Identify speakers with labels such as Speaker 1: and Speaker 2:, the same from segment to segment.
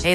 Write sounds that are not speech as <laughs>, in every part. Speaker 1: Hey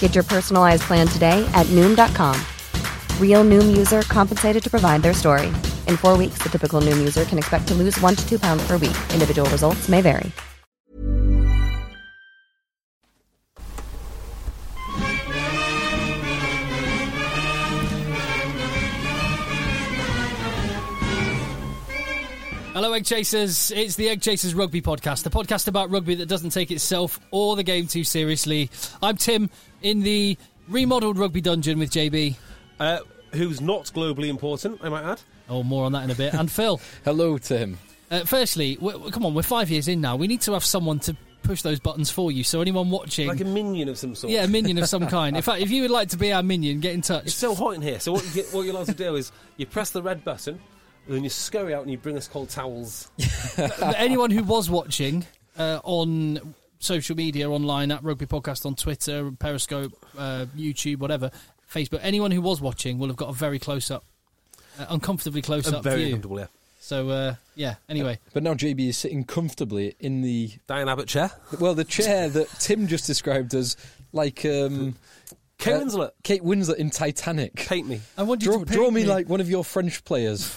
Speaker 2: Get your personalized plan today at Noom.com. Real Noom user compensated to provide their story. In four weeks, the typical Noom user can expect to lose one to two pounds per week. Individual results may vary.
Speaker 3: Hello, Egg Chasers. It's the Egg Chasers Rugby Podcast, the podcast about rugby that doesn't take itself or the game too seriously. I'm Tim in the remodeled rugby dungeon with JB.
Speaker 4: Uh, who's not globally important, I might add.
Speaker 3: Oh, more on that in a bit. And
Speaker 4: <laughs>
Speaker 3: Phil.
Speaker 5: Hello, Tim.
Speaker 3: Uh, firstly, w w- come on, we're five years in now. We need to have someone to push those buttons for you. So anyone watching,
Speaker 4: Like a minion of some sort.
Speaker 3: yeah, a minion of some
Speaker 4: <laughs>
Speaker 3: kind. In fact, if you would like to be our minion, get in touch.
Speaker 4: It's so hot in here. So what, you get, what you're allowed to do is you press the red button, and then you scurry out and you bring us
Speaker 3: <laughs>
Speaker 4: cold towels.
Speaker 3: anyone who was watching uh, on social media, online at Rugby Podcast on Twitter, Periscope, uh, YouTube, whatever, Facebook, anyone who was watching will have got a very close up, uh, uncomfortably close
Speaker 4: I'm
Speaker 3: up
Speaker 4: very
Speaker 3: view.
Speaker 4: comfortable here.
Speaker 3: So uh, yeah. Anyway,
Speaker 5: But now JB is sitting comfortably in the
Speaker 4: Diane Abbott chair.
Speaker 3: Uh,
Speaker 5: well, the chair that Tim just described as like um,
Speaker 4: Kate
Speaker 5: uh,
Speaker 4: Winslet,
Speaker 5: Kate Winslet in Titanic.
Speaker 4: paint me.
Speaker 3: I want you
Speaker 5: Draw,
Speaker 3: to pick
Speaker 5: draw me like one of your French players,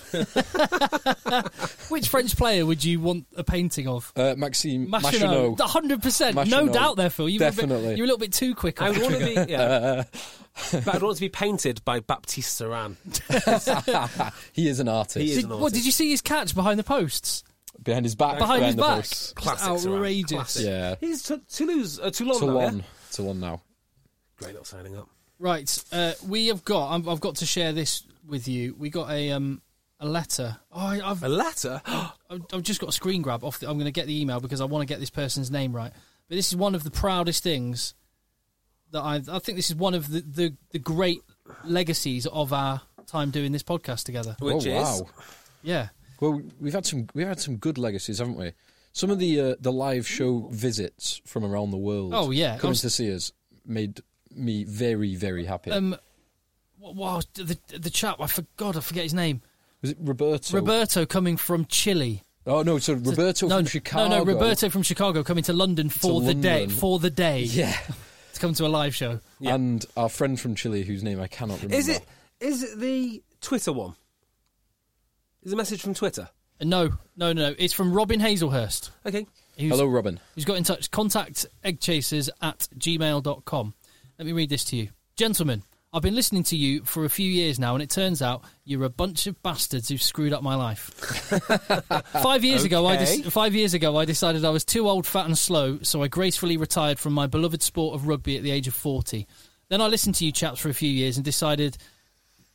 Speaker 3: which French player would you want a painting of?
Speaker 5: uh, Maxime
Speaker 3: Machinot, Ah.
Speaker 5: Machinot.
Speaker 3: hundred percent, no
Speaker 5: Machinot.
Speaker 3: doubt. There, Phil, you were a bit-
Speaker 5: Definitely.
Speaker 3: you were a little bit too quick.
Speaker 4: I
Speaker 3: On
Speaker 4: would
Speaker 3: the
Speaker 4: want to
Speaker 3: trigger. <laughs>
Speaker 4: be, yeah. but I'd want to be painted by Baptiste Saran.
Speaker 5: He is an artist.
Speaker 4: He is
Speaker 3: Did,
Speaker 4: an
Speaker 3: what did you see his catch behind the posts?
Speaker 5: behind his back.
Speaker 3: Behind his
Speaker 5: the
Speaker 3: back,
Speaker 5: posts.
Speaker 4: Classic
Speaker 3: Just
Speaker 4: Saran.
Speaker 3: outrageous.
Speaker 4: Classic.
Speaker 5: Yeah,
Speaker 4: <laughs> He's t- Toulouse, uh, Toulon, now, yeah?
Speaker 5: Toulon, Toulon now.
Speaker 4: Great little signing up.
Speaker 3: Right, uh, we have got. I'm, I've got to share this with you. We got a um, a letter. Oh, I, I've,
Speaker 4: A letter? <gasps>
Speaker 3: I've I've just got a screen grab off. The, I'm going to get the email because I want to get this person's name right. But this is one of the proudest things that I. I think this is one of the the, the great legacies of our time doing this podcast together.
Speaker 4: Which
Speaker 5: oh
Speaker 4: is?
Speaker 5: wow.
Speaker 3: Yeah,
Speaker 5: Well, we've had some we've had some good legacies, haven't we? Some of the uh, the live show visits from around the world.
Speaker 3: Oh, yeah. I
Speaker 5: coming
Speaker 3: was-
Speaker 5: to see us made me very very happy.
Speaker 3: Um, what, what I was- the the chap I forgot. I forget his name.
Speaker 5: Was it Roberto?
Speaker 3: Roberto coming from Chile.
Speaker 5: Oh no, so Roberto
Speaker 3: no,
Speaker 5: from
Speaker 3: no,
Speaker 5: Chicago.
Speaker 3: No, no, Roberto from Chicago coming to London for the day.
Speaker 5: London.
Speaker 3: For the day.
Speaker 5: Yeah.
Speaker 3: to come to a live show.
Speaker 5: <laughs> And our friend from Chile, whose name I cannot remember.
Speaker 4: Is it, is it the Twitter one? Is it a message from Twitter?
Speaker 3: Uh, No, no, no. It's from Robin Hazelhurst.
Speaker 4: Okay.
Speaker 3: Who's,
Speaker 5: Hello, Robin.
Speaker 3: Who's got in touch? Contact eggchasers at gmail.com. Let me read this to you. Gentlemen, I've been listening to you for a few years now, and it turns out you're a bunch of bastards who've screwed up my life. five years ago, I
Speaker 4: Okay.
Speaker 3: dis- five years ago I decided I was too old, fat, and slow, so I gracefully retired from my beloved sport of rugby at the age of forty. Then I listened to you chaps for a few years and decided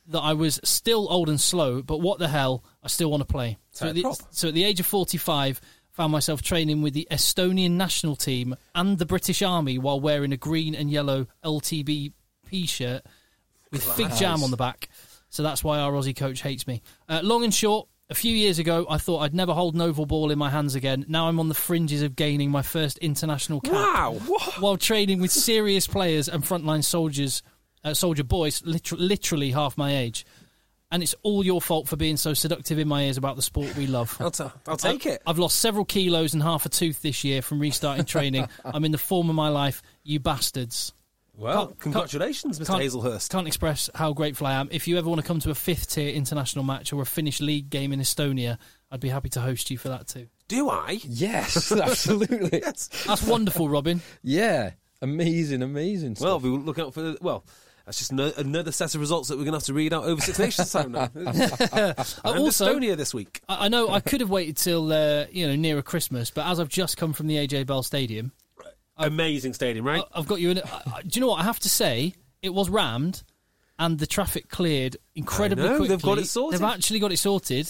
Speaker 3: that I was still old and slow, but what the hell, I still want to play. So
Speaker 4: Fair
Speaker 3: at, the,
Speaker 4: prop.
Speaker 3: so at the age of 45, found myself training with the Estonian national team and the British Army while wearing a green and yellow LTB P-shirt with fig jam on the back. So that's why our Aussie coach hates me. Uh, long and short, a few years ago, I thought I'd never hold an oval ball in my hands again. Now I'm on the fringes of gaining my first international cap
Speaker 4: Wow. What?
Speaker 3: while training with serious players and frontline soldiers, uh, soldier boys, liter- literally half my age. And it's all your fault for being so seductive in my ears about the sport we love.
Speaker 4: I'll, ta- I'll take it.
Speaker 3: I've lost several kilos and half a tooth this year from restarting
Speaker 4: <laughs>
Speaker 3: training. I'm in the form of my life, you bastards.
Speaker 4: Well,
Speaker 3: Can't-
Speaker 4: congratulations,
Speaker 3: can't-
Speaker 4: Mr. Hazelhurst.
Speaker 3: Can't express how grateful I am. If you ever want to come to a fifth tier international match or a Finnish league game in Estonia, I'd be happy to host you for that too.
Speaker 4: Do I?
Speaker 5: Yes,
Speaker 4: <laughs>
Speaker 5: absolutely.
Speaker 3: That's wonderful, <laughs> Robin.
Speaker 5: Yeah, amazing, amazing.
Speaker 4: Well,
Speaker 5: Stuff.
Speaker 4: we will look out for well. That's just no, another set of results that we're going to have to read out over Six Nations
Speaker 3: <laughs>
Speaker 4: time now. <laughs> and
Speaker 3: also-
Speaker 4: Estonia this week.
Speaker 3: I I know I could have waited till uh, you know nearer Christmas, but as I've just come from the AJ Bell Stadium, uh,
Speaker 4: Amazing stadium, right?
Speaker 3: I- I've got you in. I- I- Do you know what I have to say? It was rammed, and the traffic cleared incredibly
Speaker 4: I know,
Speaker 3: quickly.
Speaker 4: they've got it sorted.
Speaker 3: They've actually got it sorted.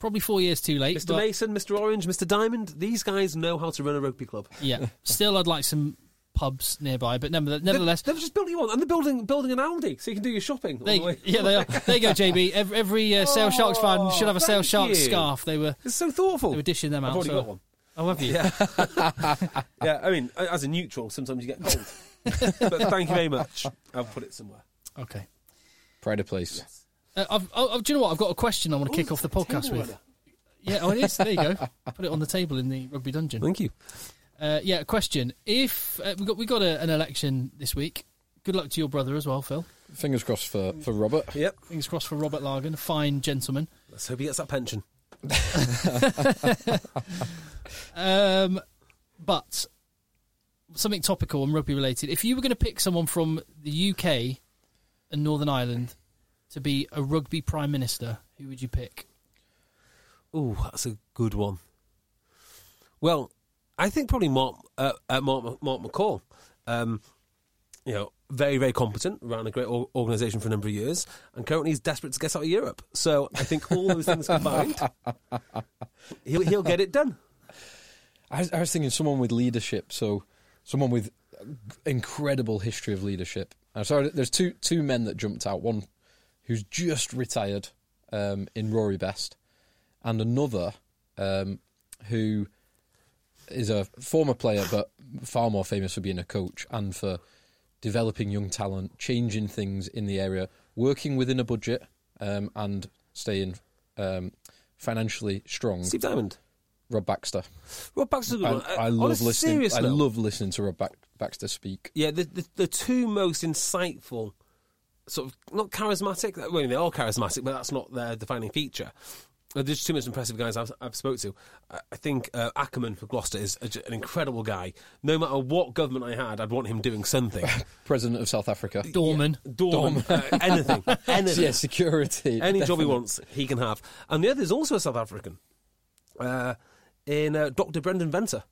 Speaker 3: Probably four years too late.
Speaker 4: Mr.
Speaker 3: but-
Speaker 4: Mason, Mr. Orange, Mr. Diamond, these guys know how to run a rugby club.
Speaker 3: Yeah. Still, I'd like some pubs nearby, but never- nevertheless,
Speaker 4: They've, they've just built you one, and they're building building an Aldi, so you can do your shopping.
Speaker 3: They,
Speaker 4: all the way.
Speaker 3: yeah, they are. There you go, <laughs> JB. Every, every uh, Sale Sharks fan should have a Sale
Speaker 4: thank
Speaker 3: Sharks
Speaker 4: you.
Speaker 3: scarf. They were
Speaker 4: It's so thoughtful.
Speaker 3: they were dishing them
Speaker 4: I've
Speaker 3: out.
Speaker 4: already
Speaker 3: so-
Speaker 4: got one.
Speaker 3: Oh, have you?
Speaker 4: Yeah, I mean, as a neutral, sometimes you get cold.
Speaker 3: <laughs>
Speaker 4: but thank you very much. I'll put it somewhere.
Speaker 3: Okay.
Speaker 5: Pride of place.
Speaker 3: Uh, I've, oh, oh, do you know what? I've got a question I want to kick off the podcast
Speaker 4: table
Speaker 3: with.
Speaker 4: runner.
Speaker 3: Yeah, oh, it is. There you <laughs> go. Put it on the table in the rugby dungeon.
Speaker 4: Thank you.
Speaker 3: Uh, yeah, question. If uh, we got we got a, an election this week, good luck to your brother as well, Phil.
Speaker 5: Fingers crossed for, for Robert.
Speaker 4: Yep.
Speaker 3: Fingers crossed for Robert Largan, a fine gentleman.
Speaker 4: Let's hope he gets that pension.
Speaker 3: Um, but something topical and rugby related. If you were going to pick someone from the UK and Northern Ireland to be a rugby prime minister, who would you pick?
Speaker 4: Ooh, that's a good one. Well, I think probably Mark uh, uh, Mark, Mark McCall. Um, you know, very very competent, ran a great or- organisation for a number of years, and currently is desperate to get out of Europe. So I think all those things <laughs> combined, he'll he'll get it done.
Speaker 5: I, was- I was thinking someone with leadership, so someone with incredible history of leadership. I'm sorry, there's two two men that jumped out. One who's just retired um, in Rory Best, and another um, who is a former player but far more famous for being a coach and for developing young talent, changing things in the area, working within a budget, um, and staying um, financially strong.
Speaker 4: Steve Diamond,
Speaker 5: Rob Baxter.
Speaker 4: Rob Baxter's a good
Speaker 5: I,
Speaker 4: one. Uh,
Speaker 5: I
Speaker 4: on a
Speaker 5: love listening.
Speaker 4: serious
Speaker 5: I
Speaker 4: note-
Speaker 5: love listening to Rob Bac- Baxter speak.
Speaker 4: Yeah, the, the the two most insightful, sort of not charismatic. Well, they are charismatic, but that's not their defining feature. Uh, There's two most impressive guys I've, I've spoke to. I I think uh, Ackerman for Gloucester is a, an incredible guy. No matter what government I had, I'd want him doing something. <laughs>
Speaker 5: President of South Africa.
Speaker 3: Dorman.
Speaker 4: Dorm, uh, <laughs> anything, anything.
Speaker 5: Yeah, security.
Speaker 4: Any job he wants, he can have. And the other is also a South African, uh, in uh, Dr. Brendan Venter.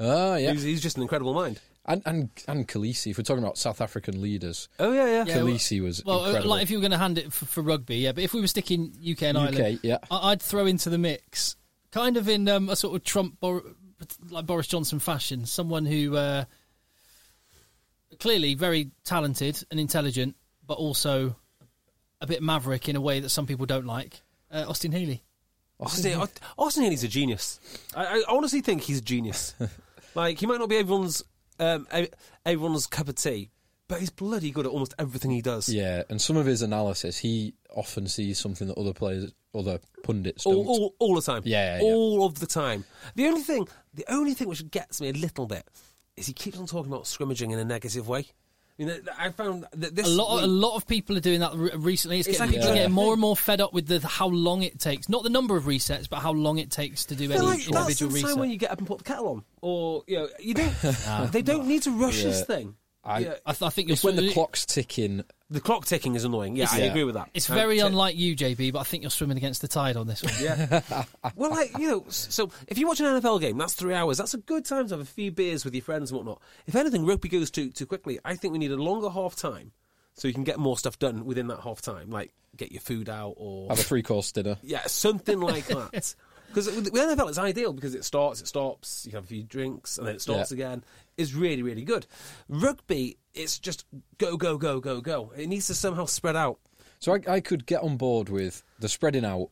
Speaker 5: Ah, yeah.
Speaker 4: He's, he's just an incredible mind.
Speaker 5: And, and and Khaleesi. If we're talking about South African leaders,
Speaker 4: Oh yeah, yeah.
Speaker 3: Yeah, well-
Speaker 5: Khaleesi was
Speaker 3: Well, uh,
Speaker 5: incredible.
Speaker 3: like if you were going to hand it for, for rugby, yeah. But if we were sticking UK and
Speaker 5: UK,
Speaker 3: Ireland,
Speaker 5: yeah.
Speaker 3: I, I'd throw into the mix, kind of in um, a sort of Trump, Bor- like Boris Johnson fashion, someone who uh, clearly very talented and intelligent, but also a bit maverick in a way that some people don't like. Uh, Austin Healy.
Speaker 4: Austin, Austin, Healey's a genius. I, I honestly think he's a genius. like he might not be everyone's um, e- everyone's cup of tea, but he's bloody good at almost everything he does.
Speaker 5: yeah, and some of his analysis, he often sees something that other players, other pundits don't.
Speaker 4: All, all, all the time.
Speaker 5: Yeah, yeah, yeah.
Speaker 4: all of the time. The only thing, the only thing which gets me a little bit is he keeps on talking about scrimmaging in a negative way. I mean, th- th- I found that this
Speaker 3: A lot,
Speaker 4: week-
Speaker 3: a lot of people are doing that re- recently. It's,
Speaker 4: It's
Speaker 3: getting,
Speaker 4: like
Speaker 3: people are
Speaker 4: a-
Speaker 3: getting more and more fed up with the, how long it takes, not the number of resets, but how long it takes to do
Speaker 4: They're
Speaker 3: any
Speaker 4: like, that's the
Speaker 3: individual
Speaker 4: time
Speaker 3: reset.
Speaker 4: when you get up and put the kettle on, or you know, you don't. they don't need to rush this
Speaker 5: Yeah.
Speaker 4: thing.
Speaker 5: I-
Speaker 4: Yeah.
Speaker 3: I, th- I think
Speaker 5: it's
Speaker 3: you're
Speaker 5: when the
Speaker 3: swi-
Speaker 5: clock's ticking.
Speaker 4: The clock ticking is annoying. Yeah, I
Speaker 5: Yeah.
Speaker 4: agree with that.
Speaker 3: It's
Speaker 4: I-
Speaker 3: very
Speaker 4: t-
Speaker 3: unlike you, JB, but I think you're swimming against the tide on this one.
Speaker 4: Yeah. well, like, you know, s- so if you watch an NFL game, that's three hours. That's a good time to have a few beers with your friends and whatnot. If anything, rugby goes too, too quickly. I think we need a longer half time so you can get more stuff done within that half time, like get your food out or,
Speaker 5: Have a three-course dinner.
Speaker 4: yeah, something
Speaker 5: <laughs>
Speaker 4: like that. Because with with NFL, it's ideal because it starts, it stops, you have a few drinks, and then it stops
Speaker 5: Yeah.
Speaker 4: again. It's really, really good. Rugby, it's just go, go, go, go, go. It needs to somehow spread out.
Speaker 5: So I, I could get on board with the spreading out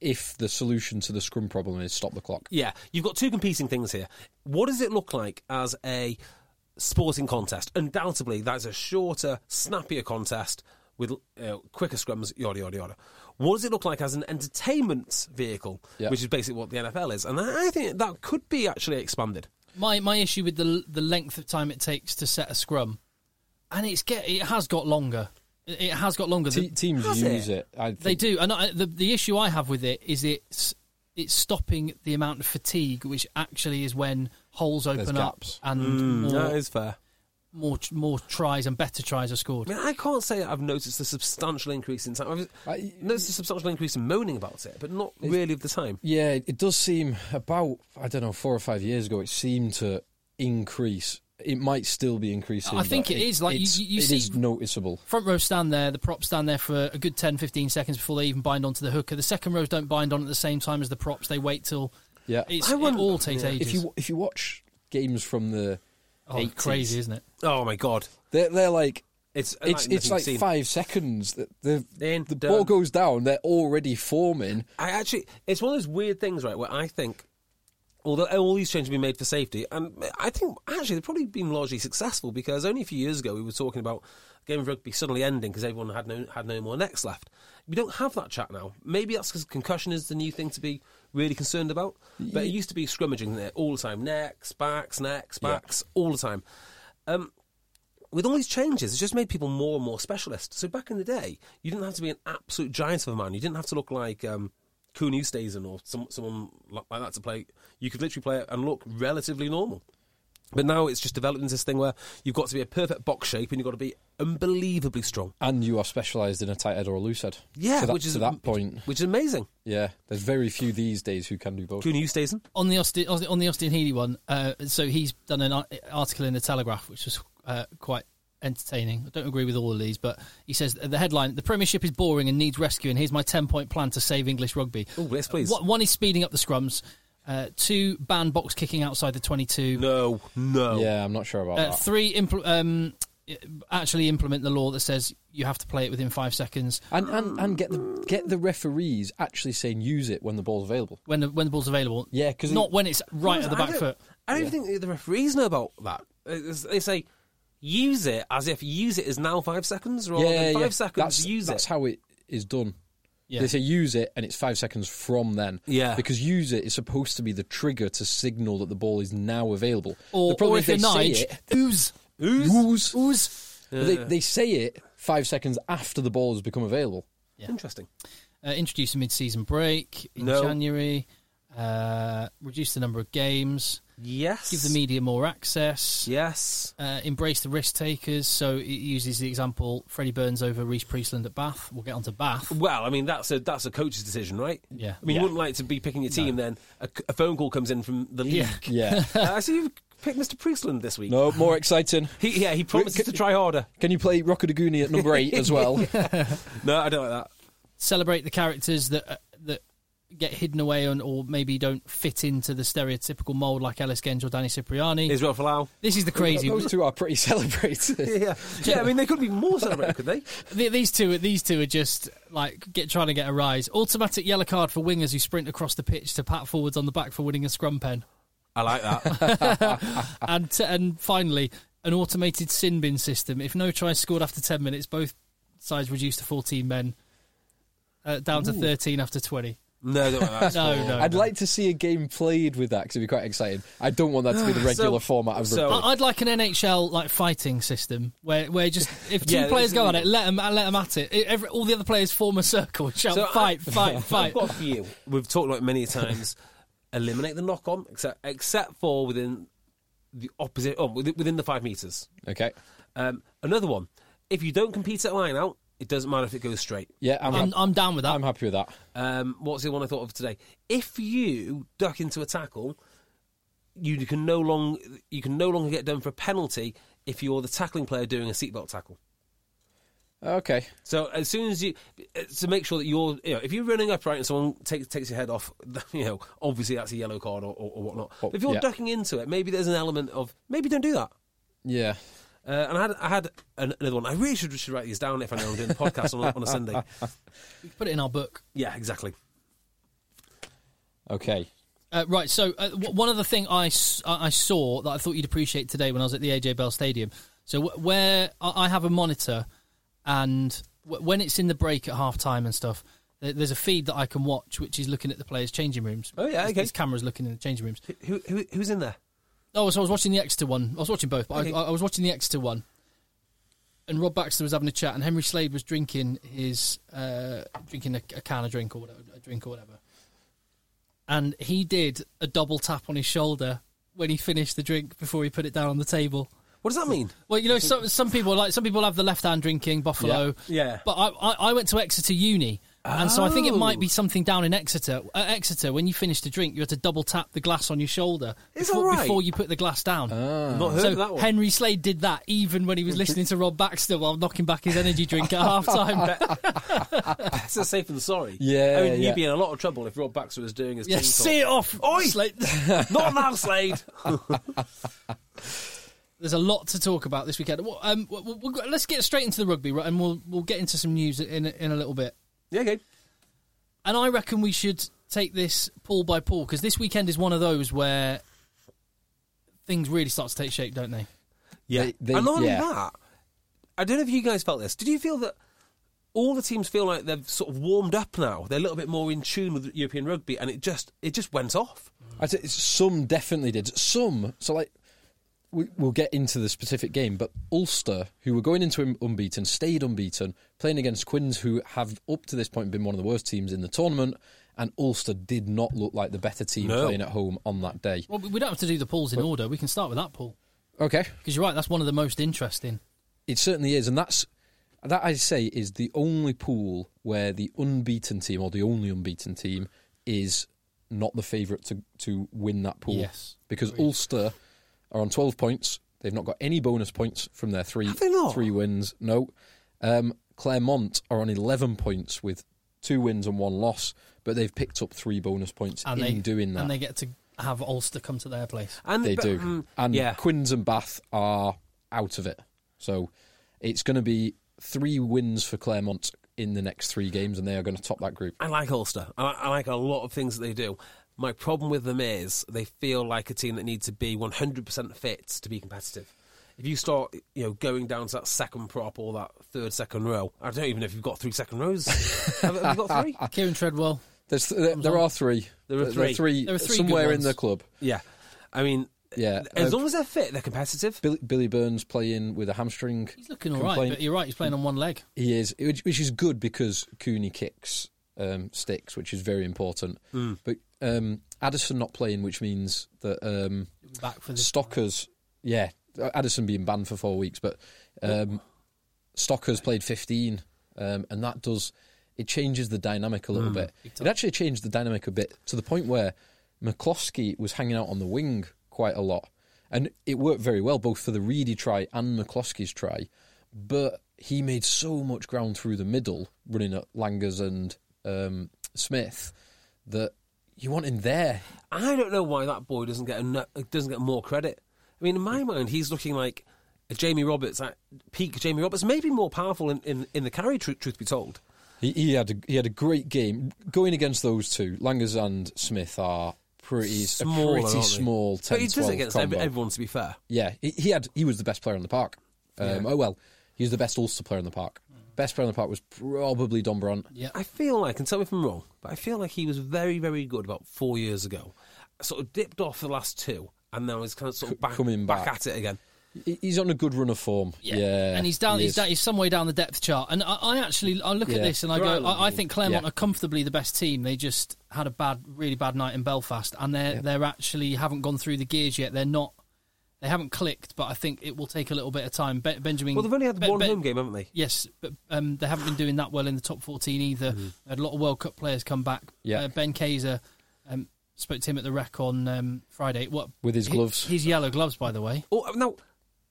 Speaker 5: if the solution to the scrum problem is stop the clock.
Speaker 4: Yeah, you've got two competing things here. What does it look like as a sporting contest? Undoubtedly, that's a shorter, snappier contest with uh, quicker scrums, yada, yada, yada. What does it look like as an entertainment vehicle,
Speaker 5: Yeah.
Speaker 4: which is basically what the NFL is? And I I think that could be actually expanded.
Speaker 3: My my issue with the the length of time it takes to set a scrum, and it's get it has got longer. It it has got longer.
Speaker 5: Te-
Speaker 3: The-
Speaker 5: teams
Speaker 4: Has it?
Speaker 5: use it. I
Speaker 3: they
Speaker 5: think.
Speaker 3: do, and I, the the issue I have with it is it's it's stopping the amount of fatigue, which actually is when holes open up
Speaker 5: gaps.
Speaker 4: Mm.
Speaker 3: and more,
Speaker 4: That is fair.
Speaker 3: more more tries and better tries are scored.
Speaker 4: I mean, I can't say that I've noticed a substantial increase in time. I've
Speaker 5: I-
Speaker 4: noticed a substantial increase in moaning about it, but not really of the time.
Speaker 5: Yeah, it it does seem about I don't know four or five years ago. It seemed to increase. It might still be increasing.
Speaker 3: I think
Speaker 5: but
Speaker 3: it is, like, you-
Speaker 5: it's-
Speaker 3: you- you
Speaker 5: it
Speaker 3: see-
Speaker 5: is noticeable.
Speaker 3: Front row stand there, the props stand there for a good 10, 15 seconds before they even bind onto the hooker. The second rows don't bind on at the same time as the props. They wait till
Speaker 5: Yeah.
Speaker 3: it's,
Speaker 4: I
Speaker 3: it
Speaker 4: wonder-
Speaker 3: all takes
Speaker 4: yeah.
Speaker 3: ages.
Speaker 5: If you if you watch games from the
Speaker 3: oh, it's crazy, isn't it?
Speaker 4: Oh my god,
Speaker 5: they're, they're like
Speaker 4: it's uh,
Speaker 5: it's
Speaker 4: nothing
Speaker 5: it's like
Speaker 4: seen.
Speaker 5: five seconds that the
Speaker 4: In,
Speaker 5: the
Speaker 4: done.
Speaker 5: ball goes down. They're already forming.
Speaker 4: I actually, it's one of those weird things, right? Where I think, although all these changes have been made for safety, and I think actually they've probably been largely successful because only a few years ago we were talking about the game of rugby suddenly ending because everyone had no had no more necks left. We don't have that chat now. Maybe that's because concussion is the new thing to be really concerned about. But it used to be scrummaging there all the time, necks, backs, necks, backs, all the time. Um, with all these changes, it's just made people more and more specialist. So back in the day, you didn't have to be an absolute giant of a man. You didn't have to look like um, Kuhn Eustazen or some, someone like that to play. You could literally play it and look relatively normal. But now it's just developed into this thing where you've got to be a perfect box shape and you've got to be unbelievably strong.
Speaker 5: And you are specialised in a tight head or a loose head.
Speaker 4: Yeah,
Speaker 5: to that,
Speaker 4: which is
Speaker 5: to that point.
Speaker 4: which is amazing.
Speaker 5: Yeah, there's very few these days who can do both.
Speaker 4: Kuhn Eustazen.
Speaker 3: on the Austin on the Austin Healy one. Uh, so he's done an ar- article in the Telegraph, which was uh, quite entertaining. I don't agree with all of these, but he says the headline: "The Premiership is boring and needs rescuing." Here's my ten-point plan to save English rugby.
Speaker 4: Oh, yes, please.
Speaker 3: One- One is speeding up the scrums. Uh, two, ban box kicking outside the twenty-two.
Speaker 4: No, no.
Speaker 5: Yeah, I'm not sure about
Speaker 3: Uh,
Speaker 5: that.
Speaker 3: three, impl- um, actually implement the law that says you have to play it within five seconds.
Speaker 5: and, and and get the get the referees actually saying use it when the ball's available.
Speaker 3: When the, when the ball's available,
Speaker 5: Yeah, 'cause
Speaker 3: not
Speaker 5: it-
Speaker 3: when it's right at the
Speaker 4: I
Speaker 3: back
Speaker 4: don't-
Speaker 3: foot.
Speaker 4: I don't even think the referees know about that. It's- They say use it as if use it is now five seconds rather
Speaker 5: yeah,
Speaker 4: than five
Speaker 5: yeah.
Speaker 4: seconds.
Speaker 5: That's,
Speaker 4: use
Speaker 5: that's
Speaker 4: it.
Speaker 5: how it is done.
Speaker 3: Yeah.
Speaker 5: They say use it, and it's five seconds from then.
Speaker 4: Yeah.
Speaker 5: because use it is supposed to be the trigger to signal that the ball is now available.
Speaker 3: Or,
Speaker 5: the problem
Speaker 3: or
Speaker 5: is
Speaker 3: if you're
Speaker 5: they say
Speaker 3: Nige,
Speaker 5: it,
Speaker 3: ooze,
Speaker 5: Ooze.
Speaker 3: ooze.
Speaker 5: but they, they say it five seconds after the ball has become available.
Speaker 4: Interesting.
Speaker 3: Uh, introduce a mid-season break in
Speaker 4: No.
Speaker 3: January. Uh, reduce the number of games.
Speaker 4: Yes.
Speaker 3: Give the media more access.
Speaker 4: Yes.
Speaker 3: Uh, embrace the risk takers. So it uses the example Freddie Burns over Reese Priestland at Bath. We'll get onto Bath.
Speaker 4: Well, I mean that's a that's a coach's decision, right?
Speaker 3: Yeah.
Speaker 4: I mean,
Speaker 3: Yeah.
Speaker 4: you wouldn't like to be picking your team, then a, c- a phone call comes in from the league.
Speaker 3: Yeah.
Speaker 4: <laughs>
Speaker 3: <laughs>
Speaker 5: Yeah,
Speaker 4: Uh, I see you've picked Mr. Priestland this week.
Speaker 5: no more exciting.
Speaker 4: He, yeah, he promises to try harder.
Speaker 5: Can you play Rockadaguni at number eight
Speaker 3: <laughs>
Speaker 5: as well?
Speaker 4: <laughs> No, I don't like that.
Speaker 3: Celebrate the characters that uh, that get hidden away and or maybe don't fit into the stereotypical mold like Ellis Genge or Danny Cipriani.
Speaker 4: Israel Folau.
Speaker 3: this is the crazy.
Speaker 5: Those two are pretty <laughs>
Speaker 4: <laughs>
Speaker 5: celebrated.
Speaker 4: Yeah, yeah. I mean, they could be more celebrated, could they?
Speaker 3: Th- These two, these two are just like get trying to get a rise. Automatic yellow card for wingers who sprint across the pitch to pat forwards on the back for winning a scrum pen.
Speaker 4: I like that.
Speaker 5: Ah.
Speaker 3: and t- and finally, an automated sin bin system. If no tries scored after ten minutes, both sides reduced to fourteen men, uh, down to thirteen after twenty.
Speaker 4: <laughs> No, I don't like that.
Speaker 3: No, no.
Speaker 5: I'd
Speaker 3: no.
Speaker 5: like to see a game played with that because it'd be quite exciting. I don't want that to be the regular format of
Speaker 4: so-
Speaker 5: rugby.
Speaker 3: I- I'd like an NHL like fighting system where, where
Speaker 5: <laughs>
Speaker 3: just if two
Speaker 4: Yeah,
Speaker 3: players
Speaker 4: it's
Speaker 3: go at
Speaker 4: illegal.
Speaker 3: it, let them let 'em at it. I- Every, all the other players form a <laughs> circle, and shout
Speaker 4: So
Speaker 5: uh,
Speaker 4: I-
Speaker 3: fight, fight,
Speaker 5: <laughs>
Speaker 3: fight.
Speaker 4: <laughs> I've got a few. We've talked about it many times. <laughs> Eliminate the knock on, except except for within the opposite, oh, within within the five meters.
Speaker 5: <laughs> Okay.
Speaker 4: Um, another one. If you don't compete at line out, it doesn't matter if it goes straight.
Speaker 5: Yeah, I'm,
Speaker 3: I'm,
Speaker 5: hap-
Speaker 3: I'm down with that.
Speaker 5: I'm happy with that.
Speaker 4: Um, what's the one I thought of today? If you duck into a tackle, you can no long you can no longer get done for a penalty if you're the tackling player doing a seatbelt tackle.
Speaker 5: Okay.
Speaker 4: So as soon as you uh, to make sure that you're you know if you're running upright and someone takes takes your head off, <laughs> you know obviously that's a yellow card or, or, or whatnot.
Speaker 5: Oh,
Speaker 4: But if you're
Speaker 5: yeah.
Speaker 4: ducking into it, maybe there's an element of maybe don't do that.
Speaker 5: Yeah.
Speaker 4: Uh, and I had I had an, another one. I really should, should write these down if I know I'm doing the podcast on, a- on a
Speaker 5: <laughs>
Speaker 4: Sunday.
Speaker 3: Put it in our book.
Speaker 4: Yeah, exactly.
Speaker 5: Okay.
Speaker 3: Uh, right, so uh, w- one other thing I, s- I I saw that I thought you'd appreciate today when I was at the AJ Bell Stadium. So w- where I I have a monitor, and w- when it's in the break at half time and stuff, th- there's a feed that I can watch, which is looking at the players' changing rooms.
Speaker 4: Oh, yeah,
Speaker 3: This-
Speaker 4: okay.
Speaker 3: This camera's looking in the changing rooms.
Speaker 4: Who, who who's in there?
Speaker 3: Oh, so I was watching the Exeter one. I was watching both, but
Speaker 4: Okay.
Speaker 3: I, I was watching the Exeter one. And Rob Baxter was having a chat, and Henry Slade was drinking his uh, drinking a, a can of drink or whatever, a drink or whatever. And he did a double tap on his shoulder when he finished the drink before he put it down on the table.
Speaker 4: What does that mean?
Speaker 3: Well, you know, some, some people like some people have the left hand drinking buffalo.
Speaker 4: Yeah. Yeah.
Speaker 3: But I, I, I went to Exeter Uni, and so I think it might be
Speaker 4: Oh.
Speaker 3: something down in Exeter. At Exeter, when you finished a drink, you had to double tap the glass on your shoulder
Speaker 4: Is that
Speaker 3: before,
Speaker 4: right?
Speaker 3: before you put the glass down.
Speaker 5: Uh,
Speaker 4: I've not heard
Speaker 3: so
Speaker 4: of that one.
Speaker 3: Henry Slade did that even when he was listening to Rob Baxter while knocking back his energy drink
Speaker 4: <laughs>
Speaker 3: at half time.
Speaker 4: Better safe than sorry.
Speaker 5: Yeah,
Speaker 4: I mean,
Speaker 5: yeah.
Speaker 4: you'd be in a lot of trouble if Rob Baxter was doing his
Speaker 3: yeah,
Speaker 4: team talk.
Speaker 3: see it off. Oi!
Speaker 4: <laughs> Not now,
Speaker 5: <laughs>
Speaker 4: Slade.
Speaker 3: There's a lot to talk about this weekend. Well, um, we'll, we'll, go- let's get straight into the rugby, right? And we'll we'll get into some news in a- in a little bit.
Speaker 4: yeah, okay.
Speaker 3: and I reckon we should take this pool by pool because this weekend is one of those where things really start to take shape, don't they?
Speaker 4: Yeah.
Speaker 5: They- they-
Speaker 4: and not only
Speaker 5: yeah.
Speaker 4: that, I don't know if you guys felt this. Did you feel that all the teams feel like they've sort of warmed up now? They're a little bit more in tune with European rugby, and it just it just went off.
Speaker 5: I'd say some definitely did. Some, so like, we, we'll get into the specific game, but Ulster, who were going into un- unbeaten, stayed unbeaten, playing against Quinns, who have up to this point been one of the worst teams in the tournament, and Ulster did not look like the better team
Speaker 4: No.
Speaker 5: playing at home on that day.
Speaker 3: Well, we don't have to do the pools in order. We can start with that pool
Speaker 5: Okay,
Speaker 3: because you're right. That's one of the most interesting.
Speaker 5: it certainly is, and that's that I say is the only pool where the unbeaten team or the only unbeaten team is not the favourite to to win that pool.
Speaker 3: Yes.
Speaker 5: because Ulster are on twelve points. They've not got any bonus points from their three
Speaker 4: they not?
Speaker 5: three wins. No, um, Claremont are on eleven points with two wins and one loss, but they've picked up three bonus points
Speaker 3: And
Speaker 5: in
Speaker 3: they
Speaker 5: doing that.
Speaker 3: and they get to have Ulster come to their place.
Speaker 4: And
Speaker 5: They
Speaker 4: but,
Speaker 5: do.
Speaker 4: mm,
Speaker 5: and
Speaker 4: yeah,
Speaker 5: Quinns and Bath are out of it. So it's going to be three wins for Claremont in the next three games, and they are going to top that group.
Speaker 4: I like Ulster. I, I like a lot of things that they do. My problem with them is they feel like a team that needs to be 100% fit to be competitive. If you start, you know, going down to that second prop or that third second row, I don't even know if you've got three second rows. <laughs> have, have you got three?
Speaker 5: <laughs>
Speaker 3: Kieran Treadwell,
Speaker 5: There's there, there are three.
Speaker 4: There are three.
Speaker 3: There are three
Speaker 5: somewhere
Speaker 3: good
Speaker 5: in the
Speaker 3: ones.
Speaker 5: club.
Speaker 4: Yeah, I mean,
Speaker 5: Yeah,
Speaker 4: as
Speaker 5: uh,
Speaker 4: long as they're fit, they're competitive.
Speaker 5: Billy, Billy Burns playing with a hamstring.
Speaker 3: he's looking all right,
Speaker 5: complaint.
Speaker 3: but you're right. He's playing on one leg.
Speaker 5: He is, which, which is good because Cooney kicks um, sticks, which is very important.
Speaker 4: Mm.
Speaker 5: But um, Addison not playing, which means that um,
Speaker 3: Back for the
Speaker 5: Stockers, yeah, Addison being banned for four weeks, but um, Stockers played 15, um, and that does it changes the dynamic a
Speaker 3: Hmm.
Speaker 5: little bit. It actually changed the dynamic a bit to the point where McCloskey was hanging out on the wing quite a lot, and it worked very well both for the Reedy try and McCloskey's try, but he made so much ground through the middle running at Langers and um, Smith that you want him there.
Speaker 4: I don't know why that boy doesn't get eno- doesn't get more credit. I mean, in my
Speaker 5: Mm.
Speaker 4: mind, he's looking like a Jamie Roberts, like peak Jamie Roberts, maybe more powerful in, in, in the carry. Truth, truth be told,
Speaker 5: He, he had a, he had a great game going against those two. Langers and Smith are pretty
Speaker 4: Smaller,
Speaker 5: a pretty
Speaker 4: aren't they?
Speaker 5: small 10
Speaker 4: but he does
Speaker 5: 12
Speaker 4: it against ev-
Speaker 5: combo.
Speaker 4: everyone. To be fair,
Speaker 5: Yeah, he, he had he was the best player on the park. Um, Oh well, he was the best Ulster player on the park. Best player on the park was probably Don Brant.
Speaker 3: yeah.
Speaker 4: I feel like, and tell me if I'm wrong, but I feel like he was very, very good about four years ago. Sort of dipped off the last two, and now he's kind of sort of back,
Speaker 5: coming back.
Speaker 4: at it again.
Speaker 5: He- He's on a good run of form. Yeah,
Speaker 3: and he's down.
Speaker 5: he
Speaker 3: he's,
Speaker 5: is.
Speaker 3: down, he's some way down the depth chart. And I, I actually, I look at
Speaker 5: Yeah.
Speaker 3: this and I
Speaker 4: They're
Speaker 3: go,
Speaker 4: island
Speaker 3: I, I
Speaker 4: team.
Speaker 3: think Claremont
Speaker 5: Yeah.
Speaker 3: are comfortably the best team. They just had a bad, really bad night in Belfast, and they're they're actually haven't gone through the gears yet. They're not, they haven't clicked. But I think it will take a little bit of time. Be- Benjamin,
Speaker 4: Well, they've only had
Speaker 3: Be-
Speaker 4: one
Speaker 3: Be-
Speaker 4: home game, haven't they?
Speaker 3: Yes, but um, they haven't been doing that well in the top 14 either. They had a lot of World Cup players come back.
Speaker 5: Mm-hmm. Yeah.
Speaker 3: Uh, ben Kaiser um, spoke to him at the rec on um, Friday. What
Speaker 5: With his
Speaker 3: hi-
Speaker 5: gloves.
Speaker 3: His yellow gloves, by the way.
Speaker 4: Oh, now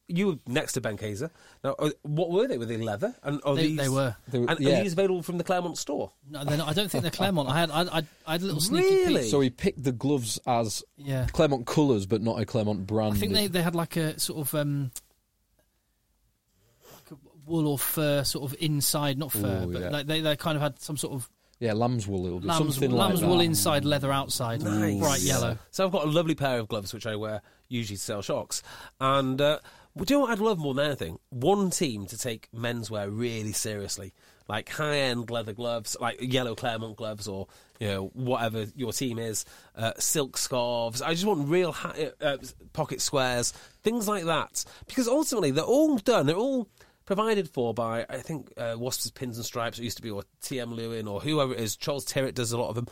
Speaker 4: you were next to Ben Kaiser. Now, uh, what were they? Were they leather? And are
Speaker 3: They-
Speaker 4: these,
Speaker 3: they were.
Speaker 5: They were-
Speaker 4: and
Speaker 5: yeah.
Speaker 4: are these available from the Claremont store?
Speaker 3: No, they're not, I don't think they're Claremont. I had, I, I, I had a little sneaky peek.
Speaker 4: Really?
Speaker 5: So he picked the gloves as
Speaker 3: Yeah.
Speaker 5: Claremont colours, but not a Claremont brand.
Speaker 3: I think they, they had like a sort of um, like a wool or fur sort of inside, not fur,
Speaker 5: Ooh,
Speaker 3: but
Speaker 5: yeah.
Speaker 3: like they, they kind of had some sort of
Speaker 5: yeah, lamb's wool. It'll be
Speaker 3: lamb's,
Speaker 5: something
Speaker 3: lamb's
Speaker 5: like
Speaker 3: wool
Speaker 5: that.
Speaker 3: inside, leather outside, bright yellow.
Speaker 4: So I've got a lovely pair of gloves which I wear usually to sell shocks. And uh, well, do you know what I'd love more than anything? One team to take menswear really seriously, like high-end leather gloves, like yellow Claremont gloves, or you know whatever your team is, uh, silk scarves. I just want real hi- uh, uh, pocket squares, things like that, because ultimately they're all done. They're all provided for by I think uh, Wasps Pins and Stripes. It used to be or TM Lewin or whoever it is. Charles Terrett does a lot of them.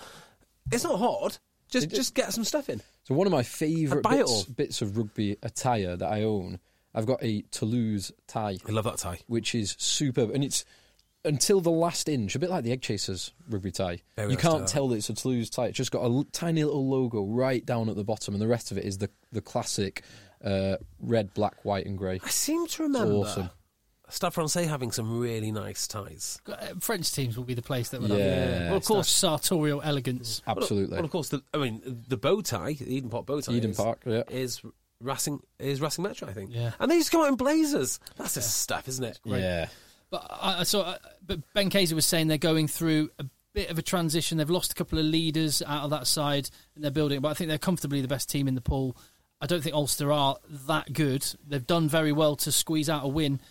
Speaker 4: It's not hard. Just just get some stuff in.
Speaker 5: So one of my favourite
Speaker 4: buy it
Speaker 5: bits,
Speaker 4: all.
Speaker 5: bits of rugby attire that I own, I've got a Toulouse tie,
Speaker 4: I love that tie.
Speaker 5: which is superb, and it's until the last inch, a bit like the Egg Chasers rugby tie.
Speaker 4: Very
Speaker 5: you
Speaker 4: nice
Speaker 5: can't
Speaker 4: tie.
Speaker 5: tell that it's a Toulouse tie. It's just got a l- tiny little logo right down at the bottom, and the rest of it is the the classic uh, red, black, white, and grey.
Speaker 4: I seem to remember
Speaker 5: awesome.
Speaker 4: Stade Francais having some really nice ties.
Speaker 3: Uh, French teams will be the place that would have.
Speaker 5: Yeah.
Speaker 3: Well, of course, sartorial elegance.
Speaker 5: Absolutely.
Speaker 4: Well, of course, the, I mean the bow tie, the Eden Park bow tie,
Speaker 5: Eden
Speaker 4: is,
Speaker 5: Park, yeah.
Speaker 4: is Racing is Racing Metro, I think.
Speaker 3: Yeah.
Speaker 4: and they used to come out in blazers. That's just stuff, isn't it?
Speaker 5: Yeah.
Speaker 3: But I, I saw. uh, But Ben Casey was saying they're going through a bit of a transition. They've lost a couple of leaders out of that side, and they're building. But I think they're comfortably the best team in the pool. I don't think Ulster are that good. They've done very well to squeeze out a win,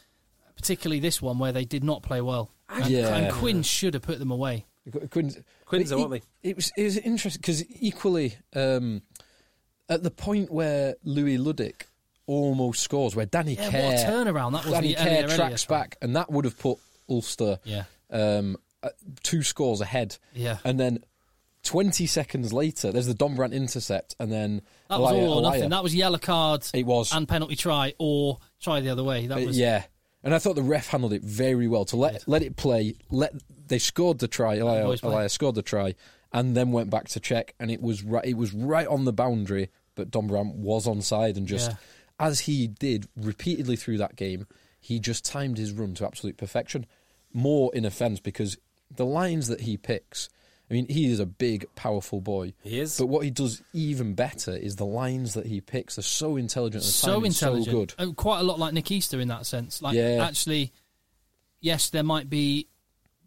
Speaker 3: particularly this one where they did not play well. And,
Speaker 5: Yeah.
Speaker 3: and Quinn should have put them away.
Speaker 5: Qu- Quinns,
Speaker 4: Quinns
Speaker 5: but
Speaker 4: are, aren't
Speaker 5: e- It was it was interesting because equally um, at the point where Louis Luddick almost scores, where Danny
Speaker 3: Yeah,
Speaker 5: Kerr
Speaker 3: what a turnaround that was!
Speaker 5: Danny
Speaker 3: the earlier,
Speaker 5: Kerr
Speaker 3: earlier
Speaker 5: tracks
Speaker 3: time.
Speaker 5: back, and that would have put Ulster
Speaker 3: Yeah.
Speaker 5: um, uh, two scores ahead.
Speaker 3: Yeah.
Speaker 5: and then. 20 seconds later, there's the Dombrandt intercept, and then
Speaker 3: That was
Speaker 5: Elia-
Speaker 3: all or
Speaker 5: Elia.
Speaker 3: nothing. That was yellow card.
Speaker 5: It was.
Speaker 3: and penalty try or try the other way. That
Speaker 5: Uh,
Speaker 3: was
Speaker 5: yeah, and I thought the ref handled it very well to let let it play. Let they scored the try. Elia,
Speaker 3: boys play.
Speaker 5: Elia scored the try, and then went back to check, and it was right. It was right on the boundary, but Dombram was onside, and just
Speaker 3: Yeah.
Speaker 5: as he did repeatedly through that game, he just timed his run to absolute perfection. More in offence because the lines that he picks. I mean, he is a big, powerful boy.
Speaker 4: He is.
Speaker 5: But what he does even better is the lines that he picks. They're so intelligent. And
Speaker 3: so
Speaker 5: timing
Speaker 3: intelligent,
Speaker 5: So good.
Speaker 3: and quite a lot like Nick Easter in that sense. Like,
Speaker 5: Yeah.
Speaker 3: actually, yes, there might be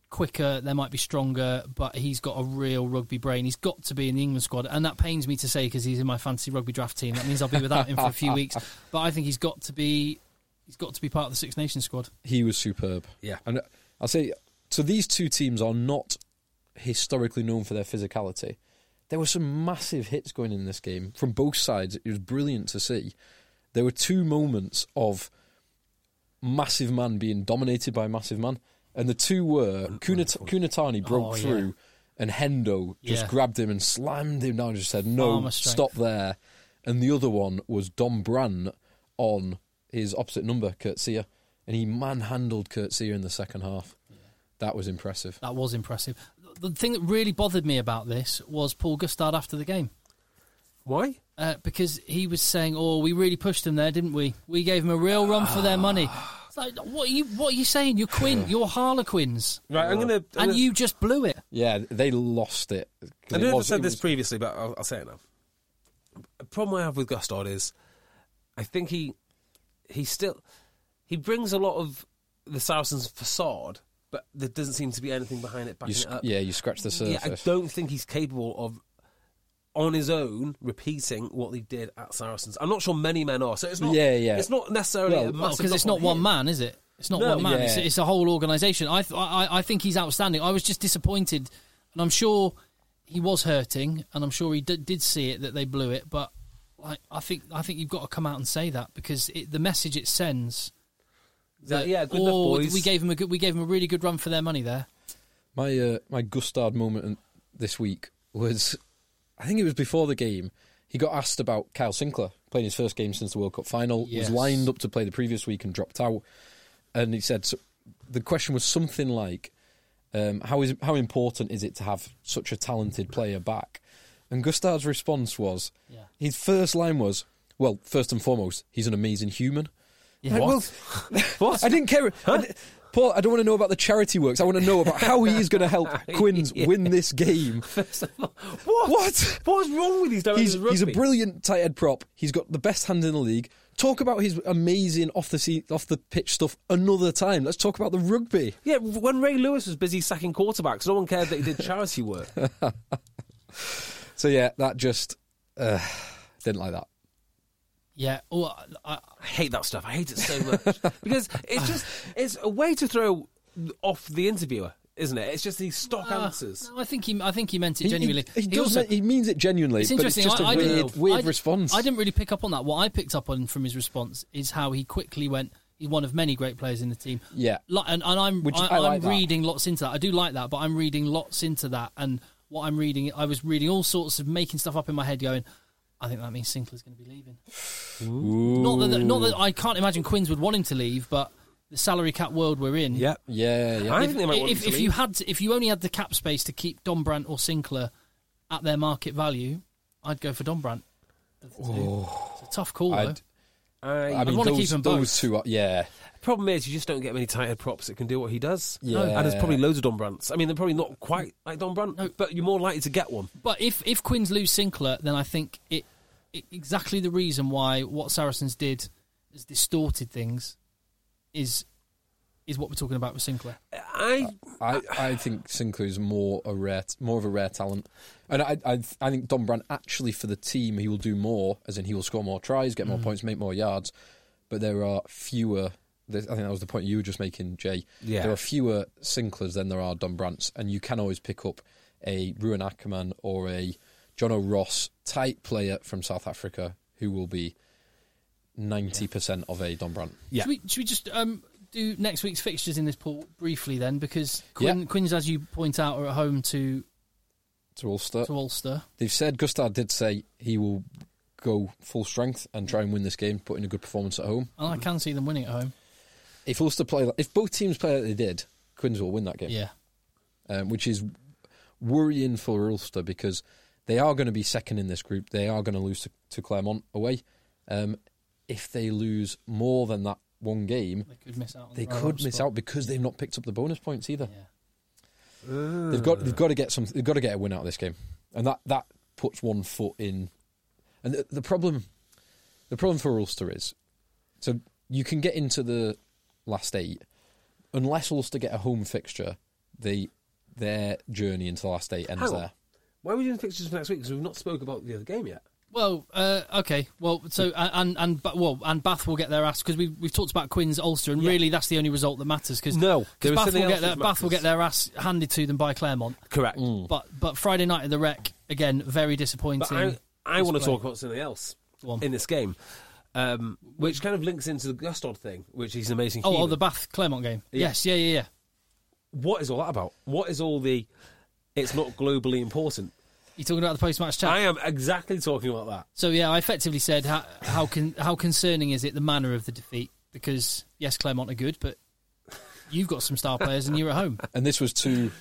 Speaker 3: quicker, there might be stronger, but he's got a real rugby brain. He's got to be in the England squad, and that pains me to say because he's in my fantasy rugby draft team. That means I'll be without him for a few
Speaker 5: <laughs>
Speaker 3: weeks. But I think he's got to be, he's got to be part of the Six Nations squad.
Speaker 5: he was superb.
Speaker 4: Yeah.
Speaker 5: and uh, I'll say so. These two teams are not historically known for their physicality. There were some massive hits going in this game from both sides. It was brilliant to see. There were two moments of massive man being dominated by massive man, and the two were Kunat- Kunatani broke
Speaker 3: Oh, yeah.
Speaker 5: through, and Hendo just
Speaker 3: Yeah.
Speaker 5: grabbed him and slammed him down. and Just said, "No,
Speaker 3: Armour strength.
Speaker 5: stop there." And the other one was Dom Bran on his opposite number, Kurt Sear, and he manhandled Kurt Sear in the second half. That was impressive.
Speaker 3: That was impressive. The the thing that really bothered me about this was Paul Gustard after the game.
Speaker 4: Why?
Speaker 3: uh, because he was saying, "Oh, we really pushed them there, didn't we? We gave them a real run for their money." It's like, what are you? What are you saying? You're Quinn. You're Harlequins,
Speaker 4: Right, I'm gonna. I'm
Speaker 3: and
Speaker 4: gonna-
Speaker 3: you just blew it.
Speaker 5: Yeah, they lost it. 'Cause
Speaker 4: I
Speaker 5: it
Speaker 4: know I've
Speaker 5: was-
Speaker 4: said
Speaker 5: it
Speaker 4: this
Speaker 5: was-
Speaker 4: previously, but I'll, I'll say it now. The problem I have with Gustard is, I think he he still he brings a lot of the Saracens' facade, but there doesn't seem to be anything behind it
Speaker 5: you
Speaker 4: backing
Speaker 5: sc-
Speaker 4: it up.
Speaker 5: yeah, you scratched the
Speaker 4: Yeah,
Speaker 5: surface.
Speaker 4: I don't think he's capable of on his own repeating what he did at Saracens. I'm not sure many men are. So it's not.
Speaker 5: Yeah, yeah.
Speaker 4: It's not necessarily
Speaker 5: Well,
Speaker 4: a
Speaker 5: well,
Speaker 4: massive
Speaker 3: because it's not
Speaker 4: knock on
Speaker 3: one
Speaker 4: him.
Speaker 3: man, is it? It's not
Speaker 4: No.
Speaker 3: one man. It's,
Speaker 5: Yeah.
Speaker 3: it's a whole organisation. I, th- I I think he's outstanding. I was just disappointed, and I'm sure he was hurting, and I'm sure he d- did see it that they blew it. But like, I think I think you've got to come out and say that because it, the message it sends.
Speaker 4: Yeah,
Speaker 3: that,
Speaker 4: Uh, yeah, good enough
Speaker 3: oh,
Speaker 4: boys.
Speaker 3: we gave him a good, we gave him a really good run for their money there.
Speaker 5: My uh, my Gustard moment in- this week was, I think it was before the game. He got asked about Kyle Sinclair playing his first game since the World Cup final.
Speaker 3: Yes.
Speaker 5: Was lined up to play the previous week and dropped out. And he said so, the question was something like, um, "How is how important is it to have such a talented player back?" And Gustard's response was,
Speaker 3: Yeah.
Speaker 5: his first line was, "Well, first and foremost, he's an amazing human." Like,
Speaker 4: What?
Speaker 5: well,
Speaker 4: <laughs> What?
Speaker 5: I didn't care. I di- Paul, I don't want to know about the charity works. I want to know about how he is going
Speaker 4: <laughs>
Speaker 5: to help Quinns win this game.
Speaker 4: <laughs> What? <laughs>
Speaker 5: What?
Speaker 4: What's wrong with these directors
Speaker 5: He's,
Speaker 4: of
Speaker 5: he's a
Speaker 4: rugby?
Speaker 5: brilliant tight end prop. He's got the best hand in the league. Talk about his amazing off the sea, off the pitch stuff another time. Let's talk about the rugby.
Speaker 4: Yeah, when Ray Lewis was busy sacking quarterbacks, no one cared that he did charity <laughs> work.
Speaker 5: So yeah, that just uh, didn't like that.
Speaker 3: Yeah. Oh, I,
Speaker 4: I hate that stuff. I hate it so much because it's just it's a way to throw off the interviewer, isn't it? It's just these stock
Speaker 3: I,
Speaker 4: ansers.
Speaker 3: no, I think he. I think he meant it
Speaker 5: He-
Speaker 3: genuinely.
Speaker 5: he, he, does.
Speaker 3: also-
Speaker 5: mean- he means it genuinely,
Speaker 3: it's
Speaker 5: but it's
Speaker 3: interesting.
Speaker 5: just a
Speaker 3: I, I didn't-
Speaker 5: weird, weird
Speaker 3: I-
Speaker 5: response.
Speaker 3: I didn't really pick up on that. What I picked up on from his response is how he quickly went. He's one of many great players in the team.
Speaker 5: Yeah.
Speaker 3: Lo- and, and I'm
Speaker 5: Which
Speaker 3: I,
Speaker 5: I like
Speaker 3: am
Speaker 5: that.
Speaker 3: reading lots into that. I do like that, but I'm reading lots into that. And what I'm reading, I was reading all sorts of making stuff up in my head, going, I think that means Sinclair's going to be leaving. Not that, not that I can't imagine Quinns would want him to leave, but the salary cap world we're in.
Speaker 4: Yeah.
Speaker 5: Yeah, yeah.
Speaker 4: I
Speaker 3: If,
Speaker 4: think they might want
Speaker 3: if,
Speaker 4: him to
Speaker 3: if
Speaker 4: leave.
Speaker 3: you had, if you only had the cap space to keep Dombrandt or Sinclair at their market value, I'd go for Dombrandt. of the two.
Speaker 4: Oh.
Speaker 3: It's a tough call though.
Speaker 5: I'd-
Speaker 4: I,
Speaker 5: I mean,
Speaker 3: wanna
Speaker 5: those,
Speaker 3: keep 'em
Speaker 5: those
Speaker 3: both.
Speaker 5: two. Are, yeah,
Speaker 4: problem is, you just don't get many tight head props that can do what he does.
Speaker 5: Yeah.
Speaker 4: And there's probably loads of Don Brandts. I mean, they're probably not quite like Don Brandt, but you're more likely to get one.
Speaker 3: But if if Quinns lose Sinclair, then I think it, it exactly the reason why what Saracens did has distorted things is is what we're talking about with Sinclair.
Speaker 4: I
Speaker 5: I, I think Sinclair's more a rare, t- more of a rare talent, and I, I, I think Don Brand actually for the team he will do more, as in he will score more tries, get more points, make more yards, but there are fewer. there- I think that was the point you were just making, Jay.
Speaker 4: Yeah.
Speaker 5: There are fewer Sinclairs than there are Don Brandts, and you can always pick up a Ruan Ackerman or a John O'Ross type player from South Africa who will be ninety percent of a Don Brandt.
Speaker 4: Yeah.
Speaker 3: Should we, should we just um, do next week's fixtures in this pool briefly then? Because Quinn, Quinns, as you point out, are at home to,
Speaker 5: To Ulster.
Speaker 3: to Ulster.
Speaker 5: They've said Gustard did say he will go full strength and try and win this game, put in a good performance at home.
Speaker 3: And I can see them winning at home.
Speaker 5: If Ulster play, if both teams play like they did, Quinns will win that game,
Speaker 3: Yeah.
Speaker 5: um, which is worrying for Ulster because they are going to be second in this group. They are going to lose to, to Claremont away. Um, if they lose more than that one game,
Speaker 3: They could miss out on
Speaker 5: they
Speaker 3: the
Speaker 5: could
Speaker 3: runner-up
Speaker 5: miss
Speaker 3: spot.
Speaker 5: out because they've not picked up the bonus points either.
Speaker 3: Yeah.
Speaker 5: They've got they've got to get some they've got to get a win out of this game, and that that puts one foot in. And the, the problem, the problem for Ulster is, so you can get into the last eight, unless Ulster get a home fixture, they their journey into the last eight ends
Speaker 4: Hang on.
Speaker 5: there.
Speaker 4: Why are we doing fixtures for next week? Because we've not spoke about the other game yet.
Speaker 3: Well, uh, okay. Well, so and and Ba- well, and Bath will get their ass because we we've talked about Quinns Ulster, and really that's the only result that matters. Because
Speaker 4: No, there was
Speaker 3: Bath
Speaker 4: something
Speaker 3: will get
Speaker 4: else
Speaker 3: their,
Speaker 4: that
Speaker 3: Bath will
Speaker 4: matters.
Speaker 3: get their ass handed to them by Claremont.
Speaker 4: Correct.
Speaker 3: But but Friday night at the Rec again, very disappointing.
Speaker 4: But I, I want to
Speaker 3: display.
Speaker 4: talk about something else
Speaker 3: Go on.
Speaker 4: in this game, um, which kind of links into the Gustod thing, which he's an amazing.
Speaker 3: Oh, oh,
Speaker 4: human.
Speaker 3: the Bath Claremont game. Yes, yeah, yeah, yeah.
Speaker 4: what is all that about? What is all the? It's not
Speaker 3: <laughs>
Speaker 4: globally important.
Speaker 3: You talking about the post-match chat?
Speaker 4: I am exactly talking about that.
Speaker 3: So yeah, I effectively said how how con- how concerning is it the manner of the defeat? Because yes, Claremont are good, but you've got some star players and you're at home.
Speaker 5: And this was <laughs> to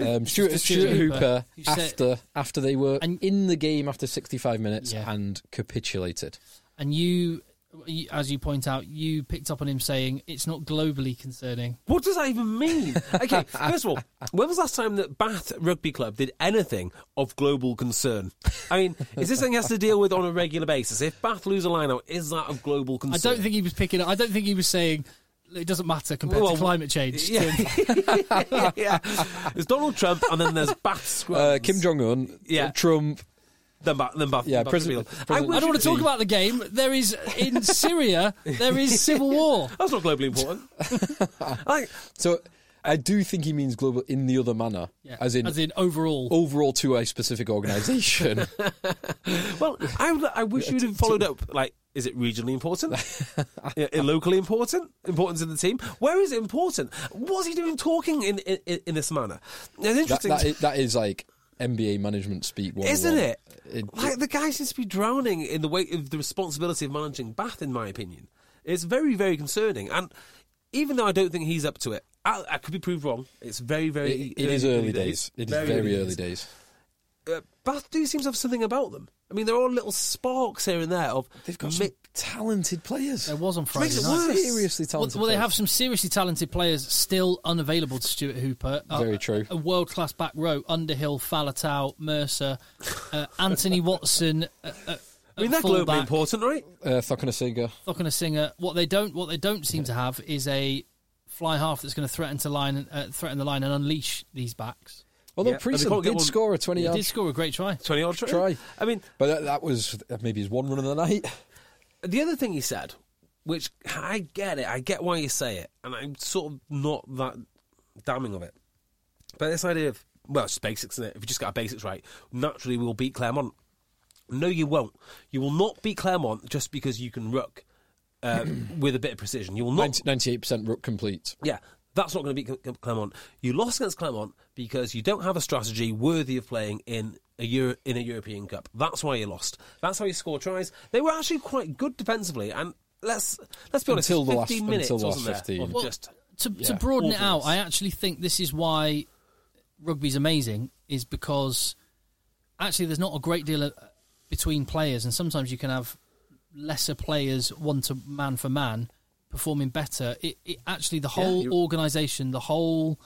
Speaker 5: um, Stuart,
Speaker 3: to
Speaker 5: Stuart
Speaker 3: Stuart
Speaker 5: Hooper
Speaker 3: Hooper, who said-
Speaker 5: after after they were
Speaker 3: And-
Speaker 5: in the game after sixty five minutes
Speaker 3: Yeah.
Speaker 5: and capitulated.
Speaker 3: And you, you- as you point out, you picked up on him saying it's not globally concerning.
Speaker 4: What does that even mean? Okay,
Speaker 3: <laughs>
Speaker 4: first of all, when was the last time that Bath Rugby Club did anything of global concern? I mean, is this something he has to deal with on a regular basis? If Bath lose a line out, is that of global concern?
Speaker 3: I don't think he was picking. I don't think he was saying it doesn't matter compared
Speaker 4: Well,
Speaker 3: to climate
Speaker 4: <laughs>
Speaker 3: change.
Speaker 4: Yeah. <laughs> yeah. There's Donald Trump and then there's
Speaker 3: <laughs>
Speaker 4: Bath Square.
Speaker 5: Uh, Kim Jong Un,
Speaker 4: Yeah.
Speaker 5: Trump,
Speaker 4: Then Bath. Then Bath
Speaker 5: Yeah,
Speaker 4: Bath
Speaker 5: President-
Speaker 4: Rugby Club.
Speaker 5: President-
Speaker 3: I
Speaker 4: wish
Speaker 3: don't want
Speaker 4: it
Speaker 3: to talk
Speaker 4: was-
Speaker 3: about the game. There is
Speaker 4: <laughs>
Speaker 3: in Syria there is civil war.
Speaker 4: That's not globally important.
Speaker 5: <laughs>
Speaker 4: like,
Speaker 5: So I do think he means global in the other manner,
Speaker 3: Yeah,
Speaker 5: as in
Speaker 3: as in overall.
Speaker 4: Oh.
Speaker 5: overall to a
Speaker 3: <laughs>
Speaker 5: specific organisation.
Speaker 4: well, I, would- I wish you'd have followed up. Like, is it regionally
Speaker 5: <laughs>
Speaker 4: important? yeah, i- locally important? Importance in the team? Where is it important? What's he doing talking in in, in this manner? It's
Speaker 5: that,
Speaker 4: interesting,
Speaker 5: that, is, that is like MBA management speak, one
Speaker 4: isn't it?
Speaker 5: It,
Speaker 4: Like the guy seems to be drowning in the weight of the responsibility of managing Bath. In my opinion, it's very very concerning. And even though I don't think he's up to it, I, I could be proved wrong. It's very very.
Speaker 5: it- it is early days. It is very, early days.
Speaker 4: Uh, Bath do seems to have something about them. I mean, there are little sparks here and there of
Speaker 5: They've got
Speaker 4: mi-
Speaker 5: some talented players.
Speaker 3: There was on Friday
Speaker 4: makes it
Speaker 3: night.
Speaker 4: worse.
Speaker 5: Seriously
Speaker 3: Well,
Speaker 5: talented.
Speaker 3: well, they
Speaker 5: players.
Speaker 3: have some seriously talented players still unavailable to Stuart Hooper. Uh,
Speaker 5: Very true.
Speaker 3: A world class back row: Underhill, Falatau, Mercer, uh, Anthony Watson. Uh, uh,
Speaker 4: I mean, they're globally
Speaker 3: fullback.
Speaker 4: important, right?
Speaker 5: Uh, Thokonasiga.
Speaker 3: not going to sing a. What they don't, what they don't seem to have is a fly half that's going to threaten to line, uh, threaten the line and unleash these backs.
Speaker 5: Although
Speaker 4: Yeah, and they
Speaker 5: Priestley
Speaker 4: can't get
Speaker 5: did
Speaker 4: one-
Speaker 5: score a twenty
Speaker 3: He
Speaker 5: yard
Speaker 3: did score a great try.
Speaker 4: 20 odd try.
Speaker 5: try,
Speaker 4: I mean, Oh.
Speaker 5: but that, that was maybe his one run of the night.
Speaker 4: the other thing he said, which I get it, I get why you say it, and I'm sort of not that damning of it. But this idea of, well, it's just basics, isn't it? If you just get our basics right, naturally we'll beat Claremont. No, you won't. You will not beat Claremont just because you can ruck uh, <coughs> with a bit of precision. You will not.
Speaker 5: Ninety-eight percent rook complete.
Speaker 4: Yeah. That's not going to beat Cl- Clermont. You lost against Clermont because you don't have a strategy worthy of playing in a Euro- in a European Cup. That's why you lost. That's how you score tries. They were actually quite good defensively, and let's let's be honest,
Speaker 5: Until the last-
Speaker 4: 15 minutes
Speaker 5: until the
Speaker 4: wasn't
Speaker 5: last
Speaker 4: there,
Speaker 5: 15.
Speaker 4: of
Speaker 5: Well,
Speaker 4: just
Speaker 3: to, to
Speaker 5: Yeah.
Speaker 3: broaden it out,
Speaker 4: Awfulness.
Speaker 3: I actually think this is why rugby's amazing is because actually there's not a great deal of, between players, and sometimes you can have lesser players one to man for man performing better. It, it actually the whole
Speaker 4: you-
Speaker 3: organisation, the whole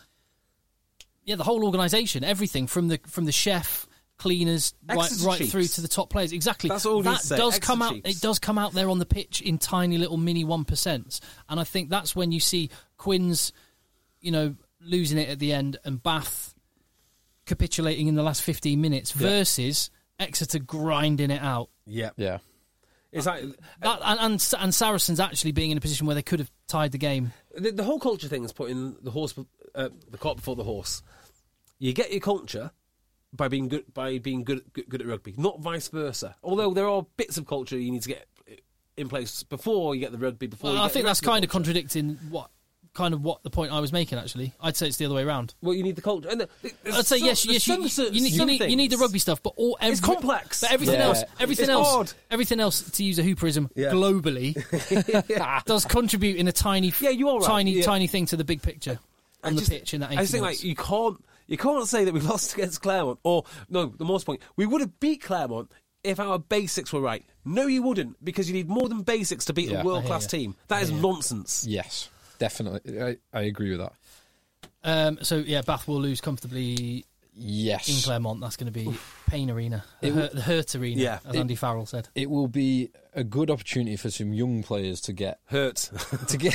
Speaker 3: yeah, the whole organisation, everything from the from the chef, cleaners, right,
Speaker 4: Exeter
Speaker 3: right
Speaker 4: Chiefs.
Speaker 3: through to the top players. Exactly.
Speaker 4: That's all you
Speaker 3: that
Speaker 4: say,
Speaker 3: does
Speaker 4: Exeter
Speaker 3: come out.
Speaker 4: Chiefs.
Speaker 3: It does come out there on the pitch in tiny little mini one percents, and I think that's when you see Quinn's, you know, losing it at the end and Bath capitulating in the last fifteen minutes versus Exeter grinding it out.
Speaker 4: yeah.
Speaker 5: Yeah.
Speaker 4: It's like
Speaker 3: That,
Speaker 4: Uh,
Speaker 3: and, and and Saracens actually being in a position where they could have tied the game.
Speaker 4: the, the whole culture thing is putting the horse, be- uh, the cart before the horse. You get your culture by being good by being good, good good at rugby, not vice versa. Although there are bits of culture you need to get in place before you get the rugby. Before
Speaker 3: Well,
Speaker 4: you
Speaker 3: I
Speaker 4: get
Speaker 3: think
Speaker 4: the
Speaker 3: that's
Speaker 4: rest of the
Speaker 3: kind of
Speaker 4: culture.
Speaker 3: contradicting what kind of what the point I was making. Actually, I'd say it's the other way around.
Speaker 4: Well, you need the culture. And the, there's
Speaker 3: I'd say
Speaker 4: some-
Speaker 3: yes, yes.
Speaker 4: there's
Speaker 3: You,
Speaker 4: some cer-
Speaker 3: you need, you,
Speaker 4: some
Speaker 3: need, you need the
Speaker 4: things. <laughs>
Speaker 3: rugby <laughs> stuff, but all every,
Speaker 4: It's complex.
Speaker 3: But everything
Speaker 5: Yeah.
Speaker 3: else, everything
Speaker 4: It's
Speaker 3: else,
Speaker 4: hard.
Speaker 3: everything else. To use a Hooperism,
Speaker 4: Yeah.
Speaker 3: globally <laughs> does contribute in a tiny,
Speaker 4: Yeah, you are right.
Speaker 3: tiny,
Speaker 4: Yeah.
Speaker 3: tiny thing to the big picture on the pitch in that.
Speaker 4: I just
Speaker 3: 18
Speaker 4: think like you can't you can't say that we <laughs> lost against Claremont or no, the most point we would have beat Claremont if our basics were right. No, you wouldn't because you need more than basics to beat
Speaker 5: Yeah. I
Speaker 4: a
Speaker 5: hear
Speaker 4: world class
Speaker 3: you.
Speaker 4: team. That is nonsense.
Speaker 5: Yes. Definitely. I, I agree with that.
Speaker 3: Um, so yeah, Bath will lose comfortably
Speaker 5: Yes.
Speaker 3: in Claremont. That's going to be Payne Arena, the, hurt, the Hurt Arena,
Speaker 4: Yeah.
Speaker 3: as Andy Farrell said.
Speaker 5: It will be a good opportunity for some young players to get
Speaker 4: Hurt.
Speaker 5: <laughs> to get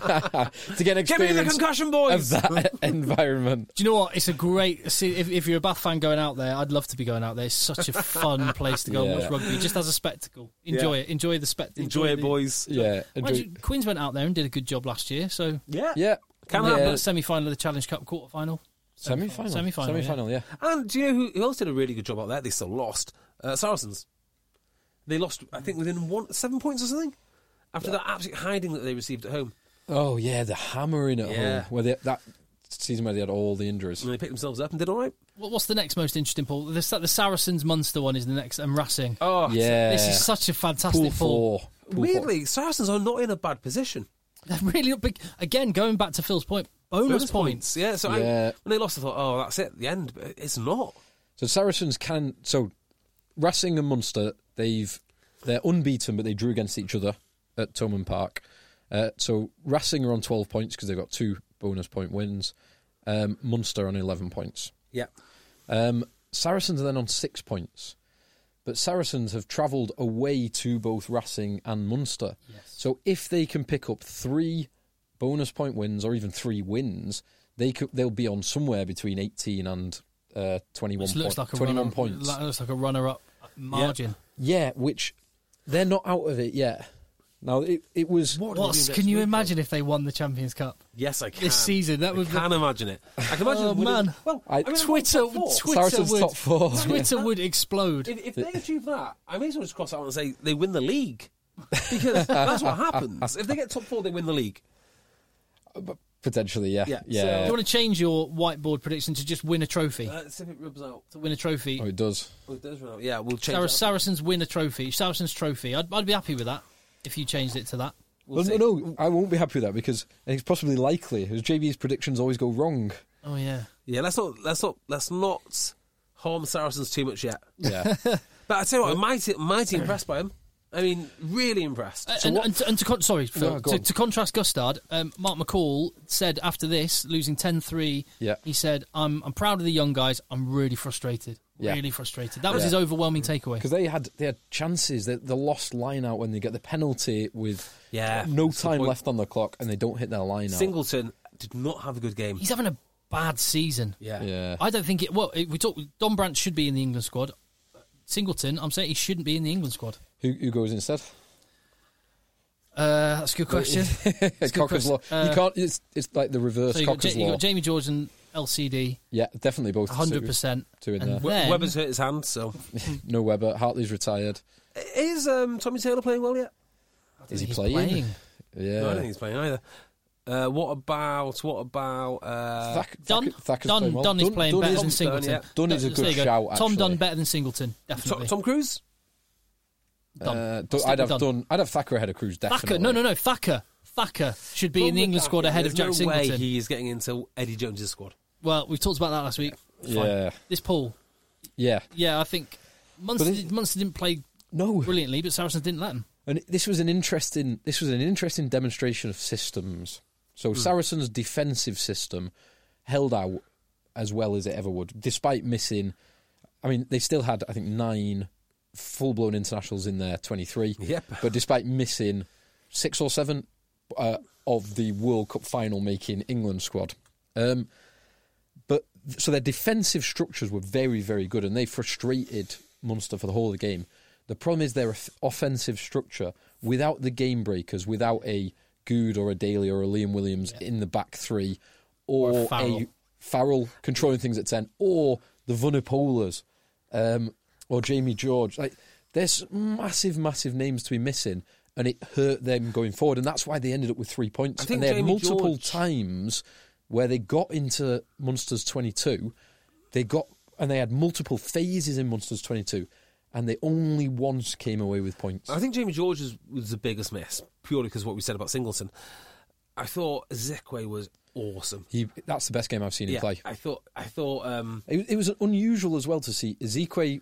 Speaker 5: to get an
Speaker 4: Get me the
Speaker 5: experience
Speaker 4: concussion,
Speaker 5: of
Speaker 4: boys.
Speaker 5: that <laughs> environment.
Speaker 3: Do you know what? It's a great. See, if, if you're a Bath fan going out there, I'd love to be going out there. It's such a <laughs> fun place to go and watch
Speaker 5: Yeah.
Speaker 3: rugby, just as a spectacle. Enjoy
Speaker 4: Yeah.
Speaker 3: it. Enjoy the spectacle.
Speaker 4: <laughs> Enjoy it, boys.
Speaker 5: Yeah.
Speaker 3: Mind
Speaker 5: enjoy-
Speaker 3: you, Queens went out there and did a good job last year, so
Speaker 4: Yeah.
Speaker 5: yeah.
Speaker 4: Can
Speaker 5: yeah.
Speaker 4: happen.
Speaker 3: semi final of the Challenge Cup, quarter final.
Speaker 5: Semi final.
Speaker 3: Semi final.
Speaker 5: Semi final. Yeah.
Speaker 4: And do you know who, who else did a really good job out there? They still lost. Uh, Saracens. They lost, I think, within one seven points or something after that absolute hiding that they received at home.
Speaker 5: Oh yeah, the hammering at
Speaker 4: Yeah. Mm.
Speaker 5: home where they, that season where they had all the injuries.
Speaker 4: And they picked themselves up and did all right.
Speaker 3: What, what's the next most interesting pool? The, Sa- the Saracens Munster one is the next, and Racing.
Speaker 4: Oh,
Speaker 5: yeah.
Speaker 3: This is such a fantastic
Speaker 5: pool four. Pool
Speaker 4: Weirdly, Saracens are not in a bad position.
Speaker 3: <laughs> They're really not big. Again, going back to Phil's point, bonus, points.
Speaker 4: Bonus points. Yeah, so I,
Speaker 5: Yeah.
Speaker 4: when they lost, I thought, oh, that's it, the end. But it's not.
Speaker 5: So Saracens can so Racing and Munster they've they're unbeaten but they drew against each other at Toman Park. Uh, so Racing are on twelve points because they've got two bonus point wins. Um, Munster on eleven points.
Speaker 4: Yeah.
Speaker 5: Um, Saracens are then on six points, but Saracens have travelled away to both Racing and Munster. So if they can pick up three bonus point wins or even three wins, they could, they'll be on somewhere between eighteen and uh, twenty-one.
Speaker 3: Which looks
Speaker 5: point-
Speaker 3: like a
Speaker 5: twenty-one
Speaker 3: runner,
Speaker 5: points.
Speaker 3: that Looks like a runner-up margin.
Speaker 5: yeah, which they're not out of it yet. Now it it was
Speaker 4: What?
Speaker 3: What's-
Speaker 4: do
Speaker 3: can
Speaker 4: next
Speaker 3: you
Speaker 4: week,
Speaker 3: imagine if they won the Champions Cup?
Speaker 4: Yes, I can.
Speaker 3: season, that
Speaker 4: I
Speaker 3: would be-
Speaker 4: can imagine it. I <laughs> can imagine.
Speaker 3: Oh,
Speaker 4: winning-
Speaker 3: man.
Speaker 4: Well,
Speaker 5: I-
Speaker 4: I mean,
Speaker 3: Twitter,
Speaker 4: top four.
Speaker 3: Twitter
Speaker 5: Saracens
Speaker 3: would
Speaker 5: top four.
Speaker 3: <laughs> Twitter would explode.
Speaker 4: If, if they achieve that, I may as well just cross out and say they win the <laughs> league. Because that's what happens. If they get top four, they win the league.
Speaker 5: potentially yeah
Speaker 4: Yeah,
Speaker 5: yeah.
Speaker 3: Do you want to change your whiteboard prediction to just win a trophy?
Speaker 4: Uh, see if it rubs out.
Speaker 3: to win a trophy,
Speaker 5: oh, it does.
Speaker 4: Oh, it does rub out. Yeah, we'll change
Speaker 3: Sar-
Speaker 4: it.
Speaker 3: Saracens win a trophy. Saracens trophy. I'd, I'd be happy with that if you changed it to that.
Speaker 5: Well, no, no, I won't be happy with that because it's possibly likely. Because JB's predictions always go wrong.
Speaker 3: Oh yeah.
Speaker 4: Yeah, let's not, let's, not, let's not harm Saracens too much yet.
Speaker 5: Yeah. <laughs>
Speaker 4: But I tell you what, I'm mighty, mighty impressed by him. I mean, really impressed.
Speaker 3: Uh, And, and, and, to, and to con- sorry, Phil,
Speaker 5: No, go
Speaker 3: to,
Speaker 5: on.
Speaker 3: to contrast Gustard, um, Mark McCall said after this, losing 10-3,
Speaker 5: Yeah.
Speaker 3: he said, I'm, I'm proud of the young guys. I'm really frustrated.
Speaker 5: Yeah.
Speaker 3: Really frustrated. That was his overwhelming takeaway.
Speaker 5: Because they had they had chances. They, the lost line out when they get the penalty with
Speaker 4: Yeah,
Speaker 5: no
Speaker 4: that's the
Speaker 5: time
Speaker 4: point.
Speaker 5: left on the clock and they don't hit their line out.
Speaker 4: Singleton did not have a good game.
Speaker 3: He's having a bad season.
Speaker 4: yeah.
Speaker 5: Yeah.
Speaker 3: I don't think it... Well, it, we talked... Don Brandt should be in the England squad. Singleton, I'm saying he shouldn't be in the England squad.
Speaker 5: Who, who goes instead? <laughs>
Speaker 3: Uh, that's a good question. That's a good
Speaker 5: Cocker's law.
Speaker 3: question. Uh,
Speaker 5: you can't. It's it's like the reverse
Speaker 3: So you got,
Speaker 5: Cocker's
Speaker 3: Ja- you
Speaker 5: law.
Speaker 3: got Jamie George and LCD,
Speaker 5: yeah, definitely both.
Speaker 3: hundred percent.
Speaker 5: Two in
Speaker 3: and
Speaker 5: there.
Speaker 3: then-
Speaker 4: Weber's hurt his hand, so
Speaker 5: No Webber. Hartley's retired.
Speaker 4: is um, Tommy Taylor playing well yet?
Speaker 5: Is he
Speaker 3: He's
Speaker 5: playing?
Speaker 3: playing.
Speaker 4: No,
Speaker 5: Yeah.
Speaker 4: I don't think he's playing either. Uh, what about what about uh,
Speaker 5: Thack- Thack-
Speaker 3: Dunn,
Speaker 5: Thacker's
Speaker 3: Dunn,
Speaker 5: playing well.
Speaker 3: Dunn is playing better
Speaker 5: is
Speaker 3: than
Speaker 5: a-
Speaker 4: Singh.
Speaker 3: Singleton.
Speaker 4: yeah.
Speaker 5: Dunn is a
Speaker 3: There
Speaker 5: good
Speaker 3: you go.
Speaker 5: shout,
Speaker 3: Tom Dunn
Speaker 5: actually.
Speaker 3: better than Singleton,
Speaker 4: Tom,
Speaker 3: definitely.
Speaker 4: Tom Cruise?
Speaker 3: Dunn.
Speaker 5: Uh,
Speaker 3: I'll
Speaker 5: Dun-
Speaker 3: stick
Speaker 5: I'd
Speaker 3: with
Speaker 5: have done. I'd have Thacker ahead of Cruz definitely.
Speaker 3: Thacker, no, no, no, Thacker, Thacker should be in the England squad ahead
Speaker 4: There's
Speaker 3: of Jack
Speaker 4: no
Speaker 3: Singleton.
Speaker 4: way he is getting into Eddie Jones's squad.
Speaker 3: Well, we've talked about that last week. Fine.
Speaker 5: Yeah.
Speaker 3: This Paul,
Speaker 5: Yeah,
Speaker 3: yeah, I think Munster,
Speaker 5: But it-
Speaker 3: Munster didn't play
Speaker 5: no.
Speaker 3: brilliantly, but Saracens didn't let him.
Speaker 5: And this was an interesting. This was an interesting demonstration of systems. So Saracens' defensive system held out as well as it ever would, despite missing. I mean, they still had I think nine full-blown internationals in their twenty-three.
Speaker 4: Yep.
Speaker 5: But despite missing six or seven uh, of the World Cup final-making England squad, um, but so their defensive structures were very, very good, and they frustrated Munster for the whole of the game. The problem is their off- offensive structure, without the game breakers, without a Good or a Daly or a Liam Williams in the back three, or,
Speaker 3: Or a
Speaker 5: a,
Speaker 3: Farrell.
Speaker 5: Farrell. controlling things at ten, or the Vunapolas, um, or Jamie George. Like there's massive, massive names to be missing, and it hurt them going forward, and that's why they ended up with three points.
Speaker 4: I think
Speaker 5: and they had
Speaker 4: Jamie
Speaker 5: multiple
Speaker 4: George-
Speaker 5: times where they got into Munster's 22, they got and they had multiple phases in Munster's 22, and they only once came away with points.
Speaker 4: I think Jamie George was, was the biggest miss, purely because what we said about Singleton. I thought Zekwe was awesome.
Speaker 5: He, that's the best game I've seen him
Speaker 4: Yeah,
Speaker 5: play.
Speaker 4: I thought I thought um,
Speaker 5: It, it was unusual as well to see Ezekwe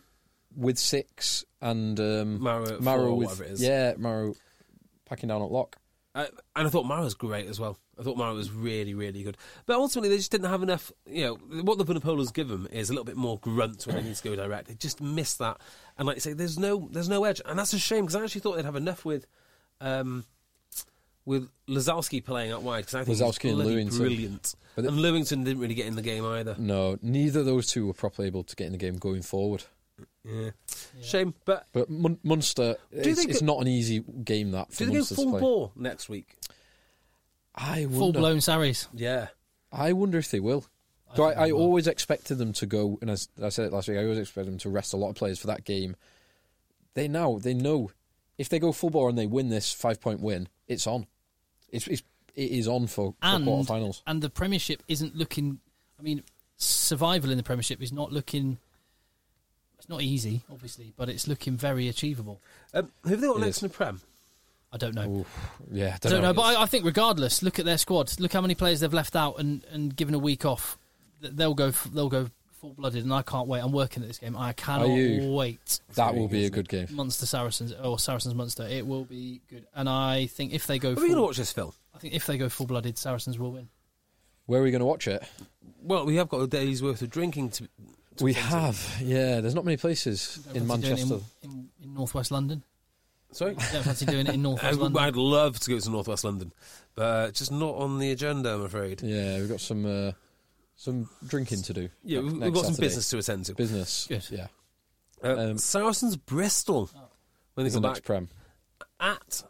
Speaker 5: with six and um,
Speaker 4: Maro at four
Speaker 5: Maro
Speaker 4: or
Speaker 5: with
Speaker 4: whatever it is.
Speaker 5: yeah Maro packing down at lock.
Speaker 4: I, Uh, and I thought Mara was great as well. I thought Mara was really, really good. But ultimately, they just didn't have enough. You know, what the Vunapolas give them is a little bit more grunt when they need to go direct. They just missed that. And like you say, there's no, there's no edge, and that's a shame because I actually thought they'd have enough with, um, with Lazowski playing out wide because I think
Speaker 5: Lazowski
Speaker 4: he's
Speaker 5: and
Speaker 4: bloody
Speaker 5: Lewington.
Speaker 4: brilliant.
Speaker 5: But Mm. the-
Speaker 4: and Lewington didn't really get in the game either.
Speaker 5: No, neither of those two were properly able to get in the game going forward.
Speaker 4: Yeah, shame. But
Speaker 5: But Mun- Munster, it's,
Speaker 4: they
Speaker 5: it's
Speaker 4: go-
Speaker 5: not an easy game that for
Speaker 4: do they go
Speaker 5: Munster to
Speaker 4: full
Speaker 5: play.
Speaker 4: ball next week?
Speaker 5: I
Speaker 3: Full
Speaker 5: wonder.
Speaker 3: blown Saris.
Speaker 4: Yeah.
Speaker 5: I wonder if they will. So I, I, always expected them to go, and I, s- I said it last week. I always expected them to rest a lot of players for that game. They now they know if they go full ball and they win this five point win, it's on. It's, it's it is on for, for
Speaker 3: And
Speaker 5: quarterfinals.
Speaker 3: and the Premiership isn't looking. I mean, survival in the Premiership is not looking. It's not easy, obviously, but it's looking very achievable.
Speaker 4: Um, who have they got next
Speaker 5: is.
Speaker 4: in the Prem?
Speaker 3: I don't know.
Speaker 5: Yeah,
Speaker 3: I don't know, but I, I think regardless, look at their squad. Look how many players they've left out and, and given a week off. Th- They'll go. f- They'll go full blooded, and I can't wait. I'm working at this game. I cannot
Speaker 5: you?
Speaker 3: wait.
Speaker 5: that will be a good game.
Speaker 3: Munster Saracens or Saracens Munster. It will be good, and I think if they go,
Speaker 4: Are we going to
Speaker 3: full,
Speaker 4: watch this film?
Speaker 3: I think if they go full blooded, Saracens will win.
Speaker 5: Where are we going to watch it?
Speaker 4: Well, we have got a day's worth of drinking to.
Speaker 5: We have. Yeah, there's not many places
Speaker 3: Fancy doing it
Speaker 5: in Manchester.
Speaker 3: in, in, in northwest London.
Speaker 5: <laughs>
Speaker 4: Sorry.
Speaker 3: Don't fancy doing it in
Speaker 4: <laughs>
Speaker 3: northwest
Speaker 4: I,
Speaker 3: London.
Speaker 4: I'd love to go to Northwest London, but uh, just not on the agenda, I'm afraid.
Speaker 5: Yeah, we've got some uh, some drinking to do.
Speaker 4: Yeah,
Speaker 5: next-
Speaker 4: we've, we've
Speaker 5: next
Speaker 4: got some
Speaker 5: Saturday.
Speaker 4: business to attend to.
Speaker 5: Business.
Speaker 3: Good.
Speaker 5: Yeah.
Speaker 4: Uh,
Speaker 5: um,
Speaker 4: Saracens Bristol
Speaker 3: Oh.
Speaker 4: when they
Speaker 5: Is the
Speaker 4: come
Speaker 5: next
Speaker 4: back
Speaker 5: prem.
Speaker 4: at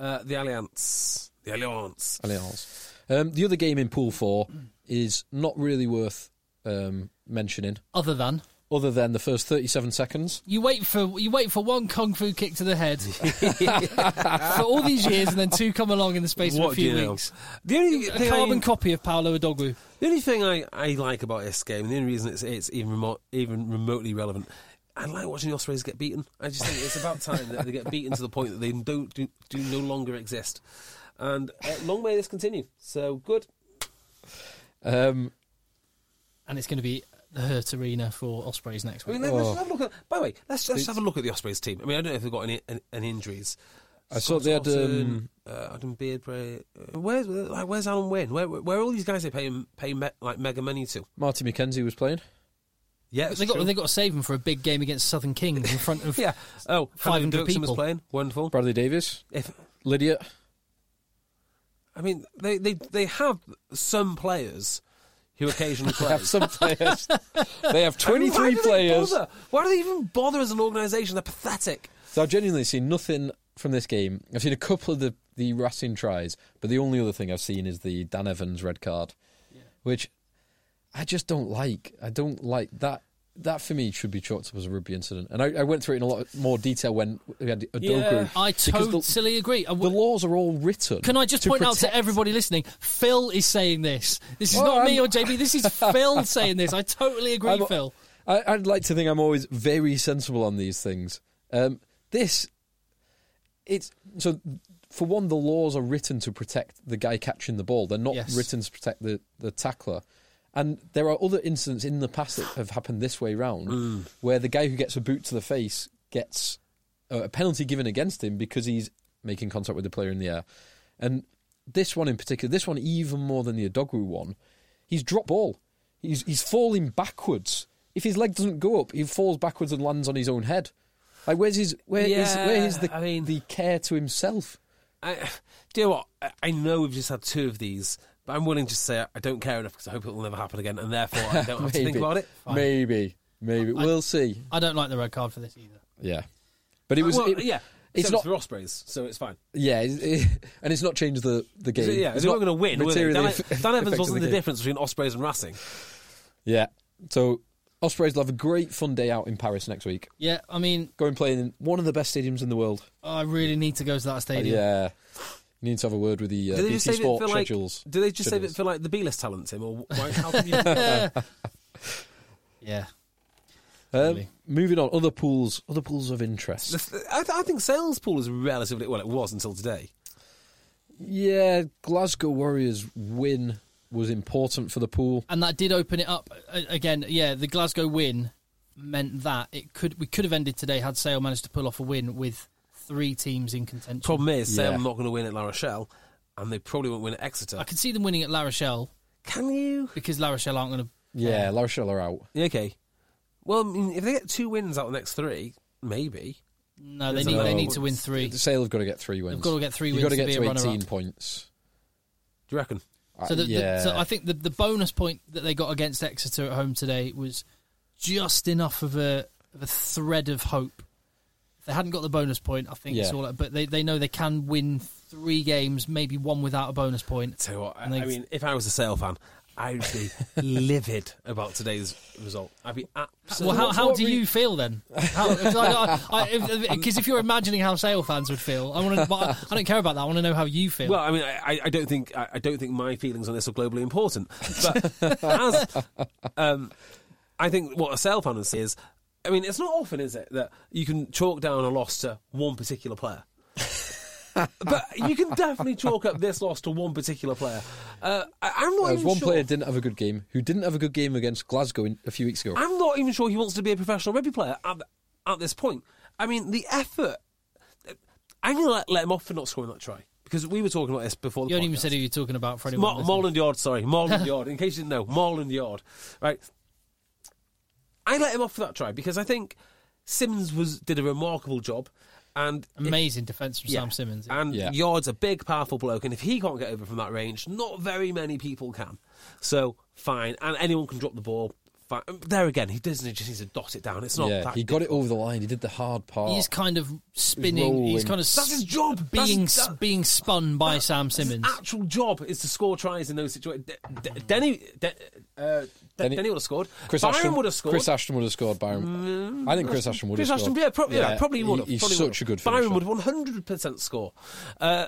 Speaker 4: uh, the Alliance. The Alliance.
Speaker 5: <laughs> Alliance. Um, the other game in Pool Four is not really worth um, mentioning,
Speaker 3: Other than
Speaker 5: other than the first 37 seconds.
Speaker 3: you wait for you wait for one kung fu kick to the
Speaker 4: <laughs>
Speaker 3: head for all these years, and then two come along in the space of a
Speaker 4: What do
Speaker 3: few
Speaker 4: you know?
Speaker 3: weeks.
Speaker 4: The only,
Speaker 3: A
Speaker 4: thing
Speaker 3: carbon
Speaker 4: I,
Speaker 3: copy of Paolo Adoglu.
Speaker 4: the only thing I, I like about this game, the only reason it's, it's even remote, even remotely relevant, I like watching the Ospreys get beaten. I just think it's about time that they get beaten to the point that they don't do, do no longer exist. And uh, long may this continue. So good.
Speaker 5: Um,
Speaker 3: and it's going to be the Hurt Arena for Ospreys next
Speaker 4: I
Speaker 3: week.
Speaker 4: mean, let- let's have a look at. By the way, let's let's have a look at the Ospreys team. I mean, I don't know if they've got any any, any injuries.
Speaker 5: I saw they had, um,
Speaker 4: Thompson, uh, Adam Beardsley. Uh, where's like where's Alan Wynne? Where where are all these guys they pay pay me, like mega money to?
Speaker 5: Marty McKenzie was playing.
Speaker 4: Yeah,
Speaker 3: they got they got to save him for a big game against Southern Kings in front of
Speaker 4: <laughs> yeah. Oh,
Speaker 3: Five
Speaker 4: Hannah
Speaker 3: hundred
Speaker 4: Dirksen was
Speaker 3: people.
Speaker 4: playing. Wonderful.
Speaker 5: Bradley Davis,
Speaker 4: If
Speaker 5: Lydia.
Speaker 4: I mean, they they they have some players who occasionally
Speaker 5: <laughs> They
Speaker 4: play. <laughs>
Speaker 5: have some players. they have
Speaker 4: I mean,
Speaker 5: 23
Speaker 4: why do they
Speaker 5: players.
Speaker 4: bother? Why do they even bother as an organisation? They're pathetic.
Speaker 5: So I've genuinely seen nothing from this game. I've seen a couple of the the Racing tries, but the only other thing I've seen is the Dan Evans red card, which I just don't like. I don't like that. that for me should be chalked up as a rugby incident. And I, I went through it in a lot more detail when we had a
Speaker 4: Yeah.
Speaker 5: group.
Speaker 3: I
Speaker 5: Because the-
Speaker 3: totally agree. I
Speaker 5: The
Speaker 3: w-
Speaker 5: laws are all written.
Speaker 3: Can I just point out to
Speaker 5: protect-
Speaker 3: everybody listening, Phil is saying this. This is
Speaker 5: Oh,
Speaker 3: not me
Speaker 5: I'm-
Speaker 3: or JB. This
Speaker 5: <laughs>
Speaker 3: is Phil saying this. I totally agree,
Speaker 5: I'm-
Speaker 3: Phil.
Speaker 5: I, I'd like to think I'm always very sensible on these things. Um, this, it's so. For one, the laws are written to protect the guy catching the ball. They're not
Speaker 3: Yes.
Speaker 5: written to protect the, the tackler. And there are other incidents in the past that have happened this way round,
Speaker 3: Mm.
Speaker 5: where the guy who gets a boot to the face gets a a penalty given against him because he's making contact with the player in the air. And this one in particular, this one even more than the Adogwu one, he's dropped ball. He's he's falling backwards. If his leg doesn't go up, he falls backwards and lands on his own head. Like where's his where is where is
Speaker 4: Yeah,
Speaker 5: the
Speaker 4: I mean-
Speaker 5: the care to himself?
Speaker 4: I, do you know what? I, I know we've just had two of these, but I'm willing to say I don't care enough because I hope it will never happen again, and therefore I
Speaker 5: <laughs>
Speaker 4: don't have to think about it.
Speaker 5: Maybe. Maybe. we'll see.
Speaker 3: I don't like the red card for this either.
Speaker 5: Yeah. But it was
Speaker 4: well,
Speaker 5: it-
Speaker 4: yeah,
Speaker 5: It's
Speaker 4: except
Speaker 5: not
Speaker 4: for Ospreys, so it's fine.
Speaker 5: yeah, it- it- and it's not changed the the game.
Speaker 4: So, yeah,
Speaker 5: it's
Speaker 4: they
Speaker 5: not
Speaker 4: weren't going to win. Were they?
Speaker 5: <laughs> materially
Speaker 4: Dan,
Speaker 5: aff-
Speaker 4: Dan Evans
Speaker 5: affected
Speaker 4: wasn't the,
Speaker 5: game.
Speaker 4: difference between Ospreys and Racing.
Speaker 5: Yeah. So Ospreys will have a great fun day out in Paris next week.
Speaker 3: Yeah, I mean,
Speaker 5: Go and play in one of the best stadiums in the world.
Speaker 3: I really need to go to that stadium.
Speaker 5: Yeah. You need to have a word with the uh,
Speaker 4: Do they
Speaker 5: BT
Speaker 4: just save it
Speaker 5: Sport
Speaker 4: for like?
Speaker 5: schedules.
Speaker 4: Do they just save it
Speaker 5: schedules.
Speaker 4: for like the B-list talent, Tim? Or why, how
Speaker 5: <laughs>
Speaker 4: can you?
Speaker 3: Yeah.
Speaker 5: Um, moving on, other pools, other pools of interest.
Speaker 4: I, I think Sales Pool is relatively well. It was until today.
Speaker 5: Yeah, Glasgow Warriors win was important for the pool.
Speaker 3: and that did open it up A- again. Yeah, the Glasgow win meant that it could we could have ended today had Sale managed to pull off a win with three teams in contention.
Speaker 4: Problem is, Sale
Speaker 5: Yeah.
Speaker 4: not going to win at La Rochelle, and they probably won't win at Exeter.
Speaker 3: I could see them winning at La Rochelle
Speaker 4: Can you?
Speaker 3: because La Rochelle aren't going to.
Speaker 5: Yeah, La Rochelle are out.
Speaker 4: Yeah, okay. Well, I mean, if they get two wins out of the next three, maybe.
Speaker 3: No, they
Speaker 4: There's
Speaker 3: need
Speaker 4: no-
Speaker 3: they need to win three.
Speaker 5: The Sale have got to get three wins.
Speaker 3: got to get three
Speaker 5: You've
Speaker 3: wins
Speaker 5: got to
Speaker 3: to
Speaker 5: get
Speaker 3: be
Speaker 5: to,
Speaker 3: a runner-up.
Speaker 5: eighteen points.
Speaker 4: Do you reckon?
Speaker 5: Uh,
Speaker 3: So, the,
Speaker 5: yeah,
Speaker 3: the, so I think the, the bonus point that they got against Exeter at home today was just enough of a of a thread of hope. If they hadn't got the bonus point, I think it's
Speaker 5: Yeah.
Speaker 3: all. But they, they know they can win three games, maybe one without a bonus point.
Speaker 4: Tell you what, I,
Speaker 3: And they-
Speaker 4: I mean, if I was a Sale fan, I would
Speaker 3: <laughs>
Speaker 4: be livid about today's result. I'd be
Speaker 3: well,
Speaker 4: absolutely.
Speaker 3: how, how
Speaker 5: what
Speaker 3: do
Speaker 5: re-
Speaker 3: you feel then? Because I, I, if, 'cause if you're imagining how Sale fans would feel, I want to. I don't care about that. I want to know how you feel.
Speaker 4: Well, I mean, I, I- I don't think I, I don't think my feelings on this are globally important. But <laughs> as um, I think what a Sale fan is, is, I mean, it's not often, is it, that you can chalk down a loss to one particular player. <laughs> but you can definitely chalk up this loss to one particular player. Uh, I, I'm not
Speaker 5: There was
Speaker 4: even
Speaker 5: one
Speaker 4: sure.
Speaker 5: player didn't have a good game who didn't have a good game against Glasgow in, a few weeks ago.
Speaker 4: I'm not even sure he wants to be a professional rugby player at, at this point. I mean, the effort. I'm going to let, let him off for not scoring that try because we were talking about this before. The
Speaker 3: you haven't even
Speaker 4: podcast.
Speaker 3: said who you're talking about for anyone.
Speaker 4: Mar-
Speaker 3: listening.
Speaker 4: Marland Yard, sorry, Marland Yard. In case you didn't know, Marland Yard. Right, I let him off for that try because I think Simmons was did a remarkable job, and
Speaker 3: Amazing defense from Sam Simmons.
Speaker 4: and
Speaker 5: Yeah.
Speaker 4: Yard's a big, powerful bloke, and if he can't get over from that range, not very many people can. So fine, and anyone can drop the ball. Fine. Um, There again, he doesn't he just needs to dot it down. It's not.
Speaker 5: yeah,
Speaker 4: that
Speaker 5: he got it
Speaker 4: difficult.
Speaker 5: over the line. He did the hard part.
Speaker 3: He's kind of spinning. He's
Speaker 5: rolling.
Speaker 3: kind of s-
Speaker 4: That's his job.
Speaker 3: being
Speaker 4: That's-
Speaker 3: s- being spun by Sam Simmons.
Speaker 4: His actual job is to score tries in those situations. De- De- Denny, De- uh, De- Denny,
Speaker 5: Denny-
Speaker 4: would have scored.
Speaker 5: Chris
Speaker 4: Byron
Speaker 5: Ashton
Speaker 4: would have scored. Mm,
Speaker 5: Chris Ashton would have scored. Byron. I think Chris Ashton would have
Speaker 4: Chris Ashton,
Speaker 5: scored.
Speaker 4: yeah, probably, yeah, probably
Speaker 5: he-
Speaker 4: would have.
Speaker 5: He's
Speaker 4: probably
Speaker 5: such
Speaker 4: would have.
Speaker 5: a good.
Speaker 4: Byron
Speaker 5: finisher.
Speaker 4: would one hundred percent score, uh,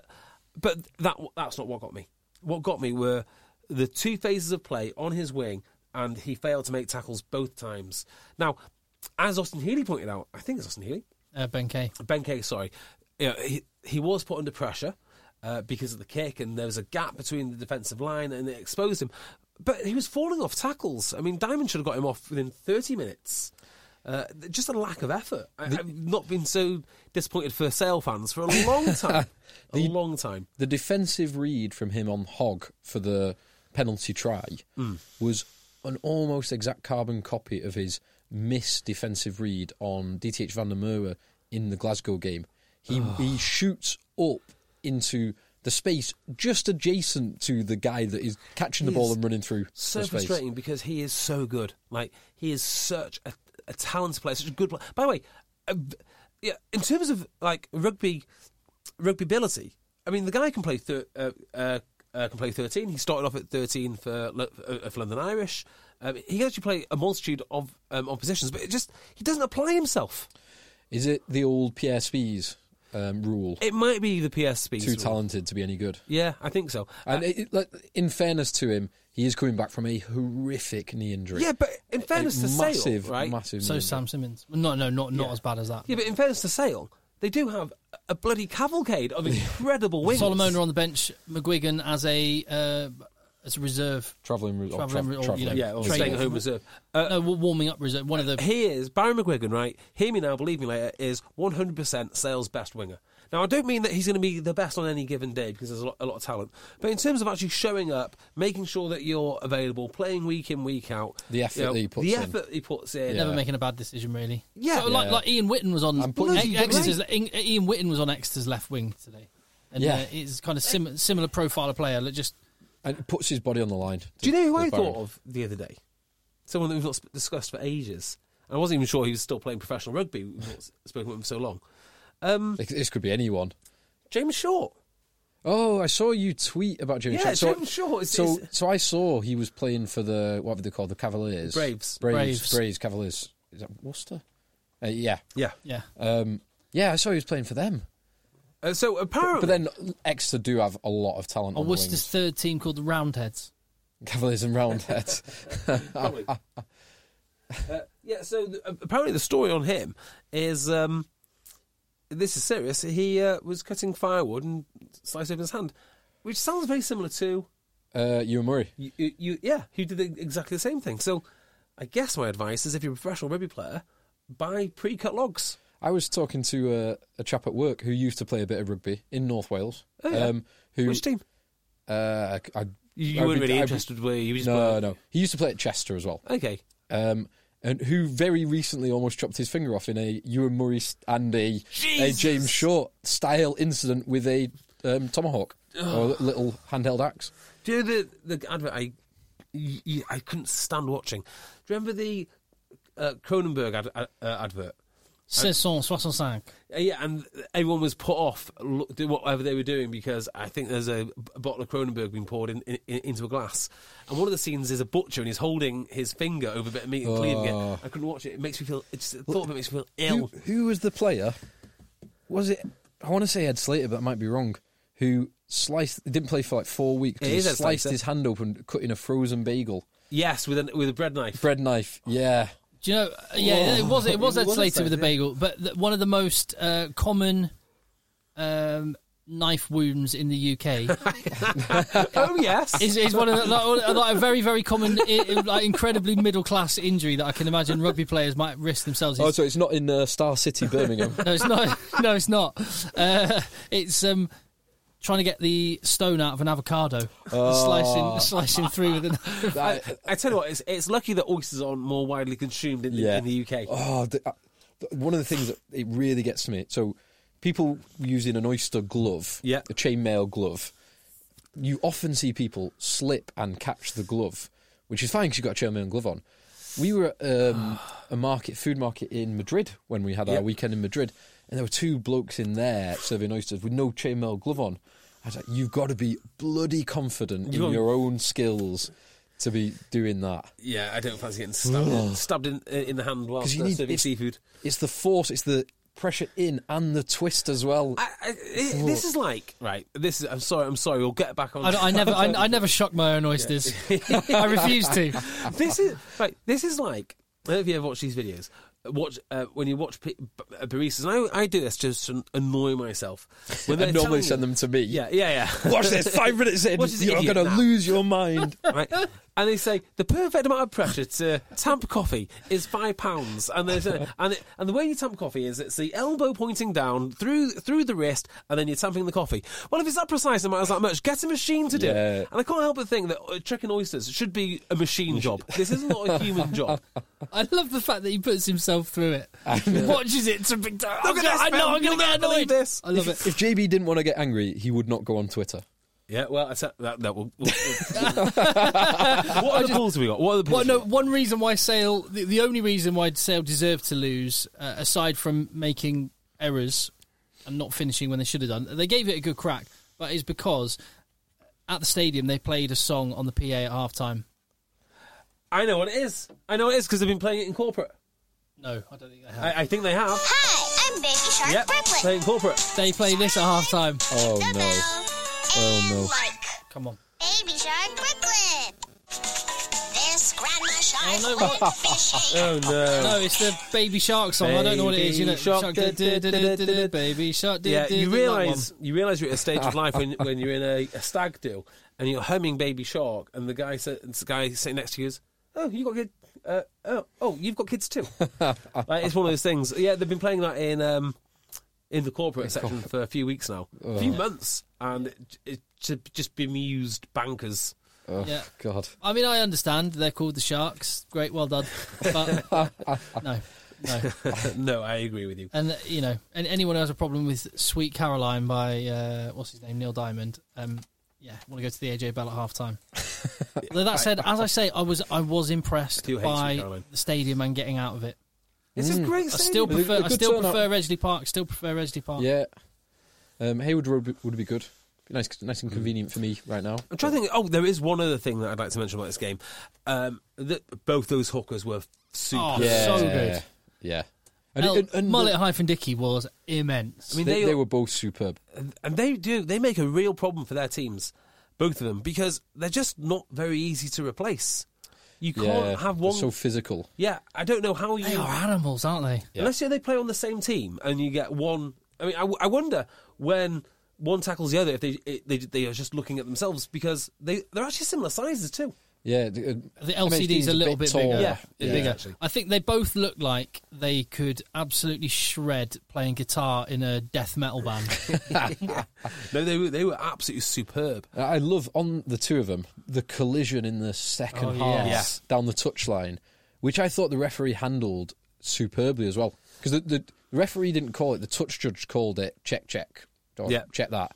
Speaker 4: but that that's not what got me. What got me were the two phases of play on his wing, and he failed to make tackles both times. Now, as Austin Healy pointed out, I think it's Austin Healy.
Speaker 3: Uh, ben K.
Speaker 4: Ben K, sorry, you know, he, he was put under pressure uh, because of the kick, and there was a gap between the defensive line, and it exposed him. But he was falling off tackles. I mean, Diamond should have got him off within 30 minutes. Uh, th- just a lack of effort. I, I've not been so disappointed for Sale fans for a long time. a long time.
Speaker 5: The defensive read from him on Hogg for the penalty try
Speaker 4: Mm.
Speaker 5: was an almost exact carbon copy of his missed defensive read on DTH van der Merwe in the Glasgow game. He
Speaker 4: Oh.
Speaker 5: he shoots up into the space just adjacent to the guy that is catching the
Speaker 4: He
Speaker 5: ball
Speaker 4: is
Speaker 5: and running through.
Speaker 4: So
Speaker 5: the space.
Speaker 4: frustrating because he is so good. Like he is such a, a talented player, such a good player. By the way, uh, yeah, in terms of like rugby, rugby ability, I mean the guy can play thir- uh, uh, uh, can play 13. He started off at 13 for, Lo- uh, for London Irish. Um, he can actually play a multitude of um, of positions, but it just he doesn't apply himself.
Speaker 5: Is it the old PSV's um, rule?
Speaker 4: It might be the PSP.
Speaker 5: Too talented to be any good.
Speaker 4: Yeah, I think so.
Speaker 5: And it, it, like, in fairness to him, he is coming back from a horrific knee injury.
Speaker 4: Yeah, but in
Speaker 5: A
Speaker 4: fairness to Sale,
Speaker 5: massive,
Speaker 4: right?
Speaker 5: massive. knee
Speaker 3: So
Speaker 5: injury.
Speaker 3: Sam Simmons. No, no, not not as bad as that.
Speaker 4: Yeah, but in fairness to Sale, they do have a bloody cavalcade of incredible wings.
Speaker 3: Solomon on the bench. McGuigan as a uh, as a reserve.
Speaker 5: traveling, or tra-
Speaker 3: Travelling, or, you
Speaker 5: travelling.
Speaker 3: know,
Speaker 4: yeah, or
Speaker 3: Training.
Speaker 4: staying at home reserve. Uh,
Speaker 3: No, wa- warming up reserve. One of the
Speaker 4: he is Barry McGuigan, right? Hear me now, believe me later. Is one hundred percent Sale's best winger. Now, I don't mean that he's going to be the best on any given day because there's a lot, a lot of talent. But in terms of actually showing up, making sure that you're available, playing week in, week out,
Speaker 5: The effort
Speaker 4: you know,
Speaker 5: that he puts
Speaker 4: the
Speaker 5: in.
Speaker 4: effort he puts in,
Speaker 3: never
Speaker 5: Yeah.
Speaker 3: making a bad decision really.
Speaker 4: Yeah.
Speaker 3: So, like
Speaker 5: Yeah.
Speaker 3: like Ian Witten was on
Speaker 5: I'm putting-
Speaker 3: Ex-
Speaker 5: Bloody
Speaker 3: Exeter's. Ian Ian Witten was on Exeter's left wing today, and
Speaker 5: Yeah.
Speaker 3: uh, it's kind of sim- similar profile of player. like, Just
Speaker 5: And it puts his body on the line.
Speaker 4: Do you know who
Speaker 5: to
Speaker 4: I
Speaker 5: Barry.
Speaker 4: thought of the other day? Someone that we've not sp- discussed for ages. I wasn't even sure he was still playing professional rugby. We've not s- spoken about him for so long. Um,
Speaker 5: It- This could be anyone.
Speaker 4: James Short.
Speaker 5: Oh, I saw you tweet about James
Speaker 4: Yeah,
Speaker 5: Short. So,
Speaker 4: James Short is-
Speaker 5: so,
Speaker 4: is-
Speaker 5: so I saw he was playing for the what were they called? The Cavaliers,
Speaker 4: Braves.
Speaker 5: Braves,
Speaker 3: Braves.
Speaker 5: Braves, Cavaliers. Is that Worcester? Uh, yeah,
Speaker 4: Yeah.
Speaker 3: yeah.
Speaker 5: um, yeah. I saw he was playing for them.
Speaker 4: Uh, so apparently,
Speaker 5: But then Exeter do have a lot of talent.
Speaker 3: Or
Speaker 5: on the
Speaker 3: Worcester's
Speaker 5: wings.
Speaker 3: Oh, third team called the Roundheads.
Speaker 5: Cavaliers
Speaker 3: <laughs>
Speaker 5: and Roundheads.
Speaker 4: Probably. uh, yeah. So th- apparently, the story on him is um, this is serious. He uh, was cutting firewood and sliced open his hand, which sounds very similar to
Speaker 5: uh, you and Murray.
Speaker 4: you, you, you yeah, who did the, exactly the same thing. So I guess my advice is if you're a professional rugby player, buy pre-cut logs.
Speaker 5: I was talking to a, a chap at work who used to play a bit of rugby in North Wales.
Speaker 4: Oh, yeah.
Speaker 5: um, who,
Speaker 4: Which team?
Speaker 5: Uh, I, I,
Speaker 4: You, you
Speaker 5: I'd
Speaker 4: weren't
Speaker 5: be-
Speaker 4: really
Speaker 5: I'd be-
Speaker 4: interested, were you? You just
Speaker 5: no,
Speaker 4: were-
Speaker 5: no. He used to play at Chester as well.
Speaker 4: Okay.
Speaker 5: um, and who very recently almost chopped his finger off in a Ewan Murray st- and a, a
Speaker 4: Jesus.
Speaker 5: James Short style incident with a um, tomahawk or li- little handheld axe.
Speaker 4: Do you know the the advert? I y- y- I couldn't stand watching. Do you remember the uh, Cronenberg ad, ad, uh, advert?
Speaker 3: 1665.
Speaker 4: Uh, yeah, and everyone was put off lo- do whatever they were doing because I think there's a, b- bottle of Cronenberg being poured in, in, in- into a glass. And one of the scenes is a butcher and he's holding his finger over a bit of meat and cleaning
Speaker 5: Oh.
Speaker 4: it. I couldn't watch it. It makes me feel. It's, the thought of it makes me feel ill.
Speaker 5: Who, who was the player? Was it? I want to say Ed Slater, but I might be wrong. Who sliced? Didn't play for like four weeks. 'cause
Speaker 4: It
Speaker 5: he
Speaker 4: is Ed
Speaker 5: sliced
Speaker 4: Slater.
Speaker 5: his hand open, cutting a frozen bagel.
Speaker 4: yes, with a with a bread
Speaker 5: <laughs>
Speaker 4: knife.
Speaker 5: Bread knife. Yeah.
Speaker 3: Do you know? uh, Yeah, it was it was
Speaker 4: It
Speaker 3: Ed
Speaker 4: was
Speaker 3: Slater
Speaker 4: Ed
Speaker 3: with the
Speaker 4: Slater,
Speaker 3: bagel, but th- one of the most uh, common um, knife wounds in the
Speaker 5: <laughs>
Speaker 3: UK
Speaker 4: oh yes.
Speaker 3: is, is one of the, like, like a very very common, i- i- like incredibly middle class injury that I can imagine rugby players might risk themselves.
Speaker 5: Oh,
Speaker 3: It's-
Speaker 5: so it's not in uh, Star City, <laughs> Birmingham.
Speaker 3: No, it's not. <laughs> No, it's not. Uh, it's um, trying to get the stone out of an avocado,
Speaker 4: Oh.
Speaker 3: slicing slicing through with an. <laughs>
Speaker 5: <laughs> That-
Speaker 4: I tell you what, it's, it's lucky that oysters aren't more widely consumed in, the- in the UK.
Speaker 5: Oh, the, uh, th- one of the things that it really gets me. So, people using an oyster glove,
Speaker 4: Yeah.
Speaker 5: a chainmail glove, you often see people slip and catch the glove, which is fine because you've got a chainmail glove on. We were at um, a market, food market in Madrid when we had
Speaker 4: Yeah.
Speaker 5: our weekend in Madrid, and there were two blokes in there serving oysters with no chainmail glove on. I was like, you've got to be bloody confident
Speaker 4: You've
Speaker 5: in
Speaker 4: got-
Speaker 5: your own skills to be doing that.
Speaker 4: Yeah, I don't fancy getting stabbed in, stabbed in, in the hand whilst
Speaker 5: Because you
Speaker 4: uh,
Speaker 5: need
Speaker 4: serving
Speaker 5: it's-
Speaker 4: seafood.
Speaker 5: It's the force, it's the pressure in and the twist as well.
Speaker 4: I, I, it, this is like right. This is. I'm sorry. I'm sorry. We'll get back on.
Speaker 3: I, I never, I, I never shocked my own oysters.
Speaker 4: <laughs>
Speaker 3: <laughs> I refuse to.
Speaker 4: this is right. This is like. I don't know if you ever watch these videos. Watch uh, when you watch p- b- uh, baristas. And I, I do this just to annoy myself. When
Speaker 5: <laughs> and
Speaker 4: they're
Speaker 5: normally
Speaker 4: telling
Speaker 5: send
Speaker 4: you-
Speaker 5: them to me.
Speaker 4: Yeah, yeah, yeah.
Speaker 5: <laughs> Watch this, five minutes
Speaker 4: <laughs>
Speaker 5: in,
Speaker 4: Watch this
Speaker 5: you're
Speaker 4: idiot
Speaker 5: going to
Speaker 4: now.
Speaker 5: lose your
Speaker 4: <laughs>
Speaker 5: mind.
Speaker 4: right? And they say the perfect amount of pressure to tamp coffee is five pounds, and there's a, and it, and the way you tamp coffee is it's the elbow pointing down through through the wrist, and then you're tamping the coffee. Well, if it's that precise amount, it's that much. Get a machine to do
Speaker 5: Yeah.
Speaker 4: it. And I can't help but think that uh, tricking oysters should be a machine job. This is not a human job.
Speaker 3: I love the fact that he puts himself through it, watches it to big time.
Speaker 4: Look at this,
Speaker 3: I
Speaker 4: Phil,
Speaker 3: know I'm
Speaker 4: you'll
Speaker 3: going to get
Speaker 4: never believe
Speaker 3: annoyed.
Speaker 4: this.
Speaker 3: I love it.
Speaker 5: If JB didn't want to get angry, he would not go on Twitter.
Speaker 4: <laughs> Yeah, well, I said that, that will. will- <laughs> what are the pulls we got? What are the pulls?
Speaker 3: Well,
Speaker 4: we
Speaker 3: no.
Speaker 4: got?
Speaker 3: One reason why Sale, the, the only reason why Sale deserved to lose, uh, aside from making errors and not finishing when they should have done, they gave it a good crack, but is because at the stadium, they played a song on the PA at halftime.
Speaker 4: I know what it is. I know what it is because they've been playing it in corporate.
Speaker 3: No, I don't think they have.
Speaker 4: I, I think they have.
Speaker 6: Hi, I'm Baby Shark
Speaker 4: Yep,
Speaker 6: Brooklyn.
Speaker 4: playing corporate.
Speaker 3: they played this at halftime.
Speaker 5: Oh
Speaker 6: The
Speaker 5: no.
Speaker 6: bell.
Speaker 5: Oh,
Speaker 6: and
Speaker 5: no.
Speaker 6: Like
Speaker 3: Come on.
Speaker 6: Baby Shark Brooklyn. This Grandma
Speaker 5: Oh,
Speaker 6: Shark
Speaker 3: no.
Speaker 5: <laughs>
Speaker 6: went fishing.
Speaker 4: Oh no.
Speaker 3: No, it's the Baby Shark song. I don't know what it is. You know,
Speaker 4: Baby Shark,
Speaker 3: Shark,
Speaker 4: da- da- da- da- da- da-
Speaker 3: Baby Shark. da-
Speaker 4: Yeah,
Speaker 3: da-
Speaker 4: you
Speaker 3: da- that
Speaker 4: realize you realize you're at a stage of life <laughs> when, when you're in a, a stag do and you're humming Baby Shark, and the guy sa- the guy sitting next to you is, oh, you got kid, uh, oh, oh, you've got kids <laughs> too. like, it's one of those things. Yeah, they've been playing that in um, in the corporate section for a few weeks now, a few months, and it, it just, just bemused bankers. <laughs>
Speaker 5: Oh
Speaker 3: Yeah.
Speaker 5: god.
Speaker 3: I mean, I understand they're called the Sharks. Great, well done. But
Speaker 4: <laughs>
Speaker 3: no, no.
Speaker 4: no, I agree with you.
Speaker 3: And you know, and anyone who has a problem with "Sweet Caroline" by uh, what's his name, Neil Diamond, um, yeah, want to go to the AJ Bell at
Speaker 5: <laughs>
Speaker 3: halftime. Though that said, as I say, I was I was impressed
Speaker 4: do hate Sweet
Speaker 3: by
Speaker 4: Caroline.
Speaker 3: the stadium and getting out of it.
Speaker 4: It's a great.
Speaker 3: I
Speaker 4: Stadium.
Speaker 3: still
Speaker 5: It was a
Speaker 3: prefer I
Speaker 5: good
Speaker 3: still
Speaker 5: turnout.
Speaker 3: prefer Edgley Park. Still prefer Edgley Park.
Speaker 5: Yeah. Um, Hayward Road would- would be good. Be nice, nice and convenient for me right now.
Speaker 4: I'm trying to think. Oh, there is one other thing that I'd like to mention about this game. Um, that both those hookers were super.
Speaker 3: Oh, so good.
Speaker 5: Yeah. And,
Speaker 3: Hell,
Speaker 5: and- and
Speaker 3: Mullet
Speaker 5: the-
Speaker 3: hyphen Dicky was immense.
Speaker 4: I mean,
Speaker 5: they,
Speaker 4: they,
Speaker 5: they were both superb.
Speaker 4: and they do they make a real problem for their teams, both of them, because they're just not very easy to replace. You can't
Speaker 5: yeah,
Speaker 4: have
Speaker 5: they're
Speaker 4: one.
Speaker 5: so physical.
Speaker 4: yeah, I don't know how you
Speaker 3: they are animals, aren't they?
Speaker 5: Yeah.
Speaker 4: unless you they play on the same team and you get one. I mean, I, w- I wonder when one tackles the other if they it, they they are just looking at themselves because they they're actually similar sizes too.
Speaker 5: Yeah, the, uh,
Speaker 3: The
Speaker 5: MHD
Speaker 3: LCD's
Speaker 5: 's
Speaker 3: a little bit, bigger.
Speaker 5: taller.
Speaker 4: Yeah,
Speaker 3: Bit
Speaker 4: yeah.
Speaker 3: bigger.
Speaker 4: actually.
Speaker 3: I think they both look like they could absolutely shred playing guitar in a death metal
Speaker 5: <laughs>
Speaker 3: band.
Speaker 4: No, they were they were absolutely superb.
Speaker 5: Uh, I love on the two of them the collision in the second
Speaker 3: Oh,
Speaker 5: half
Speaker 3: yes.
Speaker 5: down the touchline, which I thought the referee handled superbly as well. Because the, the referee didn't call it, the touch judge called it check, check, or
Speaker 4: Yeah.
Speaker 5: check that.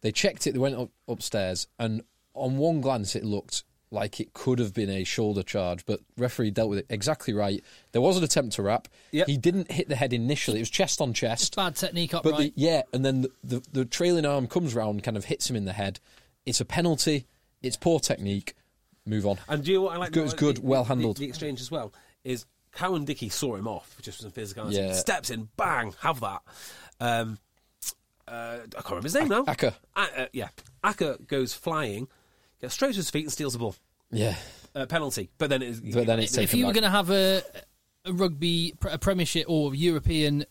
Speaker 5: They checked it, they went up, upstairs, and on one glance it looked like it could have been a shoulder charge, but referee dealt with it exactly right. There was an attempt to wrap.
Speaker 4: Yep.
Speaker 5: He didn't hit the head initially, it was chest on chest.
Speaker 3: Just bad technique
Speaker 5: But
Speaker 3: upright.
Speaker 5: the, yeah, and then the, the, the trailing arm comes round, kind of hits him in the head. It's a penalty. It's poor technique. Move on.
Speaker 4: And do you know what I like?
Speaker 5: Good- it's
Speaker 4: about
Speaker 5: good,
Speaker 4: the-
Speaker 5: well
Speaker 4: the-
Speaker 5: handled.
Speaker 4: The, exchange as well is Cowan Dickey saw him off just with some physicality.
Speaker 5: Yeah.
Speaker 4: Steps in, bang, have that. Um, uh, I can't remember his name now.
Speaker 5: Acker.
Speaker 4: A- uh, yeah, Acker goes flying, gets straight to his feet and steals the ball.
Speaker 5: Yeah,
Speaker 4: Uh, penalty, but then it's
Speaker 5: but then it's taken
Speaker 3: if you were
Speaker 5: back.
Speaker 3: going to have a, a rugby, pre- a premiership or European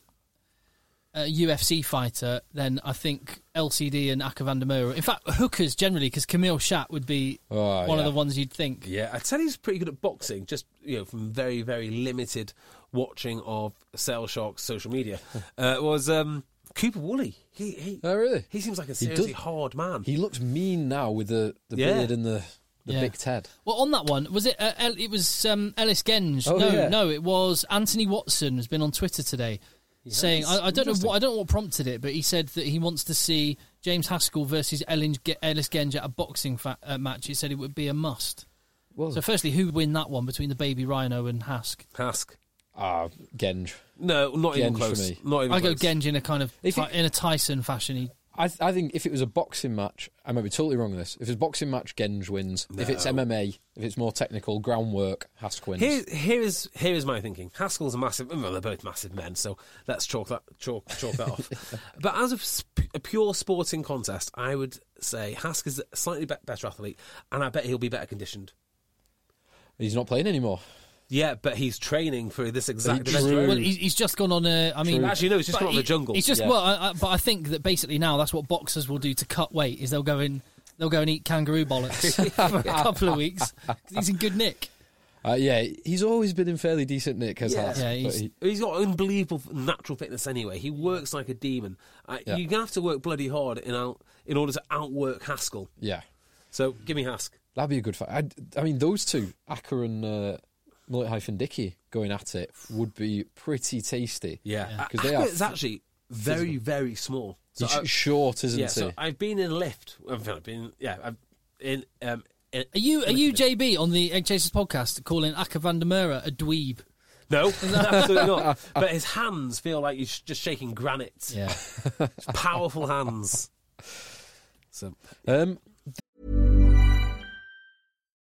Speaker 3: uh, UFC fighter, then I think LCD and Aka van der Meer. In fact, hookers generally, because Camille Shat would be
Speaker 5: Oh,
Speaker 3: one of
Speaker 5: yeah.
Speaker 3: the ones you'd think.
Speaker 4: yeah, I tell you, he's pretty good at boxing. Just you know, from very very limited watching of Sale Shark's social
Speaker 5: <laughs>
Speaker 4: media, uh, was um, Cooper Woolley. He, he
Speaker 5: Oh, really?
Speaker 4: He seems like a
Speaker 5: He does-
Speaker 4: seriously hard man.
Speaker 5: He looks mean now with the, the
Speaker 4: Yeah.
Speaker 5: beard and the the
Speaker 3: Yeah.
Speaker 5: big Ted.
Speaker 3: Well, on that one, was it? Uh, El- it was um, Ellis Genge.
Speaker 5: Oh,
Speaker 3: no,
Speaker 5: yeah.
Speaker 3: no, it was Anthony Watson. Has been on Twitter today saying, I, "I don't know what I don't know what prompted it, but he said that he wants to see James Haskell versus Ellen, Ge- Ellis Genge at a boxing fa- uh, match. He said it would be a must. So, firstly, who would win that one between the baby rhino and Hask?
Speaker 4: Hask.
Speaker 5: Ah, Genge.
Speaker 4: No, not even
Speaker 5: Genge
Speaker 4: close.
Speaker 5: for me.
Speaker 4: Not even
Speaker 3: I go
Speaker 4: close.
Speaker 3: Genge in a kind of
Speaker 5: If
Speaker 3: ti-
Speaker 5: it-
Speaker 3: in a Tyson fashion. He,
Speaker 5: I th- I think if it was a boxing match, I might be totally wrong on this. If it's a boxing match, Genge wins. If it's MMA, if it's more technical groundwork, Hask wins.
Speaker 4: Here, here is here is my thinking. Haskell's a massive. Well, they're both massive men, so let's chalk that chalk chalk that
Speaker 5: <laughs>
Speaker 4: off. But as a, sp- a pure sporting contest, I would say Hask is a slightly be- better athlete, and I bet he'll be better conditioned.
Speaker 5: He's not playing anymore.
Speaker 4: Yeah, but he's training for this exact.
Speaker 5: drew-
Speaker 4: event.
Speaker 3: well, he's, he's just gone on a. I mean,
Speaker 4: True. Actually, no, he's just
Speaker 3: but
Speaker 4: gone on the jungle.
Speaker 3: He's just
Speaker 5: Yeah.
Speaker 3: well, I, I, but I think that basically now that's what boxers will do to cut weight is they'll go in, they'll go and eat kangaroo bollocks
Speaker 4: <laughs>
Speaker 3: <laughs> for a couple of weeks 'cause he's in good nick.
Speaker 5: Uh, yeah, he's always been in fairly decent nick as
Speaker 4: Yeah.
Speaker 5: Hask.
Speaker 3: Yeah,
Speaker 5: but
Speaker 3: he's-
Speaker 5: he-
Speaker 4: He's got unbelievable f- natural fitness anyway. He works like a demon. Uh,
Speaker 5: Yeah.
Speaker 4: You're gonna have to work bloody hard in out, in order to outwork Haskell.
Speaker 5: yeah.
Speaker 4: So give me Hask.
Speaker 5: That'd be a good fight. I, I mean, those two, Acker and uh, Mullet Hyphen Dicky, going at it would be pretty tasty.
Speaker 4: Yeah,
Speaker 5: because they are.
Speaker 4: It's actually very very small. So
Speaker 5: He's
Speaker 4: I-
Speaker 5: short, isn't
Speaker 4: yeah,
Speaker 5: he?
Speaker 4: so I've been in Lyft. I've been yeah, I've in um. In,
Speaker 3: Are you are you JB on the Egg Chasers podcast calling Aka van der Meer a dweeb? <laughs>
Speaker 4: no, absolutely not. But his hands feel like he's just shaking granite. <laughs>
Speaker 3: Yeah.
Speaker 4: Powerful hands. So
Speaker 5: um,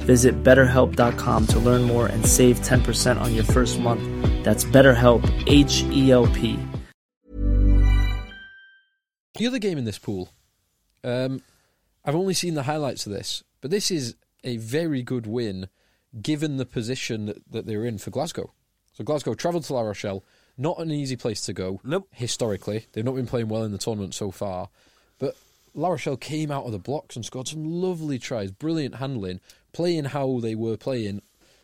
Speaker 7: Visit betterhelp.com to learn more and save 10% on your first month. That's BetterHelp, H E L P.
Speaker 5: The other game in this pool, um, I've only seen the highlights of this, but this is a very good win given the position that they were in for Glasgow. So Glasgow travelled to La Rochelle, not an easy place to go.
Speaker 4: Nope.
Speaker 5: Historically, they've not been playing well in the tournament so far, but La Rochelle came out of the blocks and scored some lovely tries, brilliant handling, playing how they were playing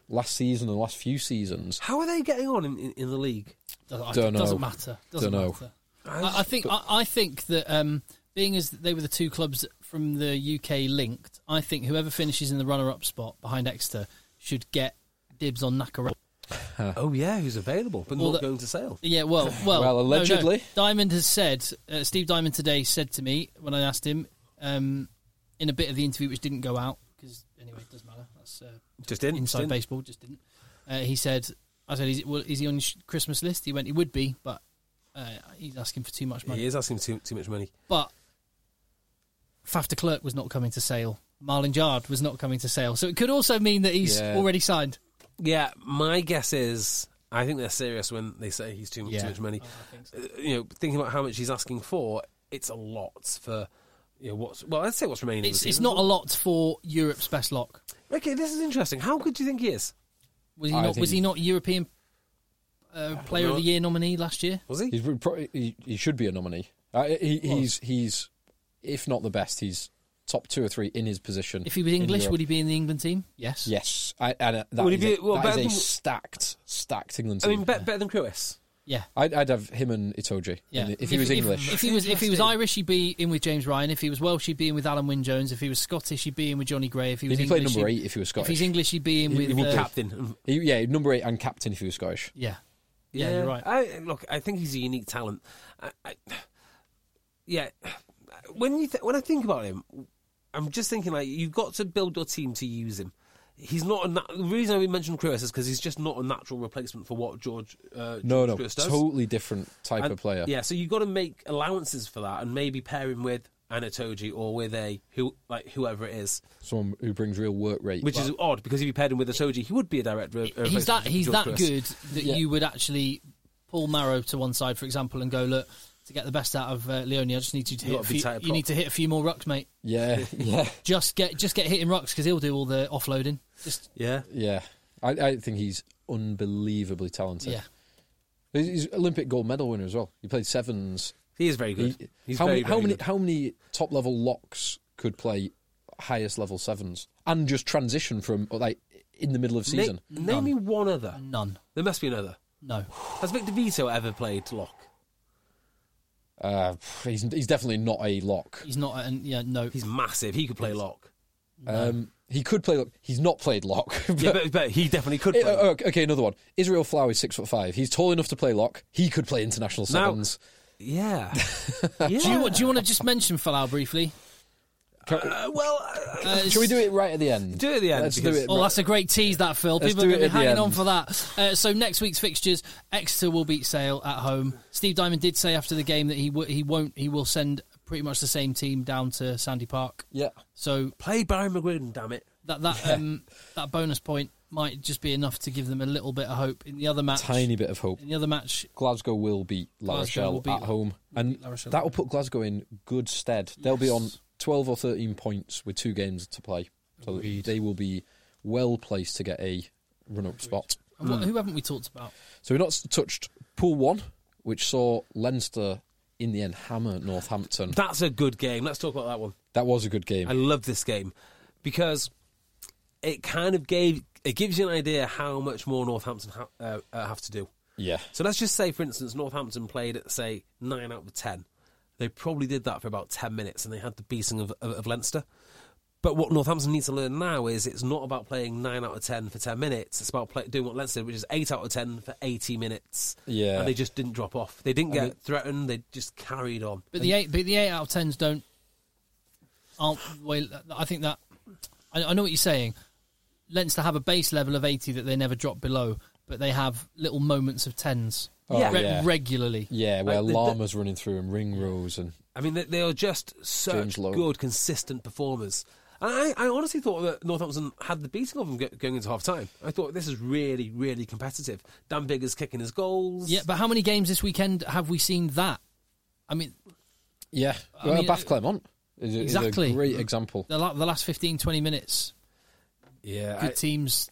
Speaker 5: last season and last few seasons.
Speaker 4: How are they getting on in, in, in the league?
Speaker 3: Doesn't,
Speaker 5: Don't know.
Speaker 3: doesn't matter. Doesn't
Speaker 5: Don't know.
Speaker 3: matter. I, I think I, I think that um, being as they were the two clubs from the UK linked, I think whoever finishes in the runner-up spot behind Exeter should get dibs on Nakarau.
Speaker 5: Uh.
Speaker 4: Oh yeah, who's available but
Speaker 3: Well,
Speaker 4: not
Speaker 3: the-
Speaker 4: going to sale?
Speaker 3: Yeah, well, well,
Speaker 5: Well,
Speaker 3: no, no.
Speaker 5: allegedly.
Speaker 3: Diamond has said. Uh, Steve Diamond today said to me when I asked him um, in a bit of the interview, which didn't go out because anyway, it doesn't matter. That's uh,
Speaker 4: Just in,
Speaker 3: inside
Speaker 4: just in.
Speaker 3: baseball. Just didn't. Uh, he said, "I said, is, well, is he on your sh- Christmas list?" He went, "He would be, but uh, he's asking for too much money."
Speaker 4: He is asking too too much money.
Speaker 3: But Faf de Klerk was not coming to sale. Marlon Jard was not coming to sale. So it could also mean that he's
Speaker 5: Yeah.
Speaker 3: already signed.
Speaker 4: Yeah, my guess is I think they're serious when they say he's too,
Speaker 3: Yeah.
Speaker 4: too much money. Uh, you know, thinking about how much he's asking for, it's a lot for you know what's well. I'd say what's remaining. of
Speaker 3: It's,
Speaker 4: the
Speaker 3: it's
Speaker 4: season.
Speaker 3: not a lot for Europe's best lock.
Speaker 4: Okay, this is interesting. How good do you think he is?
Speaker 3: Was he
Speaker 5: I
Speaker 3: not? Was
Speaker 5: think-
Speaker 3: he not European uh, Player of the Year nominee last year?
Speaker 4: Was he?
Speaker 5: He's re- pro- he, he should be a nominee. Uh, he, he's he's if not the best, he's top two or three in his position.
Speaker 3: If he was
Speaker 5: in
Speaker 3: English,
Speaker 5: Europe.
Speaker 3: would he be in the England team? Yes.
Speaker 5: Yes, I, and uh, that
Speaker 4: Would
Speaker 5: would
Speaker 4: he be-
Speaker 5: a,
Speaker 4: well,
Speaker 5: that is
Speaker 4: better
Speaker 5: a
Speaker 4: than-
Speaker 5: stacked, stacked England
Speaker 4: I
Speaker 5: team.
Speaker 4: mean, be- better than Crewis.
Speaker 3: Yeah.
Speaker 5: I'd, I'd have him and Itoji.
Speaker 3: Yeah.
Speaker 5: in the- if he was English,
Speaker 3: If, he was if he was Irish, he'd be in with James Ryan. If he was Welsh, he'd be in with Alan Wynne Jones. If he was Scottish, he'd be in with Johnny Gray. If he
Speaker 5: He'd
Speaker 3: was
Speaker 5: be playing
Speaker 3: English,
Speaker 5: number
Speaker 3: he'd-
Speaker 5: eight if he was
Speaker 3: If he's
Speaker 5: Scottish.
Speaker 3: English, he'd be in
Speaker 4: He,
Speaker 3: with
Speaker 4: he would
Speaker 3: uh,
Speaker 4: captain. Mm.
Speaker 5: he, yeah, number eight and captain if he was Scottish.
Speaker 3: Yeah. Yeah, you're right.
Speaker 4: I, look, I think he's a unique talent. I, I, yeah, when you th- when I think about him, I'm just thinking like you've got to build your team to use him. He's not a na- the reason I mentioned Crewis is because he's just not a natural replacement for what George. Uh,
Speaker 5: No,
Speaker 4: George
Speaker 5: no,
Speaker 4: Kroos does.
Speaker 5: totally different type
Speaker 4: And-
Speaker 5: of player.
Speaker 4: Yeah, so you've got to make allowances for that and maybe pair him with Anatoji or with a who like whoever it is,
Speaker 5: someone who brings real work rate.
Speaker 4: which is odd because if you paired him with Atoji, he would be a direct. Re-
Speaker 3: he's
Speaker 4: replacement
Speaker 3: that
Speaker 4: for
Speaker 3: he's
Speaker 4: George
Speaker 3: that
Speaker 4: Kroos.
Speaker 3: good that
Speaker 5: Yeah.
Speaker 3: you would actually pull Marrow to one side, for example, and go look to get the best out of uh, Leone. I just need you to
Speaker 4: You've
Speaker 3: hit
Speaker 4: got
Speaker 3: a
Speaker 4: to be
Speaker 3: few,
Speaker 4: tight
Speaker 3: you need to hit a few more rucks, mate.
Speaker 5: yeah, <laughs> yeah,
Speaker 3: Just get just get hitting rucks because he'll do all the offloading. Just
Speaker 4: Yeah,
Speaker 5: yeah. I, I think he's unbelievably talented.
Speaker 3: yeah.
Speaker 5: He's- he's Olympic gold medal winner as well. He played sevens.
Speaker 4: he is very good.
Speaker 5: He-
Speaker 4: he's
Speaker 5: how
Speaker 4: very,
Speaker 5: many, how
Speaker 4: very
Speaker 5: many
Speaker 4: good.
Speaker 5: how many top level locks could play highest level sevens and just transition from like in the middle of
Speaker 4: Na-
Speaker 5: season?
Speaker 4: name me one other.
Speaker 3: None.
Speaker 4: There must be another.
Speaker 3: No.
Speaker 4: Has Victor Vito ever played lock?
Speaker 5: Uh, he's he's definitely not a lock.
Speaker 3: He's not. An, yeah. No.
Speaker 4: He's massive. He could play lock.
Speaker 5: Um, he could play. lock. He's not played lock. <laughs> But,
Speaker 4: Yeah, but, but he
Speaker 3: <laughs>
Speaker 4: definitely could play.
Speaker 5: Eh,
Speaker 3: uh,
Speaker 4: lock.
Speaker 5: oh, okay, another one. Israel Flow is six foot five. He's tall enough to play lock. He could play international
Speaker 4: Now-
Speaker 5: sevens.
Speaker 4: yeah.
Speaker 3: <laughs> Do you,
Speaker 4: yeah.
Speaker 3: want- do you want to just mention Falau briefly?
Speaker 4: Uh, well, uh,
Speaker 3: Uh,
Speaker 5: Shall we do it right at the end?
Speaker 4: do it at the end.
Speaker 5: Let's do
Speaker 4: because-
Speaker 5: it.
Speaker 3: Oh, that's a great tease, that Phil.
Speaker 5: Let's
Speaker 3: People
Speaker 5: do
Speaker 3: are
Speaker 5: it
Speaker 3: going to
Speaker 5: at
Speaker 3: be
Speaker 5: the
Speaker 3: hanging
Speaker 5: end.
Speaker 3: on for that. Uh, so next week's fixtures, Exeter will beat Sale at home. Steve Diamond did say after the game that he w- he won't he will send pretty much the same team down to Sandy Park.
Speaker 5: Yeah.
Speaker 3: So
Speaker 4: Play Barry McGuinn, damn it.
Speaker 3: that that
Speaker 5: <laughs>
Speaker 3: um, that bonus point might just be enough to give them a little bit of hope in the other match.
Speaker 5: Tiny bit of hope.
Speaker 3: In the other match,
Speaker 5: Glasgow will beat La
Speaker 3: Glasgow will
Speaker 5: Rochelle
Speaker 3: beat-
Speaker 5: at home,
Speaker 3: will
Speaker 5: and
Speaker 3: beat La Rochelle.
Speaker 5: that will put Glasgow in good stead. They'll be on twelve or thirteen points with two games to play, so they will be well placed to get a run-up spot. Hmm.
Speaker 3: and what, who haven't we talked about?
Speaker 5: So we've not s- touched Pool One, which saw Leinster in the end hammer Northampton. That,
Speaker 4: That's a good game. Let's talk about that one.
Speaker 5: was a good game.
Speaker 4: I love this game because it kind of gave it gives you an idea how much more Northampton ha- uh, uh, have to do.
Speaker 5: yeah.
Speaker 4: So let's just say, for instance, Northampton played at say nine out of ten. They probably did that for about ten minutes, and they had the beating of, of, of Leinster. But what Northampton need to learn now is it's not about playing nine out of ten for ten minutes. It's about play, doing what Leinster did, which is eight out of ten for eighty minutes.
Speaker 5: Yeah.
Speaker 4: and they just didn't drop off. They didn't get threatened. They just carried on.
Speaker 3: But the eight, but the eight out of tens don't aren't. Well, I think that I, I know what you're saying. Leinster have a base level of eighty that they never drop below, but they have little moments of tens
Speaker 5: Oh,
Speaker 4: Yeah.
Speaker 3: re-
Speaker 5: yeah.
Speaker 3: regularly.
Speaker 5: Yeah, where
Speaker 4: the- the-
Speaker 5: llamas running through and ring rows and
Speaker 4: I mean, they, they are just
Speaker 5: James
Speaker 4: such
Speaker 5: Lowe.
Speaker 4: good, consistent performers. And I, I honestly thought that Northampton had the beating of them go- going into half time. I thought this is really, really competitive. Dan Biggers kicking his goals.
Speaker 3: Yeah, but how many games this weekend have we seen that? I mean,
Speaker 5: yeah,
Speaker 3: I
Speaker 5: well,
Speaker 3: mean,
Speaker 5: Bath
Speaker 3: it-
Speaker 5: Claremont is a,
Speaker 3: Exactly.
Speaker 5: is a great example.
Speaker 3: the, la- the last 15, 20 minutes,
Speaker 4: yeah.
Speaker 3: good
Speaker 4: I-
Speaker 3: teams.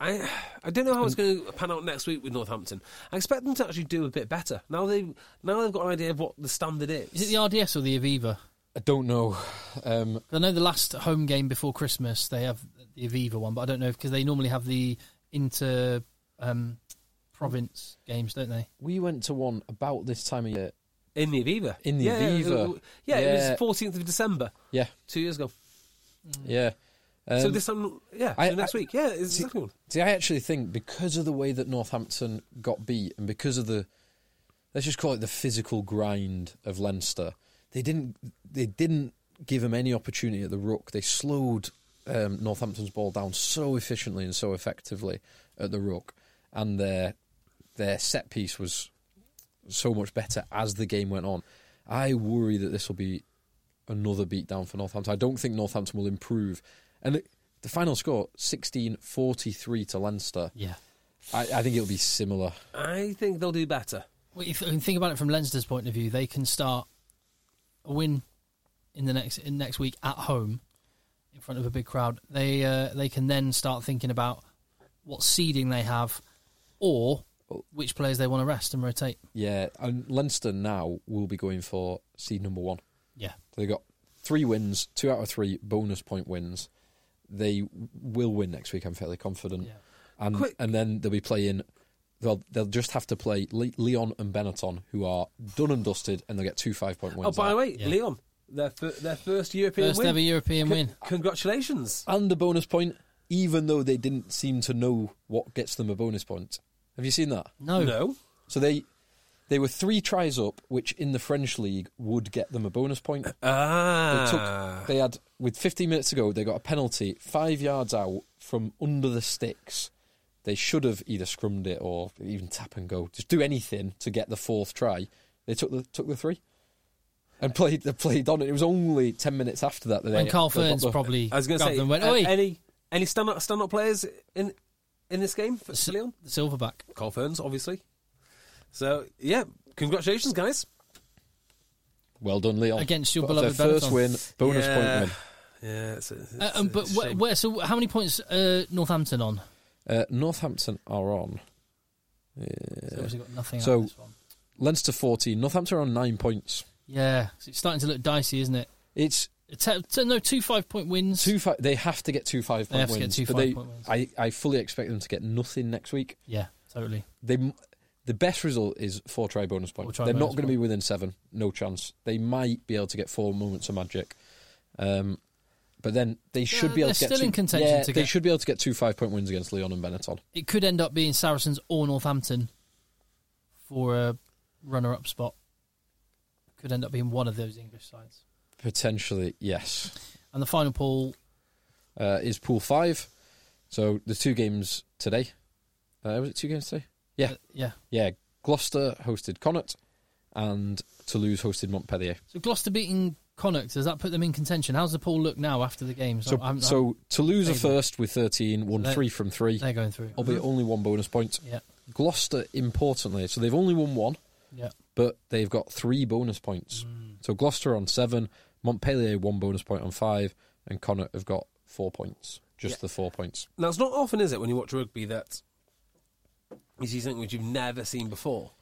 Speaker 4: I I don't know how it's going to pan out next week with Northampton. I expect them to actually do a bit better now. They now they've got an idea of what the standard is.
Speaker 3: Is it the RDS or the Aviva?
Speaker 5: I don't know. Um,
Speaker 3: 'Cause I know the last home game before Christmas they have the Aviva one, but I don't know because they normally have the inter um, province games, don't they?
Speaker 5: we went to one about this time of year.
Speaker 4: in the Aviva?
Speaker 5: In the
Speaker 4: yeah,
Speaker 5: Aviva.
Speaker 4: It, yeah, it
Speaker 5: Yeah.
Speaker 4: was fourteenth of December
Speaker 5: Yeah,
Speaker 4: two years ago.
Speaker 5: yeah. Um,
Speaker 4: so this time, yeah,
Speaker 5: I-
Speaker 4: so next
Speaker 5: I-
Speaker 4: week, yeah, it's
Speaker 5: See-
Speaker 4: the second one.
Speaker 5: See, I actually think because of the way that Northampton got beat and because of the let's just call it the physical grind of Leinster, they didn't they didn't give them any opportunity at the ruck. They slowed um, Northampton's ball down so efficiently and so effectively at the ruck, and their their set piece was so much better as the game went on. I worry that this will be another beatdown for Northampton. I don't think Northampton will improve. And it, the final score, 16 43 to Leinster.
Speaker 3: Yeah.
Speaker 5: I, I think it'll be similar.
Speaker 4: I think they'll do better.
Speaker 3: Well, if, and think about it from Leinster's point of view, they can start a win in the next in next week at home in front of a big crowd. They uh, they can then start thinking about what seeding they have, or
Speaker 4: Oh.
Speaker 3: which players they want to rest and rotate.
Speaker 5: Yeah, and Leinster now will be going for seed number one.
Speaker 3: Yeah,
Speaker 5: So they got three wins, two out of three bonus point wins. They will win next week, I'm fairly confident.
Speaker 3: Yeah.
Speaker 5: And
Speaker 4: Quick-
Speaker 5: and then they'll be playing. They'll, they'll just have to play Le- Leon and Benetton, who are done and dusted, and they'll get two five point wins.
Speaker 4: Oh, by
Speaker 5: out.
Speaker 4: the way,
Speaker 3: Yeah.
Speaker 4: Leon, their fir- their first European
Speaker 3: first
Speaker 4: win.
Speaker 3: ever European
Speaker 4: Con-
Speaker 3: win.
Speaker 4: Congratulations.
Speaker 5: and a bonus point, even though they didn't seem to know what gets them a bonus point. Have you seen that?
Speaker 3: No,
Speaker 4: No.
Speaker 5: So they they were three tries up, which in the French league would get them a bonus point. They
Speaker 4: Ah.
Speaker 5: took they had with 15 minutes to go, they got a penalty five yards out from under the sticks. They should have either scrummed it or even tap and go, just do anything to get the fourth try. They took the took the three. And played they played on it. It was only ten minutes after that that they
Speaker 3: Uh, and Carl
Speaker 5: they got
Speaker 3: Ferns
Speaker 5: the-
Speaker 3: probably
Speaker 4: I was going to
Speaker 3: grabbed
Speaker 4: say,
Speaker 3: them and went,
Speaker 4: uh,
Speaker 3: "Oi,
Speaker 4: any any stand-up, stand-up players in in this game for
Speaker 3: S-
Speaker 4: Leon?
Speaker 3: the Silverback."
Speaker 4: Carl Ferns, obviously. So, yeah, congratulations, guys.
Speaker 5: Well done, Leon.
Speaker 3: Against your
Speaker 5: Got their
Speaker 3: beloved
Speaker 5: first
Speaker 3: Benetton.
Speaker 5: win, bonus
Speaker 4: Yeah.
Speaker 5: point
Speaker 4: Yeah, it's a, it's
Speaker 3: Uh, um,
Speaker 4: a
Speaker 3: but where,
Speaker 4: shame.
Speaker 3: where, so, how many points uh, Northampton on?
Speaker 5: win. Uh, Northampton are on.
Speaker 3: So obviously got nothing. out
Speaker 5: So-
Speaker 3: of this one.
Speaker 5: Leinster 14. Northampton are on nine points.
Speaker 3: yeah, 'cause it's starting to look dicey, isn't it?
Speaker 5: It's
Speaker 3: Te- te- no, two five point wins.
Speaker 5: two. Fi- they have to get two five
Speaker 3: They
Speaker 5: point
Speaker 3: have to
Speaker 5: wins.
Speaker 3: get two
Speaker 5: but
Speaker 3: five
Speaker 5: they,
Speaker 3: point wins.
Speaker 5: I, I fully expect them to get nothing next week.
Speaker 3: Yeah, totally.
Speaker 5: They, m- the best result is four try bonus point.
Speaker 3: Four try
Speaker 5: They're not
Speaker 3: bonus
Speaker 5: going to
Speaker 3: point.
Speaker 5: be within seven. No chance. They might be able to get four moments of magic. Um, but then they should
Speaker 3: Yeah,
Speaker 5: be able
Speaker 3: Uh, they're
Speaker 5: to get
Speaker 3: still
Speaker 5: two,
Speaker 3: in contention
Speaker 5: yeah,
Speaker 3: to
Speaker 5: they
Speaker 3: get-
Speaker 5: should be able to get two five point wins against Leon and Benetton.
Speaker 3: It could end up being Saracens or Northampton for a runner up spot. Could end up being one of those English sides.
Speaker 5: Potentially, yes.
Speaker 3: And the final poll,
Speaker 5: uh, is Pool Five. So the two games today. Uh, was it two games today? Yeah,
Speaker 3: uh, yeah.
Speaker 5: yeah. Gloucester hosted Connacht, and Toulouse hosted Montpellier.
Speaker 3: So Gloucester beating Connacht does that put them in contention? How's the poll look now after the games?
Speaker 5: So,
Speaker 3: I haven't- I
Speaker 5: so Toulouse are
Speaker 3: Able.
Speaker 5: first with thirteen, won
Speaker 3: They're-
Speaker 5: three from
Speaker 3: haven't-
Speaker 5: three,
Speaker 3: they're going through.
Speaker 5: albeit only one bonus point.
Speaker 3: Yeah,
Speaker 5: Gloucester, importantly, so they've only won one,
Speaker 3: yeah.
Speaker 5: but they've got three bonus points.
Speaker 3: Mm.
Speaker 5: So Gloucester on seven, Montpellier one bonus point on five, and Connacht have got four points, just
Speaker 4: Yeah.
Speaker 5: the four points.
Speaker 4: Now, it's not often, is it, when you watch rugby that you see something which you've never seen before?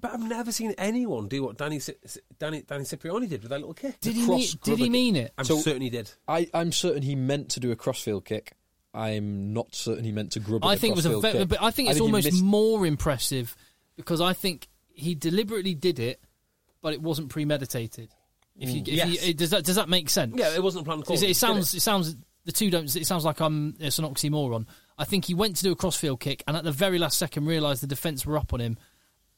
Speaker 4: But I've never seen anyone do what Danny Si- Si- Danny Danny Cipriani did with that little kick.
Speaker 3: Did he
Speaker 5: cross
Speaker 3: mean, did he
Speaker 5: rubber-
Speaker 3: mean it?
Speaker 4: I'm
Speaker 5: So-
Speaker 4: certain he did.
Speaker 5: I, I'm certain he meant to do a crossfield kick. I'm not certain he meant to grub. at
Speaker 3: I
Speaker 5: the
Speaker 3: think it was a
Speaker 5: crossfield
Speaker 3: ve-
Speaker 5: kick.
Speaker 3: but I think it's
Speaker 5: he
Speaker 3: almost
Speaker 5: missed-
Speaker 3: more impressive because I think he deliberately did it, but it wasn't premeditated. If you, if
Speaker 4: Mm. Yes.
Speaker 3: you eh, does that does that make sense?
Speaker 4: Yeah, it wasn't a planned call.
Speaker 3: Is it,
Speaker 4: Did
Speaker 3: it sounds it? sounds the two don't. It sounds like I'm it's an oxymoron. I think he went to do a crossfield kick and at the very last second realised the defence were up on him,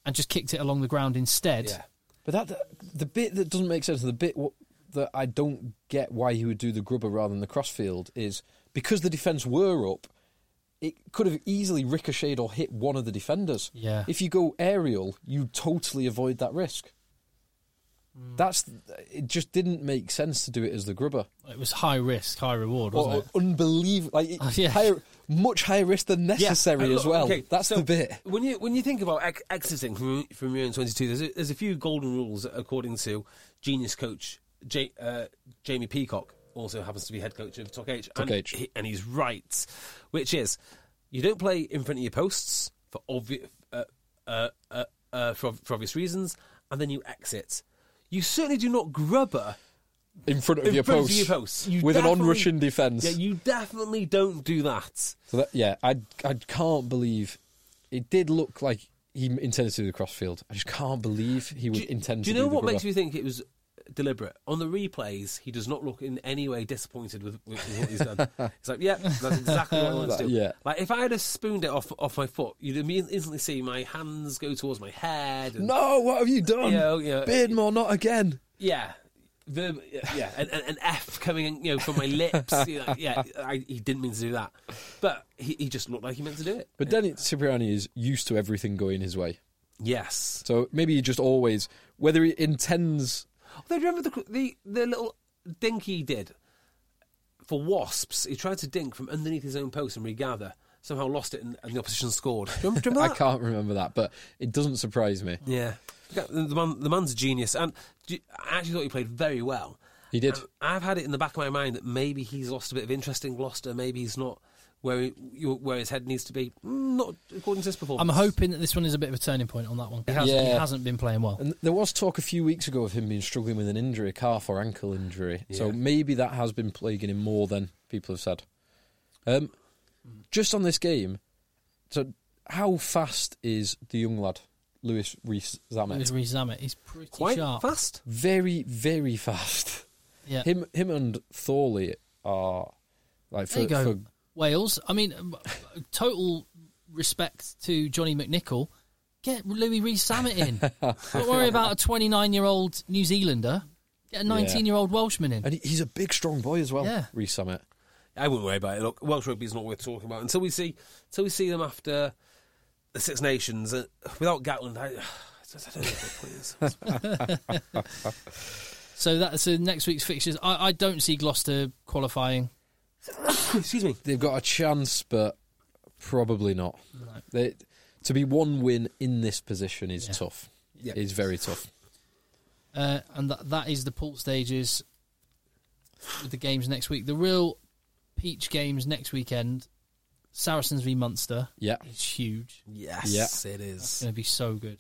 Speaker 3: and just kicked it along the ground instead.
Speaker 4: Yeah.
Speaker 5: But that the- the bit that doesn't make sense, the bit what, that I don't get why he would do the grubber rather than the crossfield is because the defence were up. It could have easily ricocheted or hit one of the defenders.
Speaker 3: Yeah.
Speaker 5: If you go aerial, you totally avoid that risk. That's it. Just didn't make sense to do it as the grubber.
Speaker 3: It was high risk, high reward, wasn't
Speaker 5: Or,
Speaker 3: it?
Speaker 5: unbelievable, like it-
Speaker 3: Oh, yeah.
Speaker 5: higher, much higher risk than necessary
Speaker 4: Yeah, Uh,
Speaker 5: as
Speaker 4: look,
Speaker 5: well.
Speaker 4: okay,
Speaker 5: That's
Speaker 4: so
Speaker 5: the bit.
Speaker 4: When you when you think about ex- exiting from from Euro 22, there's a, there's a few golden rules according to genius coach J, uh, Jamie Peacock, also happens to be head coach of Tok H, and,
Speaker 5: Tok H.
Speaker 4: he- and he's right, which is you don't play in front of your posts for obvious uh, uh, uh, uh, for, for obvious reasons, and then you exit. You certainly do not grubber
Speaker 5: In front of
Speaker 4: in
Speaker 5: your
Speaker 4: front
Speaker 5: post,
Speaker 4: of your posts You
Speaker 5: with an
Speaker 4: definitely-
Speaker 5: on-rushing defence.
Speaker 4: Yeah, you definitely don't do that.
Speaker 5: So that, yeah, I I can't believe it did look like he m- intended to do the crossfield. I just can't believe he would
Speaker 4: Do-
Speaker 5: intend.
Speaker 4: Do you
Speaker 5: to
Speaker 4: know
Speaker 5: do the
Speaker 4: what makes
Speaker 5: grubber.
Speaker 4: me think it was deliberate? On the replays, he does not look in any way disappointed with, with what he's done.
Speaker 5: <laughs>
Speaker 4: It's like, yeah, that's exactly what I wanted to do.
Speaker 5: Yeah.
Speaker 4: Like if I had have spooned it off off my foot, you'd imme- instantly see my hands go towards my head. And,
Speaker 5: No, what have you done?
Speaker 4: Yeah, yeah.
Speaker 5: Beardmore, not again.
Speaker 4: Yeah. The, yeah, an, an an F coming, in, you know, from my lips. You know, yeah, I, he didn't mean to do that, but he, he just looked like he meant to do it.
Speaker 5: But Danny Cipriani is used to everything going his way,
Speaker 4: Yes.
Speaker 5: so maybe he just always, whether he intends.
Speaker 4: Although, do you remember the, the the little dink he did for wasps? He tried to dink from underneath his own post and regather. Somehow lost it, and, and the opposition scored. Do you
Speaker 5: <laughs>
Speaker 4: remember, do you
Speaker 5: I
Speaker 4: remember that?
Speaker 5: can't remember that, but it doesn't surprise me.
Speaker 4: Yeah, the, the man, the man's a genius, and do you- I actually thought he played very well.
Speaker 5: He did.
Speaker 4: And I've had it in the back of my mind that maybe he's lost a bit of interest in Gloucester. Maybe he's not where he, you- where his head needs to be. Mm, Not according to this performance.
Speaker 3: I'm hoping that this one is a bit of a turning point on that one. He hasn't, he
Speaker 5: Yeah.
Speaker 3: hasn't been playing well.
Speaker 5: And there was talk a few weeks ago of him being struggling with an injury, a calf or ankle injury. So
Speaker 4: Yeah.
Speaker 5: maybe that has been plaguing him more than people have said. Um, just on this game, so how fast is the young lad, Lewis Rees
Speaker 3: With
Speaker 5: Zamet?
Speaker 3: Reece Zammit, he's pretty
Speaker 4: quite
Speaker 3: sharp.
Speaker 4: fast.
Speaker 5: Very, very fast.
Speaker 3: Yeah.
Speaker 5: Him, him, and Thorley are like
Speaker 3: There
Speaker 5: for,
Speaker 3: you go.
Speaker 5: for
Speaker 3: Wales. I mean, um, <laughs> total respect to Johnny McNichol. Get Louis Rees Sammet in. Don't worry about a 29 year old New Zealander. Get a 19 year old Welshman in.
Speaker 5: and he, he's a big, strong boy as well.
Speaker 3: Yeah.
Speaker 5: Rees Zammit.
Speaker 4: I wouldn't worry about it. Look, Welsh rugby's not worth talking about until we see until we see them after the Six Nations. Uh, without Gatland, I, <sighs> I don't know
Speaker 3: <laughs>
Speaker 4: what the point is.
Speaker 3: So that's so next week's fixtures. I, I don't see Gloucester qualifying.
Speaker 4: Excuse me.
Speaker 5: they've got a chance, but probably not. They, to be one win in this position is tough.
Speaker 4: Yeah.
Speaker 5: It's very tough.
Speaker 3: Uh, and that, that is the pool stages with the games next week. The real peach games next weekend Saracens v Munster
Speaker 5: Yeah.
Speaker 3: is huge.
Speaker 4: Yes, it is.
Speaker 3: It's going to be so good.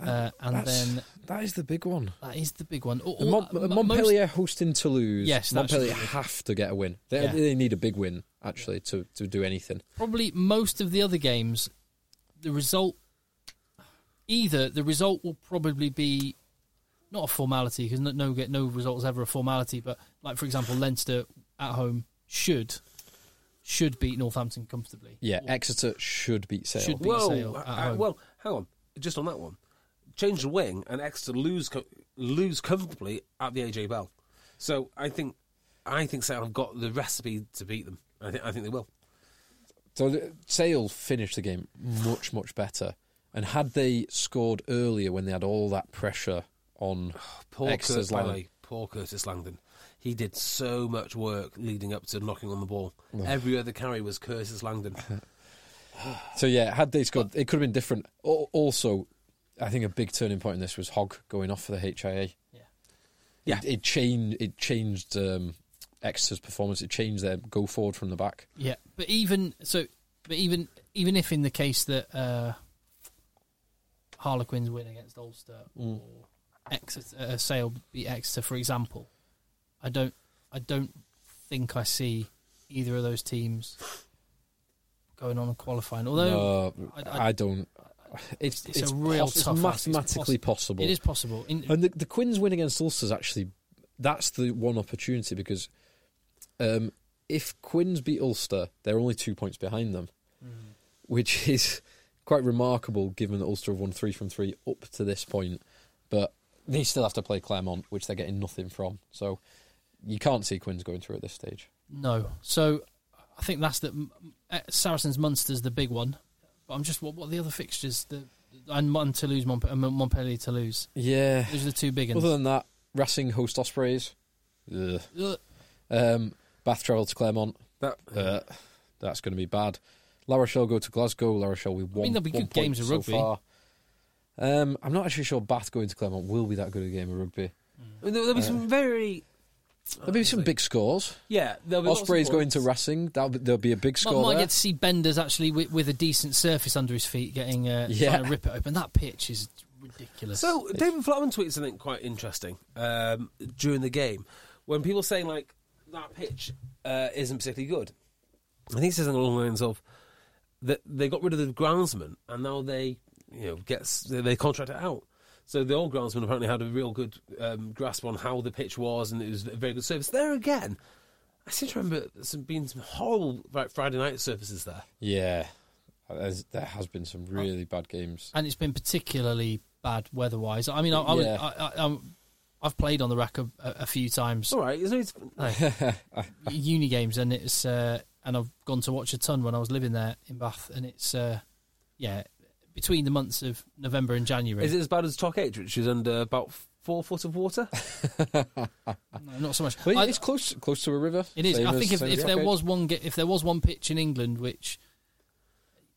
Speaker 3: Uh, and
Speaker 5: That's-
Speaker 3: then
Speaker 5: that is the big one.
Speaker 3: that is the big one. All-
Speaker 5: The
Speaker 3: all-
Speaker 5: Mon- uh,
Speaker 3: mo- most-
Speaker 5: Montpellier hosting Toulouse.
Speaker 3: Yes, that's
Speaker 5: Montpellier
Speaker 3: true.
Speaker 5: have to get a win. They,
Speaker 3: Yeah.
Speaker 5: they need a big win actually to, to do anything.
Speaker 3: probably most of the other games, the result either the result will probably be not a formality because no, no get no results ever a formality. But like for example, Leinster at home should should beat Northampton comfortably.
Speaker 5: Yeah, Exeter should beat Sale.
Speaker 3: Should be. Beat
Speaker 4: Whoa.
Speaker 3: Sale
Speaker 4: uh,
Speaker 3: at
Speaker 4: uh,
Speaker 3: home.
Speaker 4: well, hang on. Just on that one, change the wing and Exeter lose co- lose comfortably at the AJ Bell. So I think I think Sale have got the recipe to beat them. I think I think they will.
Speaker 5: So the, Sale finished the game much much better, and had they scored earlier when they had all that pressure on
Speaker 3: Oh,
Speaker 4: Poor
Speaker 5: Exeter's
Speaker 4: Curtis, by the
Speaker 5: line.
Speaker 4: way, poor Curtis Langdon. He did so much work leading up to knocking on the ball. Every other carry was Curtis Langdon. <laughs>
Speaker 5: So yeah, had they scored, it could have been different. Al- Also, I think a big turning point in this was Hogg going off for the HIA.
Speaker 3: Yeah.
Speaker 4: Yeah.
Speaker 5: it, it changed. It changed um, Exeter's performance. It changed their go forward from the back.
Speaker 3: Yeah, but even so, but even even if in the case that uh, Harlequins win against Ulster
Speaker 5: Mm.
Speaker 3: or Exeter, uh, Sale beat Exeter, for example, I don't, I don't think I see either of those teams going on and qualifying. Although
Speaker 5: No,
Speaker 3: I- I-
Speaker 5: Uh, I, don't. It's
Speaker 3: it's, a real
Speaker 5: pos-
Speaker 3: tough
Speaker 5: It's
Speaker 3: ask.
Speaker 5: mathematically
Speaker 3: it's possi-
Speaker 5: possible.
Speaker 3: It is possible. In,
Speaker 5: And the, the Quinn's win against Ulster's actually that's the one opportunity because um, if Quinn's beat Ulster, they're only two points behind them, which <laughs> is quite remarkable given that Ulster have won three from three up to this point. But they still have to play Claremont, which they're getting nothing from. So you can't see Quinn's going through at this stage.
Speaker 3: No. So I think that's the uh, Saracens Munster's the big one. But I'm just what, what are the other fixtures the and Mon Toulouse Mont- and Mon- uh, Montpellier Toulouse.
Speaker 5: Yeah.
Speaker 3: Those are the two big ones.
Speaker 5: Other than that, Racing host Ospreys. Ugh.
Speaker 3: Ugh.
Speaker 5: Um, Bath travel to Claremont.
Speaker 4: That
Speaker 5: Uh, that's going to be bad. La Rochelle go to Glasgow. La Rochelle with one.
Speaker 3: there'll be
Speaker 5: one
Speaker 3: good
Speaker 5: point
Speaker 3: games of
Speaker 5: so
Speaker 3: rugby.
Speaker 5: far. Um, I'm not actually sure Bath going to Claremont will be that good a game of rugby.
Speaker 4: there- there'll be some very
Speaker 5: There'll
Speaker 3: Oh,
Speaker 5: be some big scores.
Speaker 4: yeah. There'll be lots of
Speaker 5: Ospreys going to
Speaker 4: points.
Speaker 5: Racing. That'll be, there'll be a big
Speaker 3: Might,
Speaker 5: score
Speaker 3: might
Speaker 5: there.
Speaker 3: get to see Benders actually with, with a decent surface under his feet, getting uh,
Speaker 5: Yeah.
Speaker 3: trying to rip it open. That pitch is ridiculous.
Speaker 4: So David Flatman tweets something quite interesting um, during the game when people saying like that pitch uh, isn't particularly good. I think he says something along the lines of that they got rid of the groundsman and now they you know gets they, they contract it out. So the old groundsman apparently had a real good um, grasp on how the pitch was and it was a very good service. There again, I seem to remember some being some horrible like, Friday night services there.
Speaker 5: yeah, There's, there has been some
Speaker 3: Oh.
Speaker 5: really bad games.
Speaker 3: and it's been particularly bad weather-wise. I mean, I, I, would-
Speaker 5: Yeah.
Speaker 3: I, I, um, I've played on the rack a, a, a few times.
Speaker 4: It's all right. There's no need to-
Speaker 3: uni games, and it's uh, and I've gone to watch a ton when I was living there in Bath, and it's uh, yeah, between the months of November and January.
Speaker 4: Is it as bad as Talk H, which is under about four foot of water?
Speaker 3: No, not so much.
Speaker 5: But
Speaker 3: I,
Speaker 5: it's close, close to a river.
Speaker 3: it is.
Speaker 5: Same
Speaker 3: I
Speaker 5: as-
Speaker 3: think if,
Speaker 5: same
Speaker 3: if
Speaker 5: as
Speaker 3: there
Speaker 5: Rockade.
Speaker 3: was one ge- if there was one pitch in England which.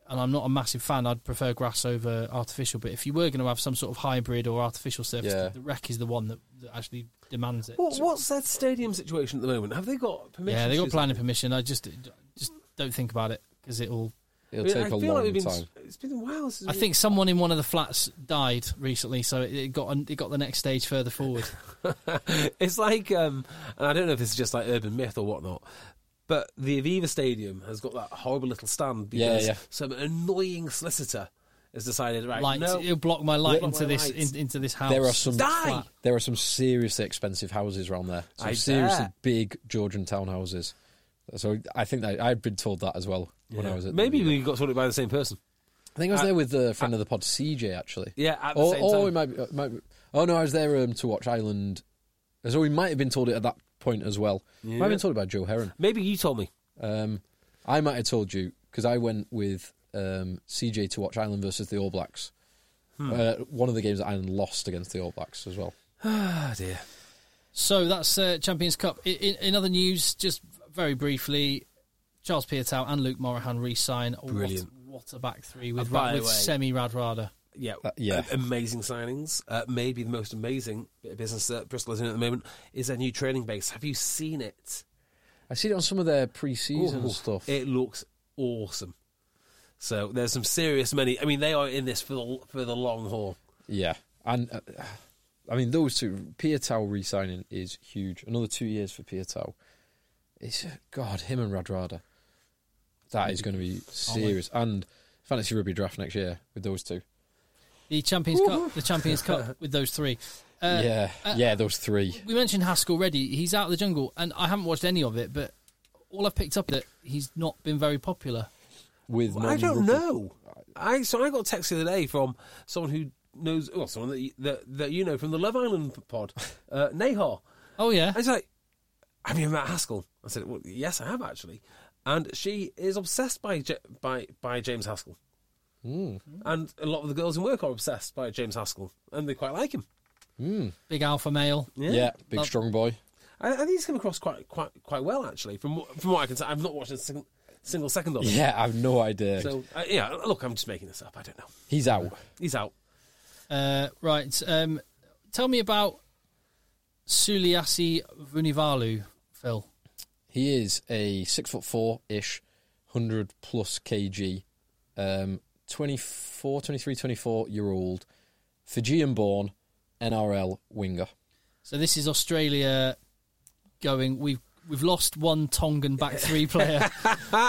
Speaker 3: And I'm not a massive fan. I'd prefer grass over artificial. But if you were going to have some sort of hybrid or artificial surface,
Speaker 5: Yeah.
Speaker 3: the wreck is the one that, that actually demands it.
Speaker 4: What, what's that stadium situation at the moment? Have they got permission?
Speaker 3: yeah, they
Speaker 4: to
Speaker 3: got
Speaker 4: do
Speaker 3: planning permission. I just just don't think about it because it will
Speaker 5: it'll
Speaker 4: something? I mean,
Speaker 5: take
Speaker 4: I
Speaker 5: a
Speaker 4: feel
Speaker 5: long
Speaker 4: like we've been,
Speaker 5: time.
Speaker 4: It's been a while since
Speaker 3: I
Speaker 4: we-
Speaker 3: think someone in one of the flats died recently, so it, it got it got the next stage further forward.
Speaker 4: <laughs> it's like, um, and I don't know if it's just like urban myth or whatnot, but the Aviva Stadium has got that horrible little stand
Speaker 5: Yeah,
Speaker 4: because
Speaker 5: yeah.
Speaker 4: some annoying solicitor has decided, <laughs> right,
Speaker 3: Light,
Speaker 4: no,
Speaker 3: it'll block my light
Speaker 4: Block
Speaker 3: into
Speaker 4: my
Speaker 3: this
Speaker 4: light.
Speaker 3: in, into this house.
Speaker 5: There are some
Speaker 4: Die!
Speaker 5: flat- There are some seriously expensive houses around there. Some
Speaker 4: I
Speaker 5: seriously
Speaker 4: bet.
Speaker 5: big Georgian townhouses. So I think that I've been told that as well when I was at.
Speaker 4: maybe
Speaker 5: the,
Speaker 4: we got sorted by the same person.
Speaker 5: I think I was
Speaker 4: at-
Speaker 5: there with a friend of the pod, CJ. Actually,
Speaker 4: Yeah, at the
Speaker 5: or,
Speaker 4: same
Speaker 5: or
Speaker 4: time.
Speaker 5: it might, be, it might be, Oh no, I was there um, to watch Island. So we might have been told it at that point as well. I Might have
Speaker 4: Yeah.
Speaker 5: been told about Joe Heron.
Speaker 4: Maybe you told me.
Speaker 5: Um, I might have told you because I went with um, CJ to watch Ireland versus the All Blacks.
Speaker 4: Hmm.
Speaker 5: Uh, one of the games that Ireland lost against the All Blacks as well.
Speaker 4: Oh dear.
Speaker 3: So that's uh, Champions Cup. In, in, in other news, just very briefly, Charles Piatow and Luke Morahan re-sign. Oh,
Speaker 4: Brilliant.
Speaker 3: What, what a back three with,
Speaker 4: And Uh, by
Speaker 3: Ra-
Speaker 4: the
Speaker 3: with
Speaker 4: way-
Speaker 3: Semi Radrada.
Speaker 4: Yeah,
Speaker 5: Uh, yeah.
Speaker 4: a- amazing signings. Uh, maybe the most amazing bit of business that Bristol is in at the moment is their new training base. Have you seen it?
Speaker 5: I see it on some of their pre-season
Speaker 4: Ooh,
Speaker 5: stuff.
Speaker 4: It looks awesome. So there's some serious money. I mean, they are in this for the for the long haul.
Speaker 5: yeah, and uh, I mean those two. Piatow re-signing is huge. Another two years for Piatow. It's uh, God him and Radrada. That is going to
Speaker 4: Oh,
Speaker 5: be serious. And fantasy rugby draft next year with those two.
Speaker 3: The Champions Cup. The Champions Cup
Speaker 4: <laughs>
Speaker 3: with those three. Uh,
Speaker 5: yeah,
Speaker 3: uh,
Speaker 5: yeah, those three.
Speaker 3: We mentioned Haskell Reddy. He's out of the jungle, and I haven't watched any of it, but all I've picked up is that he's not been very popular.
Speaker 5: With
Speaker 4: I don't
Speaker 5: non-rugby-
Speaker 4: know. I so I got a text the other day from someone who knows, well, someone that you, that, that you know from the Love Island pod, uh, Nahar.
Speaker 3: Oh yeah,
Speaker 4: I was like, "Have you met Haskell?" I said, "Well, yes, I have actually." And she is obsessed by J- by by James Haskell, and a lot of the girls in work are obsessed by James Haskell, and they quite like him.
Speaker 3: big alpha male.
Speaker 5: Yeah, big
Speaker 4: Uh,
Speaker 3: Love-
Speaker 5: strong boy.
Speaker 4: I, I think he's come across quite quite quite well actually. From what- from what I can say, I've not watched a single, single second of it.
Speaker 5: Yeah, I've no idea.
Speaker 4: So uh, yeah, look, I'm just making this up. I don't know.
Speaker 5: He's out.
Speaker 4: He's out.
Speaker 3: Uh, right. Um, tell me about Suliasi Vunivalu, Phil.
Speaker 5: He is a six foot four ish, hundred plus kg, um, 24, 23, 24 year old Fijian born NRL winger.
Speaker 3: So this is Australia going. We've we've lost one Tongan back three player.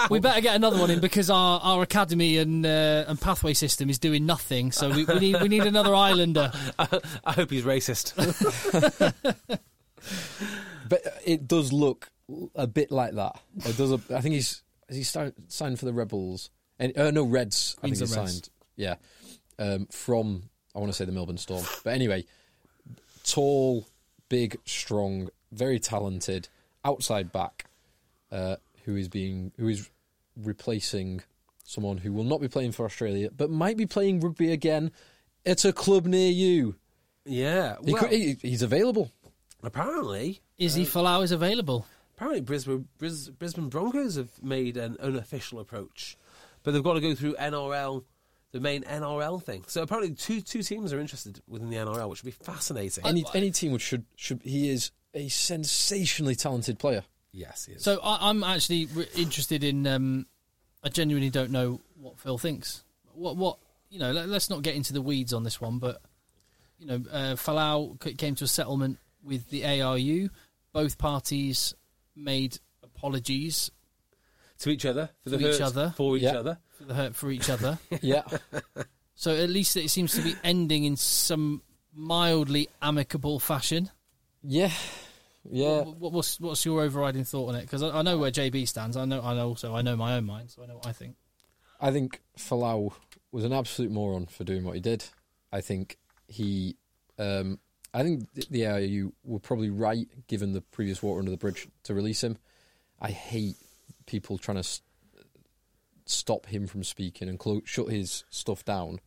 Speaker 3: we better get another one in because our, our academy and uh, and pathway system is doing nothing. So we, we need we need another Islander.
Speaker 4: I hope he's racist.
Speaker 5: But uh, it does look a bit like that. It does. A, I think he's is he signed, signed for the Rebels and uh, no Reds. I think he's
Speaker 3: Queensland Reds.
Speaker 5: signed. Yeah, um, from I want to say the Melbourne Storm. But anyway, tall, big, strong, very talented outside back uh, who is being who is replacing someone who will not be playing for Australia but might be playing rugby again at a club near you.
Speaker 4: <laughs> yeah.
Speaker 5: He
Speaker 4: Well,
Speaker 5: could, he, he's available.
Speaker 4: apparently,
Speaker 3: Izzy Falau is available.
Speaker 4: apparently Brisbane Bris, Brisbane Broncos have made an unofficial approach, but they've got to go through NRL, the main NRL thing. So apparently, two two teams are interested within the NRL, which would be fascinating.
Speaker 5: Any any team would should should he is a sensationally talented player.
Speaker 4: yes, yes.
Speaker 3: So I, I'm actually re- interested in. Um, I genuinely don't know what Phil thinks. What what you know? Let, let's not get into the weeds on this one, but you know, uh, Falau c- came to a settlement with the ARU. Both parties made apologies
Speaker 4: to each other for the
Speaker 3: To each
Speaker 4: hurt-
Speaker 3: other.
Speaker 4: for each
Speaker 5: Yeah.
Speaker 4: other.
Speaker 3: for the hurt for each other.
Speaker 5: Yeah,
Speaker 3: so at least it seems to be ending in some mildly amicable fashion.
Speaker 5: yeah, yeah.
Speaker 3: What, what's what's your overriding thought on it? Because I, I know where JB stands. I know I know also I know my own mind, so I know what I think.
Speaker 5: I think Falau was an absolute moron for doing what he did. I think he, um, I think th- the AIU were probably right given the previous water under the bridge to release him. I hate people trying to s- stop him from speaking and clo- shut his stuff down.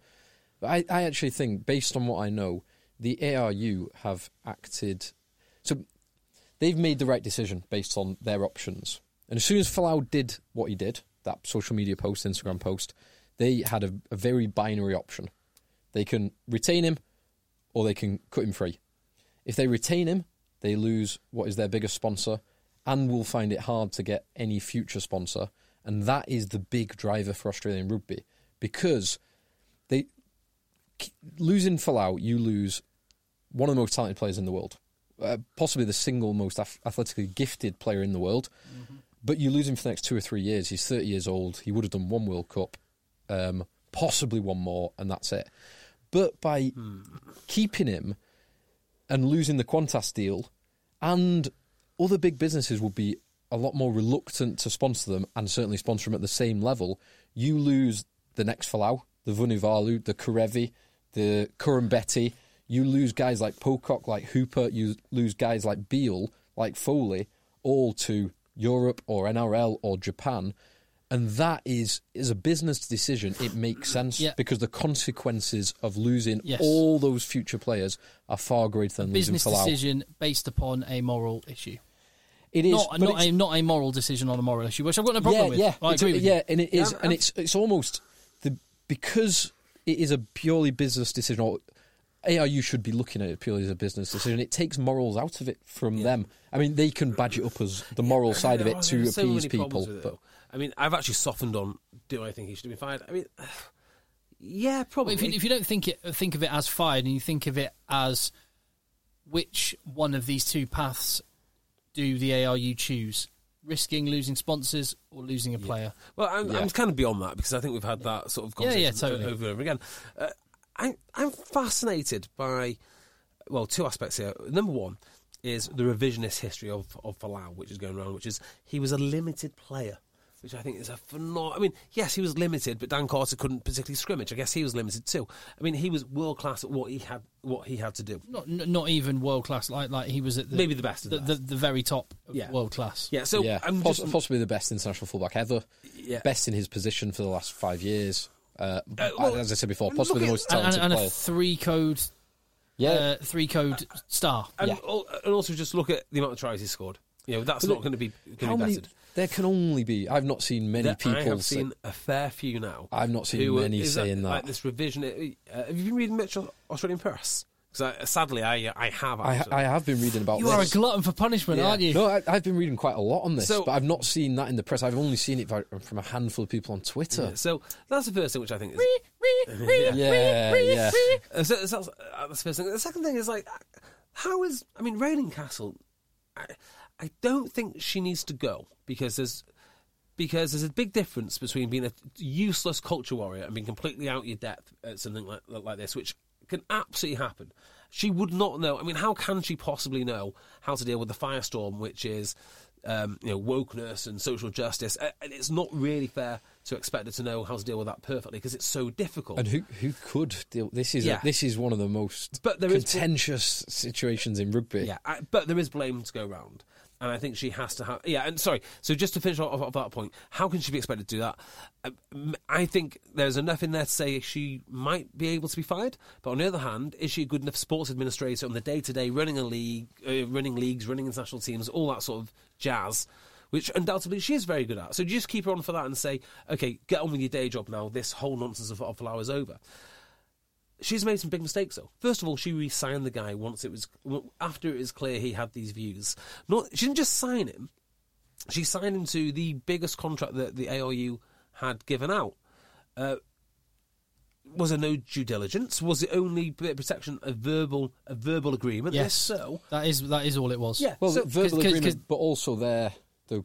Speaker 5: But I, I actually think, based on what I know, the ARU have acted. So they've made the right decision based on their options. And as soon as Falau did what he did, that social media post, Instagram post, they had a, a very binary option. They can retain him or they can cut him free. If they retain him, they lose what is their biggest sponsor and will find it hard to get any future sponsor. And that is the big driver for Australian rugby because they k- losing Falau, you lose one of the most talented players in the world, uh, possibly the single most ath- athletically gifted player in the world. But you lose him for the next two or three years. He's 30 years old. He would have done one World Cup, um, possibly one more, and that's it. But by keeping him and losing the Qantas deal, and other big businesses will be a lot more reluctant to sponsor them and certainly sponsor them at the same level, you lose the next Falau, the Vunivalu, the Karevi, the Kurumbetti. You lose guys like Pocock, like Hooper. You lose guys like Beal, like Foley, all to Europe or NRL or Japan. And that is is a business decision. It makes sense
Speaker 3: Yeah.
Speaker 5: because the consequences of losing
Speaker 3: Yes.
Speaker 5: all those future players are far greater than
Speaker 3: Business
Speaker 5: losing Falau.
Speaker 3: decision based upon a moral issue.
Speaker 5: It is
Speaker 3: not
Speaker 5: but
Speaker 3: not
Speaker 5: it's-
Speaker 3: a not a moral decision on a moral issue, which I've got no problem
Speaker 5: yeah,
Speaker 3: with.
Speaker 5: Yeah,
Speaker 3: I
Speaker 5: it's-
Speaker 3: agree with
Speaker 5: yeah,
Speaker 3: you.
Speaker 5: and it is, and it's it's almost the because it is a purely business decision. Or ARU should be looking at it purely as a business decision. It takes morals out of it from them. I mean, they can badge it up as the moral side of
Speaker 4: Oh,
Speaker 5: it to
Speaker 4: there's so
Speaker 5: appease
Speaker 4: many problems
Speaker 5: people.
Speaker 4: with it,
Speaker 5: But
Speaker 4: though. I mean, I've actually softened on. Do I think he should be fired? I mean, <sighs> yeah,
Speaker 3: But
Speaker 4: probably.
Speaker 3: if you, if you don't think it think of it as fired, and you think of it as which one of these two paths do the ARU choose? Risking losing sponsors or losing a player?
Speaker 4: Well, I'm,
Speaker 5: Yeah.
Speaker 4: I'm kind of beyond that because I think we've had that sort of
Speaker 3: Yeah,
Speaker 4: conversation
Speaker 3: yeah, totally.
Speaker 4: o- over and over again. Uh, I, I'm fascinated by, well, two aspects here. Number one is the revisionist history of, of Falau, which is going around, which is he was a limited player, which I think is a phenomenal. I mean, yes, he was limited, but Dan Carter couldn't particularly scrimmage. I guess he was limited too. I mean, he was world class at what he had what he had to do.
Speaker 3: Not n- not even world class. Like like he was at the,
Speaker 4: Maybe the best of
Speaker 3: the,
Speaker 4: the
Speaker 3: the,
Speaker 4: best.
Speaker 3: the very top of
Speaker 4: Yeah.
Speaker 3: world class.
Speaker 4: Yeah, so
Speaker 5: yeah,
Speaker 4: I'm
Speaker 5: poss-
Speaker 4: just
Speaker 5: possibly the best international fullback ever.
Speaker 4: Yeah.
Speaker 5: Best in his position for the last five years. Uh,
Speaker 4: well,
Speaker 5: as I said before,
Speaker 4: and
Speaker 5: possibly the
Speaker 4: look
Speaker 5: most
Speaker 4: at-
Speaker 3: and,
Speaker 5: talented
Speaker 3: and
Speaker 5: player.
Speaker 3: a three code
Speaker 5: yeah, Uh,
Speaker 3: uh, three code star.
Speaker 4: and,
Speaker 5: Yeah.
Speaker 4: al- and also just look at the amount of tries he scored. You know, that's
Speaker 5: But
Speaker 4: not
Speaker 5: look,
Speaker 4: going to be going
Speaker 5: how
Speaker 4: to be
Speaker 5: many?
Speaker 4: bettered.
Speaker 5: There can only be. I've not seen many
Speaker 4: There-
Speaker 5: people.
Speaker 4: I have
Speaker 5: say-
Speaker 4: seen a fair few now.
Speaker 5: I've not seen
Speaker 4: who are-
Speaker 5: many
Speaker 4: is
Speaker 5: saying that.
Speaker 4: eh, Like this revision. Uh, have you been reading much Australian press? 'Cause Because sadly, I I have.
Speaker 5: I,
Speaker 4: actually.
Speaker 5: I have been reading about
Speaker 3: You
Speaker 5: this.
Speaker 3: are a glutton for punishment,
Speaker 4: Yeah.
Speaker 3: aren't you?
Speaker 5: No, I, I've been reading quite a lot on this,
Speaker 4: So-
Speaker 5: but I've not seen that in the press. I've only seen it vi- from a handful of people on Twitter.
Speaker 4: so that's the first thing which I think is.
Speaker 5: Yeah, yeah.
Speaker 4: Uh, So, so that's, uh, that's the first thing. The second thing is like, how is I mean, Railing Castle? I, I don't think she needs to go because there's because there's a big difference between being a useless culture warrior and being completely out your depth at something like like this, which can absolutely happen. She would not know. I mean, how can she possibly know how to deal with the firestorm, which is um, you know wokeness and social justice? Uh, And it's not really fair to expect her to know how to deal with that perfectly because it's so difficult.
Speaker 5: And who who could deal? This is a-
Speaker 4: Yeah.
Speaker 5: this is one of the most
Speaker 4: But there is-
Speaker 5: contentious situations in rugby.
Speaker 4: Yeah, I, but there is blame to go round, and I think she has to have. Yeah, and sorry. So just to finish off, off that point, how can she be expected to do that? Um, I think there's enough in there to say she might be able to be fired. But on the other hand, is she a good enough sports administrator on the day to day running a league, uh, running leagues, running international teams, all that sort of jazz? Which undoubtedly she is very good at. So just keep her on for that and say, okay, get on with your day job now. This whole nonsense of, of flowers over she's made some big mistakes though. First of all, she re-signed the guy once it was after it was clear he had these views. Not she didn't just sign him; she signed him to the biggest contract that the ARU had given out. Uh, was there no due diligence? Was it only bit of protection a verbal a verbal agreement?
Speaker 3: Yes.
Speaker 4: If so
Speaker 3: That is that is all it was.
Speaker 4: yeah.
Speaker 5: Well,
Speaker 4: so,
Speaker 5: the verbal
Speaker 3: 'cause- 'cause-
Speaker 5: agreement, but also their the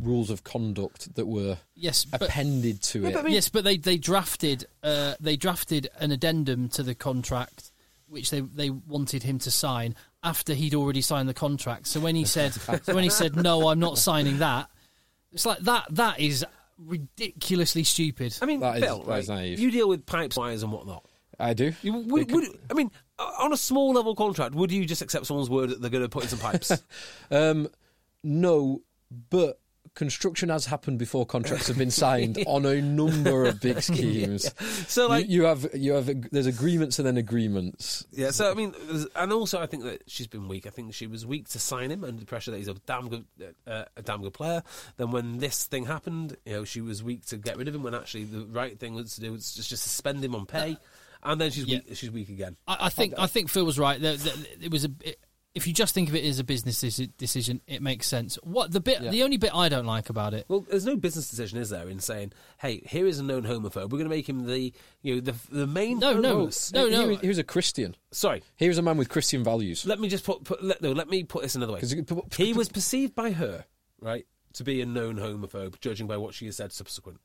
Speaker 5: rules of conduct that were
Speaker 3: Yes, but-
Speaker 5: appended to it.
Speaker 3: yes, but they they drafted uh, they drafted an addendum to the contract, which they they wanted him to sign after he'd already signed the contract. So when he
Speaker 4: <laughs>
Speaker 3: said so when he said no, I'm not signing that. It's like that that is ridiculously stupid.
Speaker 4: I mean,
Speaker 5: That is-
Speaker 4: Bill,
Speaker 5: that
Speaker 4: right,
Speaker 5: is naive.
Speaker 4: you deal with pipes, wires, and whatnot.
Speaker 5: I do.
Speaker 4: You, would, would, I mean, uh, on a small level contract, would you just accept someone's word that they're going to put in some
Speaker 5: <laughs>
Speaker 4: pipes?
Speaker 5: Um, no, but construction has happened before contracts have been <laughs> signed on a number of <laughs> big schemes.
Speaker 4: So, like-
Speaker 5: you, you have you have ag- there's agreements and then agreements.
Speaker 4: Yeah, so I mean, there's- and also I think that she's been weak. I think she was weak to sign him under the pressure that he's a damn good, uh, a damn good player. Then when this thing happened, you know, she was weak to get rid of him when actually the right thing was to do was just, just suspend him on pay. And then she's
Speaker 3: Yeah.
Speaker 4: weak, she's weak again.
Speaker 3: I, I think I think Phil was right. There, there, it was a. It, if you just think of it as a business deci- decision, it makes sense. What the bit, the only bit I don't like about it,
Speaker 4: Well, there's no business decision, is there, in saying, "Hey, here is a known homophobe. We're going to make him the you know the the main
Speaker 3: No, no.
Speaker 4: focus."
Speaker 3: No,
Speaker 5: He-
Speaker 3: no.
Speaker 5: He, was- he was a Christian.
Speaker 4: Sorry,
Speaker 5: He was a man with Christian values.
Speaker 4: let me just put, put let, no, let me put this another way.
Speaker 5: 'Cause you could put-
Speaker 4: he was perceived by her right to be a known homophobe, judging by what she has said subsequent.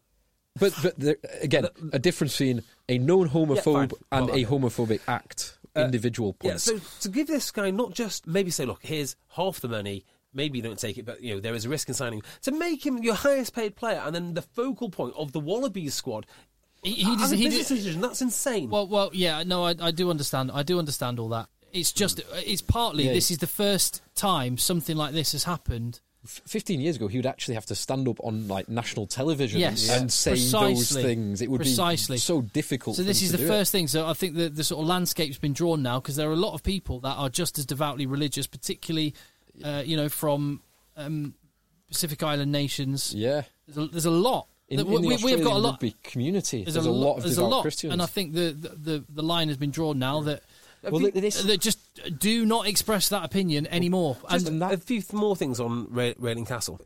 Speaker 5: But, but there, again, a difference between a known homophobe
Speaker 4: Yeah, fine.
Speaker 5: and
Speaker 4: Well,
Speaker 5: a homophobic act. individual
Speaker 4: Yeah,
Speaker 5: points.
Speaker 4: so to give this guy not just maybe say, look, here's half the money, maybe you don't take it, but you know there is a risk in signing him. To make him your highest paid player and then the focal point of the Wallabies squad.
Speaker 3: he, he,
Speaker 4: He
Speaker 3: does-
Speaker 4: does, a
Speaker 3: he
Speaker 4: business
Speaker 3: does-
Speaker 4: decision, that's insane.
Speaker 3: Well, well, yeah, no, I, I do understand. I do understand all that. It's just, it's partly
Speaker 5: Yeah.
Speaker 3: this is the first time something like this has happened.
Speaker 5: F- 15 years ago, he would actually have to stand up on like national television
Speaker 3: Yes.
Speaker 5: and
Speaker 3: Yeah.
Speaker 5: say those
Speaker 3: Precisely.
Speaker 5: things. It would
Speaker 3: Precisely.
Speaker 5: be so difficult.
Speaker 3: So
Speaker 5: for
Speaker 3: this
Speaker 5: him
Speaker 3: is
Speaker 5: to
Speaker 3: the
Speaker 5: do it.
Speaker 3: first thing. So I think that the sort of landscape's been drawn now because there are a lot of people that are just as devoutly religious, particularly, uh, you know, from um, Pacific Island nations.
Speaker 5: Yeah.
Speaker 3: There's, a, there's a lot.
Speaker 5: In,
Speaker 3: that
Speaker 5: in the
Speaker 3: we, we've got a
Speaker 5: Australian
Speaker 3: lot.
Speaker 5: rugby community. There's, a,
Speaker 3: lo-
Speaker 5: lot of
Speaker 3: there's
Speaker 5: devout
Speaker 3: a lot,
Speaker 5: Christians.
Speaker 3: and I think the the, the, the line has been drawn now that.
Speaker 5: Well, look, this-
Speaker 3: that just do not express that opinion anymore.
Speaker 4: Just
Speaker 3: And
Speaker 4: a few th- more things on Ra- Railing Castle.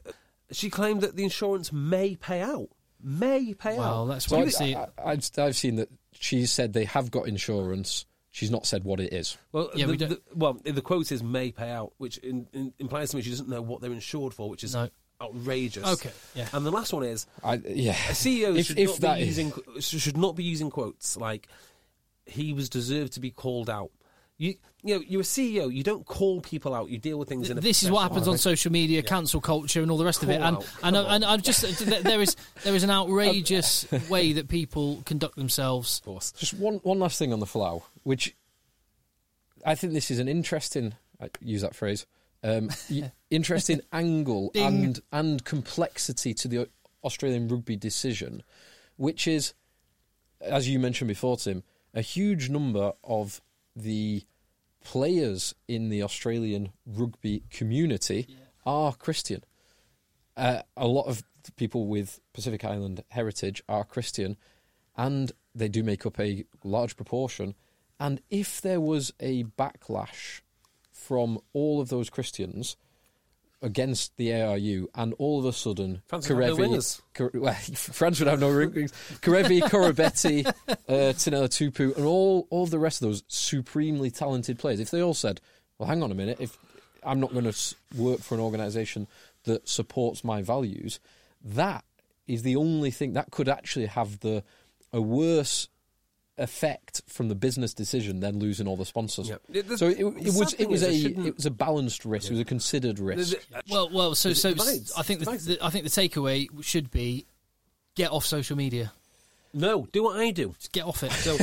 Speaker 4: She claimed that the insurance may pay out. May pay
Speaker 3: well,
Speaker 4: out.
Speaker 3: that's
Speaker 5: So
Speaker 3: what
Speaker 5: I,
Speaker 3: you see.
Speaker 5: I, have I've seen that she said they have got insurance. She's not said what it is.
Speaker 4: Well,
Speaker 3: Yeah,
Speaker 4: the,
Speaker 3: we don't-
Speaker 4: the- well, the quote is "may pay out," which in, in, implies to me she doesn't know what they're insured for, which is
Speaker 3: No.
Speaker 4: outrageous.
Speaker 3: Okay, yeah.
Speaker 4: And the last one is
Speaker 5: I, yeah.
Speaker 4: A CEO
Speaker 5: if,
Speaker 4: should,
Speaker 5: if
Speaker 4: not
Speaker 5: that
Speaker 4: be
Speaker 5: is-
Speaker 4: using, should not be using quotes like he was deserved to be called out. You, you know, you're a CEO. You don't call people out. You deal with things in a. <laughs>
Speaker 3: this is what happens on social media, cancel culture, and all the rest of it.
Speaker 4: Call
Speaker 3: And
Speaker 4: out,
Speaker 3: and
Speaker 4: come
Speaker 3: I- and I'm just th- there is there is an
Speaker 4: <laughs>
Speaker 3: outrageous way that people conduct themselves.
Speaker 4: course.
Speaker 5: Just one, one last thing on the flow, which I think this is an interesting, I use that phrase, um, <laughs> y- interesting angle
Speaker 3: Ding.
Speaker 5: and, and complexity to the Au- Australian rugby decision, which is, as you mentioned before, Tim, a huge number of the players in the Australian rugby community are Christian. Uh, a lot of people with Pacific Island heritage are Christian, and they do make up a large proportion. And if there was a backlash from all of those Christians against the ARU, and all of a sudden,
Speaker 4: France would have no wingers.
Speaker 5: Kare- <laughs> well, France would have no rings.
Speaker 4: <laughs>
Speaker 5: Karevi, Korobetti, uh, Tinella Tupu, and all, all of the rest of those supremely talented players, if they all said, well, hang on a minute, if I'm not going to s- work for an organisation that supports my values, that is the only thing that could actually have the a worse effect from the business decision than losing all the sponsors.
Speaker 4: Yep. It- the-
Speaker 5: so it, it
Speaker 4: the
Speaker 5: was
Speaker 4: sad
Speaker 5: it
Speaker 4: thing
Speaker 5: was
Speaker 4: is
Speaker 5: a
Speaker 4: I shouldn't-
Speaker 5: it was a balanced risk. It was a considered risk.
Speaker 3: Well, well. So, so
Speaker 4: it divides.
Speaker 3: I think the,
Speaker 4: Divides.
Speaker 3: the, I think the takeaway should be get off social media.
Speaker 4: No, do what I do.
Speaker 3: Just get off it.
Speaker 4: <laughs> So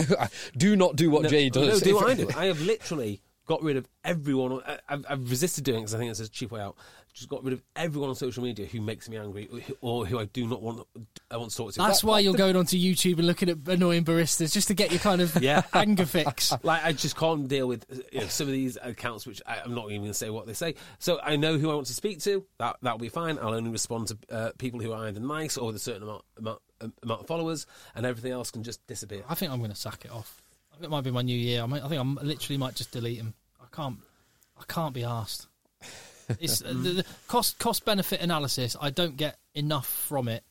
Speaker 5: do not do what
Speaker 4: no,
Speaker 5: Jay does.
Speaker 4: No, do what I do. I have literally got rid of everyone. I, I've, I've resisted doing it because I think it's a cheap way out. Just got rid of everyone on social media who makes me angry or who- or who I do not want. I want to talk to.
Speaker 3: That's
Speaker 4: That-
Speaker 3: why
Speaker 4: that-
Speaker 3: you're going onto YouTube and looking at annoying baristas just to get your kind of
Speaker 4: Yeah.
Speaker 3: <laughs> anger fix.
Speaker 4: <laughs> Like I just can't deal with you know, some of these accounts, which I, I'm not even going to say what they say. So I know who I want to speak to. That that'll be fine. I'll only respond to uh, people who are either nice or with a certain amount, amount um, amount of followers, and everything else can just disappear.
Speaker 3: I think I'm going to sack it off. I think It might be my new year. I, might, I think I'm I literally might just delete them. I can't. I can't be
Speaker 5: <laughs>
Speaker 3: asked. It's uh, the, the cost cost benefit analysis. I don't get enough from it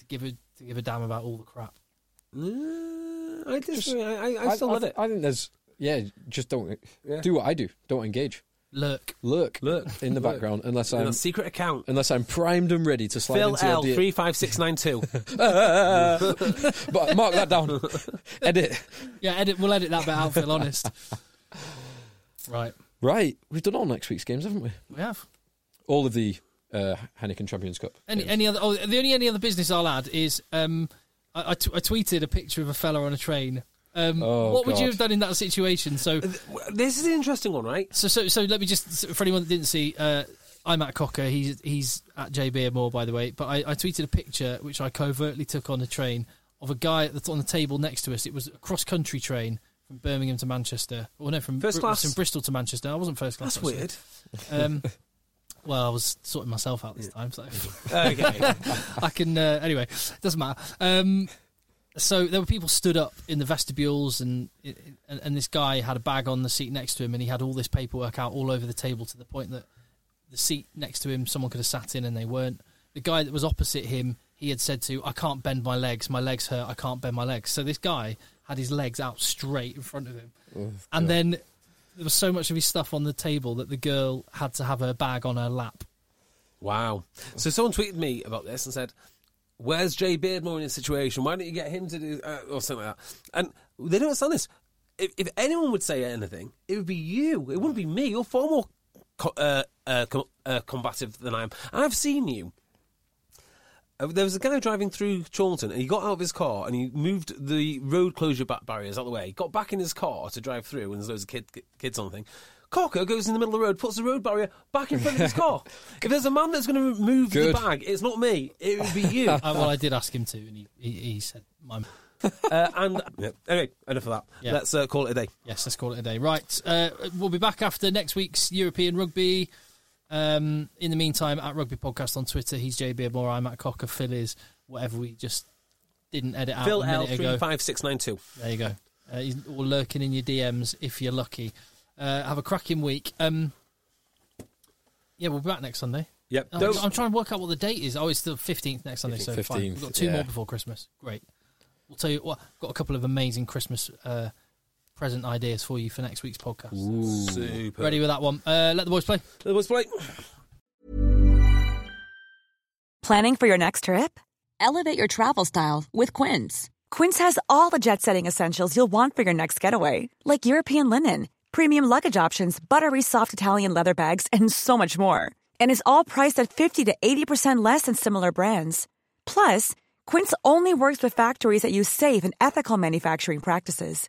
Speaker 3: to give a to give a damn about all the crap.
Speaker 4: Mm, I disagree. I, I, I still
Speaker 5: I,
Speaker 4: love it.
Speaker 5: I think there's yeah. Just don't
Speaker 4: Yeah.
Speaker 5: do what I do. Don't engage.
Speaker 3: Lurk.
Speaker 5: Lurk,
Speaker 4: Look <laughs>
Speaker 5: in the
Speaker 4: look.
Speaker 5: background unless
Speaker 4: In
Speaker 5: I'm
Speaker 4: a secret account.
Speaker 5: unless I'm primed and ready to slide
Speaker 4: Phil
Speaker 5: into
Speaker 4: L
Speaker 5: your
Speaker 4: <laughs>
Speaker 5: DM.
Speaker 4: three five six nine two.
Speaker 5: <laughs> But mark
Speaker 4: <laughs>
Speaker 5: that down. Edit.
Speaker 3: Yeah, edit. We'll edit that bit out. Phil, honest.
Speaker 5: <laughs>
Speaker 3: right,
Speaker 5: Right, we've done all next week's games, haven't we?
Speaker 3: we have.
Speaker 5: All of the uh, Heineken Champions Cup.
Speaker 3: Any,
Speaker 5: games.
Speaker 3: any other? Oh, the only any other business I'll add is um, I, I, t- I tweeted a picture of a fella on a train. Um,
Speaker 5: Oh,
Speaker 3: what would you
Speaker 5: God.
Speaker 3: have done in that situation? So,
Speaker 4: This is an interesting one, right?
Speaker 3: so, so, so let me just for anyone that didn't see, uh, I'm at Cocker. He's he's at J Beer Moore, by the way. But I, I tweeted a picture which I covertly took on a train of a guy that's on the table next to us. It was a cross country train from Birmingham to Manchester. Well, no, from
Speaker 4: First
Speaker 3: Bri- it was
Speaker 4: class?
Speaker 3: from Bristol to Manchester. I wasn't first class.
Speaker 4: That's
Speaker 3: actually.
Speaker 4: weird.
Speaker 3: Um, well, I was sorting myself out this time, so.
Speaker 4: Okay.
Speaker 3: I can uh, anyway. Doesn't matter. Um, so there were people stood up in the vestibules, and, and and this guy had a bag on the seat next to him, and he had all this paperwork out all over the table to the point that the seat next to him someone could have sat in and they weren't. The guy that was opposite him, he had said to, "I can't bend my legs. My legs hurt. I can't bend my legs." So this guy had his legs out straight in front of him, and then there was so much of his stuff on the table that the girl had to have her bag on her lap.
Speaker 4: Wow. So someone tweeted me about this and said, "Where's Jay Beardmore in this situation? Why don't you get him to do uh, or something like that?" And they don't understand this. If, if anyone would say anything, it would be you. It wouldn't be me. You're far more co- uh, uh, com- uh, combative than I am. And I've seen you. Uh, There was a guy driving through Chorlton, and he got out of his car and he moved the road closure back barriers out of the way. He got back in his car to drive through, and there's loads of kid, kids on the thing. Cocker goes in the middle of the road, puts the road barrier back in
Speaker 3: <laughs>
Speaker 4: front of his car. if there's a man that's going to move
Speaker 5: Good.
Speaker 4: the bag, it's not me. It would
Speaker 3: <laughs>
Speaker 4: be you.
Speaker 3: Uh, well, I did ask him to, and he he, he said, "My."
Speaker 4: uh, and yeah, anyway, enough of that.
Speaker 3: Yeah.
Speaker 4: Let's uh, call it a day.
Speaker 3: Yes, let's call it a day. Right, uh, we'll be back after next week's European rugby. Um, in the meantime, at Rugby Podcast on Twitter, he's J Beardmore, I'm at Cocker, Phil is whatever we just didn't edit out
Speaker 4: Phil
Speaker 3: a
Speaker 4: L
Speaker 3: minute
Speaker 4: three
Speaker 3: ago.
Speaker 4: five six nine two.
Speaker 3: There you go. Uh, he's all lurking in your DMs if you're lucky. Uh, have a cracking week. Um, yeah, we'll be back next Sunday.
Speaker 4: Yep.
Speaker 3: Oh,
Speaker 4: Don't-
Speaker 3: I'm trying to work out what the date is. Oh, it's the 15th next Sunday, so fine.
Speaker 5: 15th,
Speaker 3: We've got two
Speaker 5: yeah.
Speaker 3: more before Christmas. Great. We'll tell you what, got a couple of amazing Christmas uh, present ideas for you for next week's podcast.
Speaker 4: Super.
Speaker 3: Ready with that one. Uh, let the boys play.
Speaker 4: Let's play.
Speaker 8: Planning for your next trip? Elevate your travel style with Quince. Quince has all the jet setting essentials you'll want for your next getaway, like European linen, premium luggage options, buttery soft Italian leather bags, and so much more. And is all priced at 50 to 80% less than similar brands. Plus, Quince only works with factories that use safe and ethical manufacturing practices.